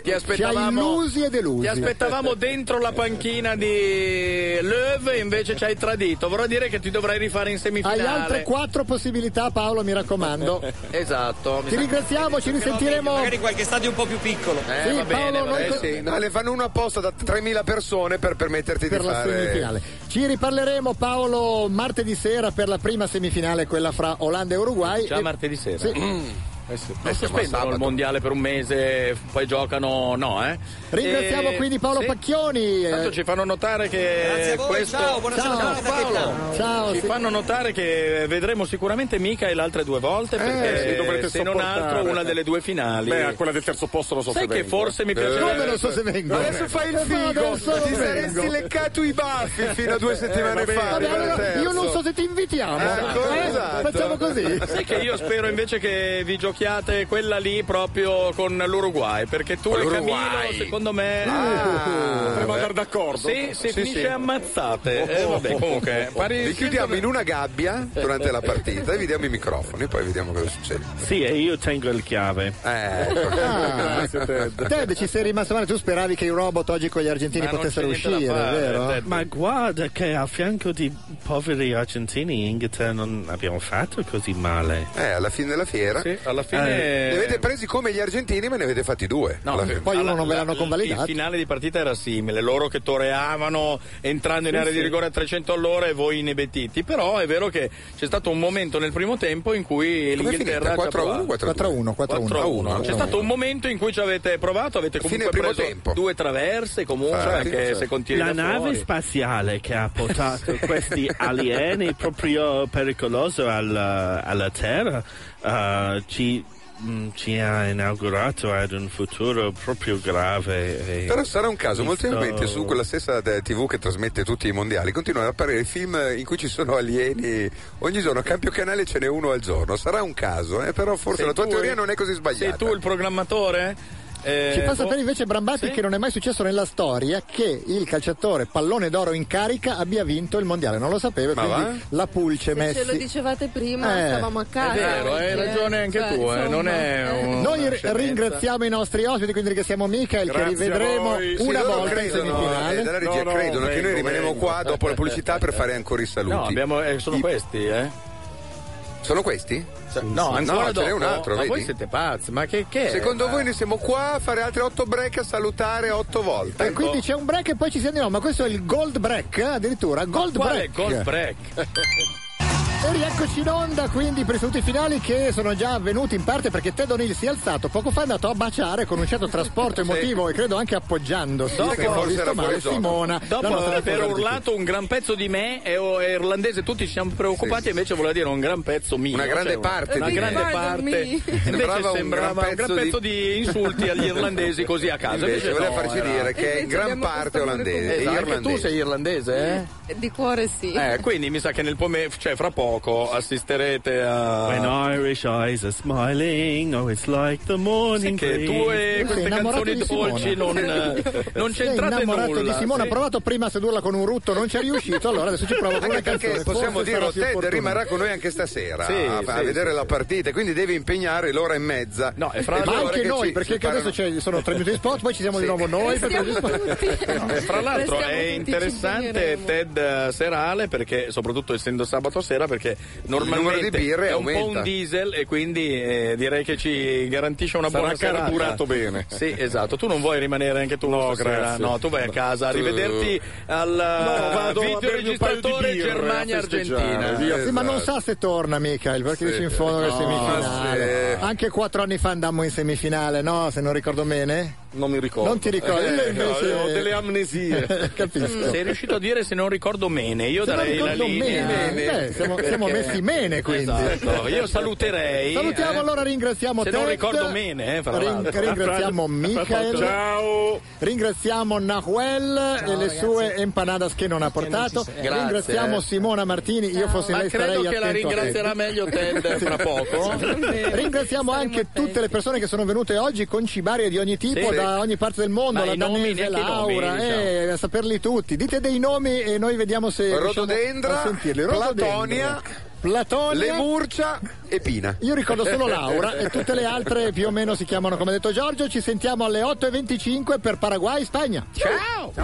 ti aspettavamo.
Ci ha illusi e delusi.
Ti aspettavamo dentro la panchina di Löw invece ci hai tradito. Vorrà dire che ti dovrai rifare in
Hai
semifinale.
altre quattro possibilità, Paolo, mi raccomando.
Esatto. mi
Ti
sa-
ringraziamo, ci risentiremo.
Magari qualche stadio un po' più piccolo.
Sì, va bene, Paolo, va noi
Eh
bene.
sì, no, le fanno una apposta da 3.000 persone per permetterti
per
di
la
fare
semifinale. Ci riparleremo Paolo martedì sera per la prima semifinale, quella fra Olanda e Uruguay.
Già
E-
martedì sera.
Sì.
Eh
Eh,
sì, Non
siamo a
sospendono il
sabato.
mondiale per un mese, poi giocano, no, eh?
Ringraziamo
E-
quindi Paolo
sì.
Pacchioni.
Tanto
eh,
ci fanno notare
Grazie
che
a voi,
questo
ciao, buonasera,
Ciao,
ciao,
Paolo.
Ciao,
ci
sì.
fanno notare che vedremo sicuramente Mica e le altre due
Eh,
volte perché
sì, dovrete
se non
sopportare.
altro una delle due finali.
Beh, a quella del terzo posto lo so
Sai
se
che
vengo. Eh.
forse mi piacerebbe-
Come non so se vengo?
Eh. Adesso fai il
Eh, ma
figo,
adesso
ti
non
saresti
vengo.
leccato i baffi fino a due settimane
Eh, va
fa.
Vabbè,
arriva il
allora, io
terzo.
non so se ti invitiamo.
Ecco,
Eh,
esatto.
Facciamo così.
Sai che io spero invece che vi giochiate quella lì proprio con l'Uruguay, perché tu
Con
e
l'Uruguay.
Camino, secondo me,
Ah,
Potremmo
beh.
andare d'accordo.
se, se
Sì,
finisce
sì. Oh,
ammazzate. Eh, vabbè, comunque, pari-
Vi chiudiamo in una gabbia durante la partita e vi diamo i microfoni, poi vediamo cosa succede.
Sì, e io tengo il chiave.
Ah. Ted, ci sei rimasto male. Tu speravi che i robot oggi con gli argentini
Ma non
potessero
c'è niente da
uscire,
fare,
vero?
Ted.
Ma guarda che a fianco di poveri argentini in Inghilterra non abbiamo fatto così male.
Eh, alla fine della fiera.
Sì, alla fine...
Ne avete presi come gli argentini, ma ne avete fatti due.
No,
alla
per-
fine.
Poi uno
alla-
non ve l'hanno
la-
Esatto.
convalidato.
Il finale di partita era simile, loro che toreavano entrando in area di rigore a 300 all'ora e voi inebetiti. Però è vero che c'è stato un momento nel primo tempo in cui
Com'è finita?
l'Inghilterra ci ha
4 a 1,
provato.
4 a 2.
4-1, 4-1.
4-1. C'è stato un momento in cui ci avete provato, avete
Fine
comunque
primo
preso
tempo.
due traverse,
Eh,
comunque
Infatti,
Cioè, anche
certo.
se continui
La
da
nave
fuori.
spaziale che ha portato questi alieni proprio pericoloso alla, alla Terra eh, ci, mh, ci ha inaugurato ad un futuro proprio grave. e-
Però sarà un caso molto
Visto-
evidente su quella stessa eh, TV che trasmette tutti i mondiali. Continuano ad apparire film eh, in cui ci sono alieni. Ogni giorno a cambio canale ce n'è uno al giorno. Sarà un caso, eh, però forse
Sei
la tua
tu
teoria
il-
non è così sbagliata.
Sei tu il programmatore? Eh,
Ci fa
boh.
sapere invece Brambati
Sì.
che non è mai successo nella storia che il calciatore pallone d'oro in carica abbia vinto il mondiale. Non lo sapeva,
Ma
quindi la pulce
Se ce lo
Messi.
dicevate prima,
Eh,
stavamo a casa.
È vero, hai
perché,
ragione anche
cioè,
tu, eh, non è
insomma,
un-
Noi
una
ri-
scemenza.
ringraziamo i nostri ospiti, quindi ringraziamo Michael che
Grazie a
rivedremo
voi. Sì,
una
Sì, loro
volta in
credono, eh, dalla
semifinale.
regia
No, no,
credono che
vengo,
noi rimaniamo
vengo.
qua dopo la pubblicità per fare ancora i saluti.
No, abbiamo, eh, sono
I-
questi, eh?
Sono questi?
Cioè, no, ancora
No, ce n'è
dopo.
un altro,
Ma
vedi?
voi siete pazzi, ma che, che è? Eh,
Secondo voi noi siamo qua a fare altre 8 break a salutare 8 volte?
E quindi c'è un break e poi ci andiamo, ma questo è il gold break, eh, addirittura gold
Quale
break.
gold break?
E rieccoci in onda quindi per i saluti finali che sono già avvenuti in parte perché Ted O'Neill si è alzato poco fa è andato a baciare con un certo trasporto emotivo e credo anche appoggiandosi
Dopo-
se non ho
forse
visto
era
male,
fuori gioco.
Simona la
Dopo
nostra
aver
reporter di
urlato un gran pezzo di me e, e irlandese tutti ci siamo preoccupati,
Sì.
invece voleva dire un gran pezzo mio.
Una grande
cioè,
parte
una
di
grande
me.
parte.
Pardon me.
Invece
Sembrava
sembrava
un
un gran
gran
pezzo,
pezzo
di... insulti agli irlandesi così a caso.
Invece voleva
no,
farci
era-
dire che è in
Invece
gran
abbiamo
parte
questo
olandese.
nome
e
Esatto, anche tu
irlandese.
sei irlandese,
Di cuore sì.
eh? Eh, quindi mi sa che nel pomeriggio, cioè fra poco, assisterete a...
When Irish eyes are smiling, oh it's like the
Sai
morning
che
breeze.
tu e
Tu sei
queste
innamorato
canzoni
di
dolci
Simona.
non, eh, non
Sei
c'entrate
innamorato
nulla.
di Simona, ha
Sì.
provato prima a sedurla con un rutto, non ci è riuscito, allora adesso ci provo con una
Anche perché
canzone.
possiamo
forse
dirlo,
sarà più
Ted
opportuno.
rimarrà con noi anche stasera
Sì,
a, a
sì,
vedere
sì,
la partita, quindi deve impegnare l'ora e mezza.
No, e fra-
E
Ma
due
Ma
ore
anche
che
noi,
ci-
perché
ci
che adesso
parlano.
c'è- sono tre minuti di spot, poi ci siamo di nuovo noi per tre minuti di spot.
Eh, Fra
Restiamo
l'altro è
tutti, ci
interessante
impegneremo.
Ted eh, serale perché soprattutto essendo sabato sera perché
numero
normalmente
di birre
è un po'
aumenta.
un diesel e quindi eh, direi che ci garantisce una
Sarà
buona serata.
carburato bene.
Sì, esatto. Tu non vuoi rimanere anche tu
No,
stasera?
grazie. Eh.
No, tu vai a casa, arrivederti al eh,
No, vado a bermi un paio
videoregistratore
di birre, a
Germania-Argentina.
festeggiare, Esatto. via.
Sì, ma non sa se torna Michael, perché dice in fondo che è semifinale.
sì.
Anche quattro anni fa andammo in semifinale, no? Se non ricordo bene.
Non mi ricordo.
Non ti ricordi? Io invece-
Eh, ho delle amnesie.
Capisco.
Sei riuscito a dire Mm. se non ricordo bene, io
Se non
darei la
ricordo
linea.
bene,
Bene.
eh, siamo, siamo
Perché-
messi bene quindi.
Esatto, io saluterei.
Salutiamo
eh.
allora, ringraziamo
Se
Ted.
non ricordo bene, eh, fra
Rin-
l'altro.
ringraziamo Michael.
Ciao.
Ringraziamo Nahuel e le sue empanadas che non ha portato.
non ci
sei.
Ringraziamo
Grazie.
Simona Martini, io fossi
Ma
lei starei
credo che la
attento a lei.
ringrazierà meglio Ted fra poco.
Ringraziamo
Saremo
anche
attenti.
tutte le persone che sono venute oggi con cibarie di ogni tipo,
Sì, sì.
da ogni parte del mondo,
Ma
la
i nomi,
danese,
neanche i nomi,
Laura,
diciamo.
eh, a saperli tutti. Dite dei nomi e noi vediamo se riusciamo
Rododendra,
a sentirli.
Platonia,
Platone,
Le Murcia e Pina.
Io ricordo solo Laura e tutte le altre
Cioè,
più o meno si chiamano come ha detto Giorgio. Ci sentiamo alle 8.25 per Paraguay-Spagna.
Ciao!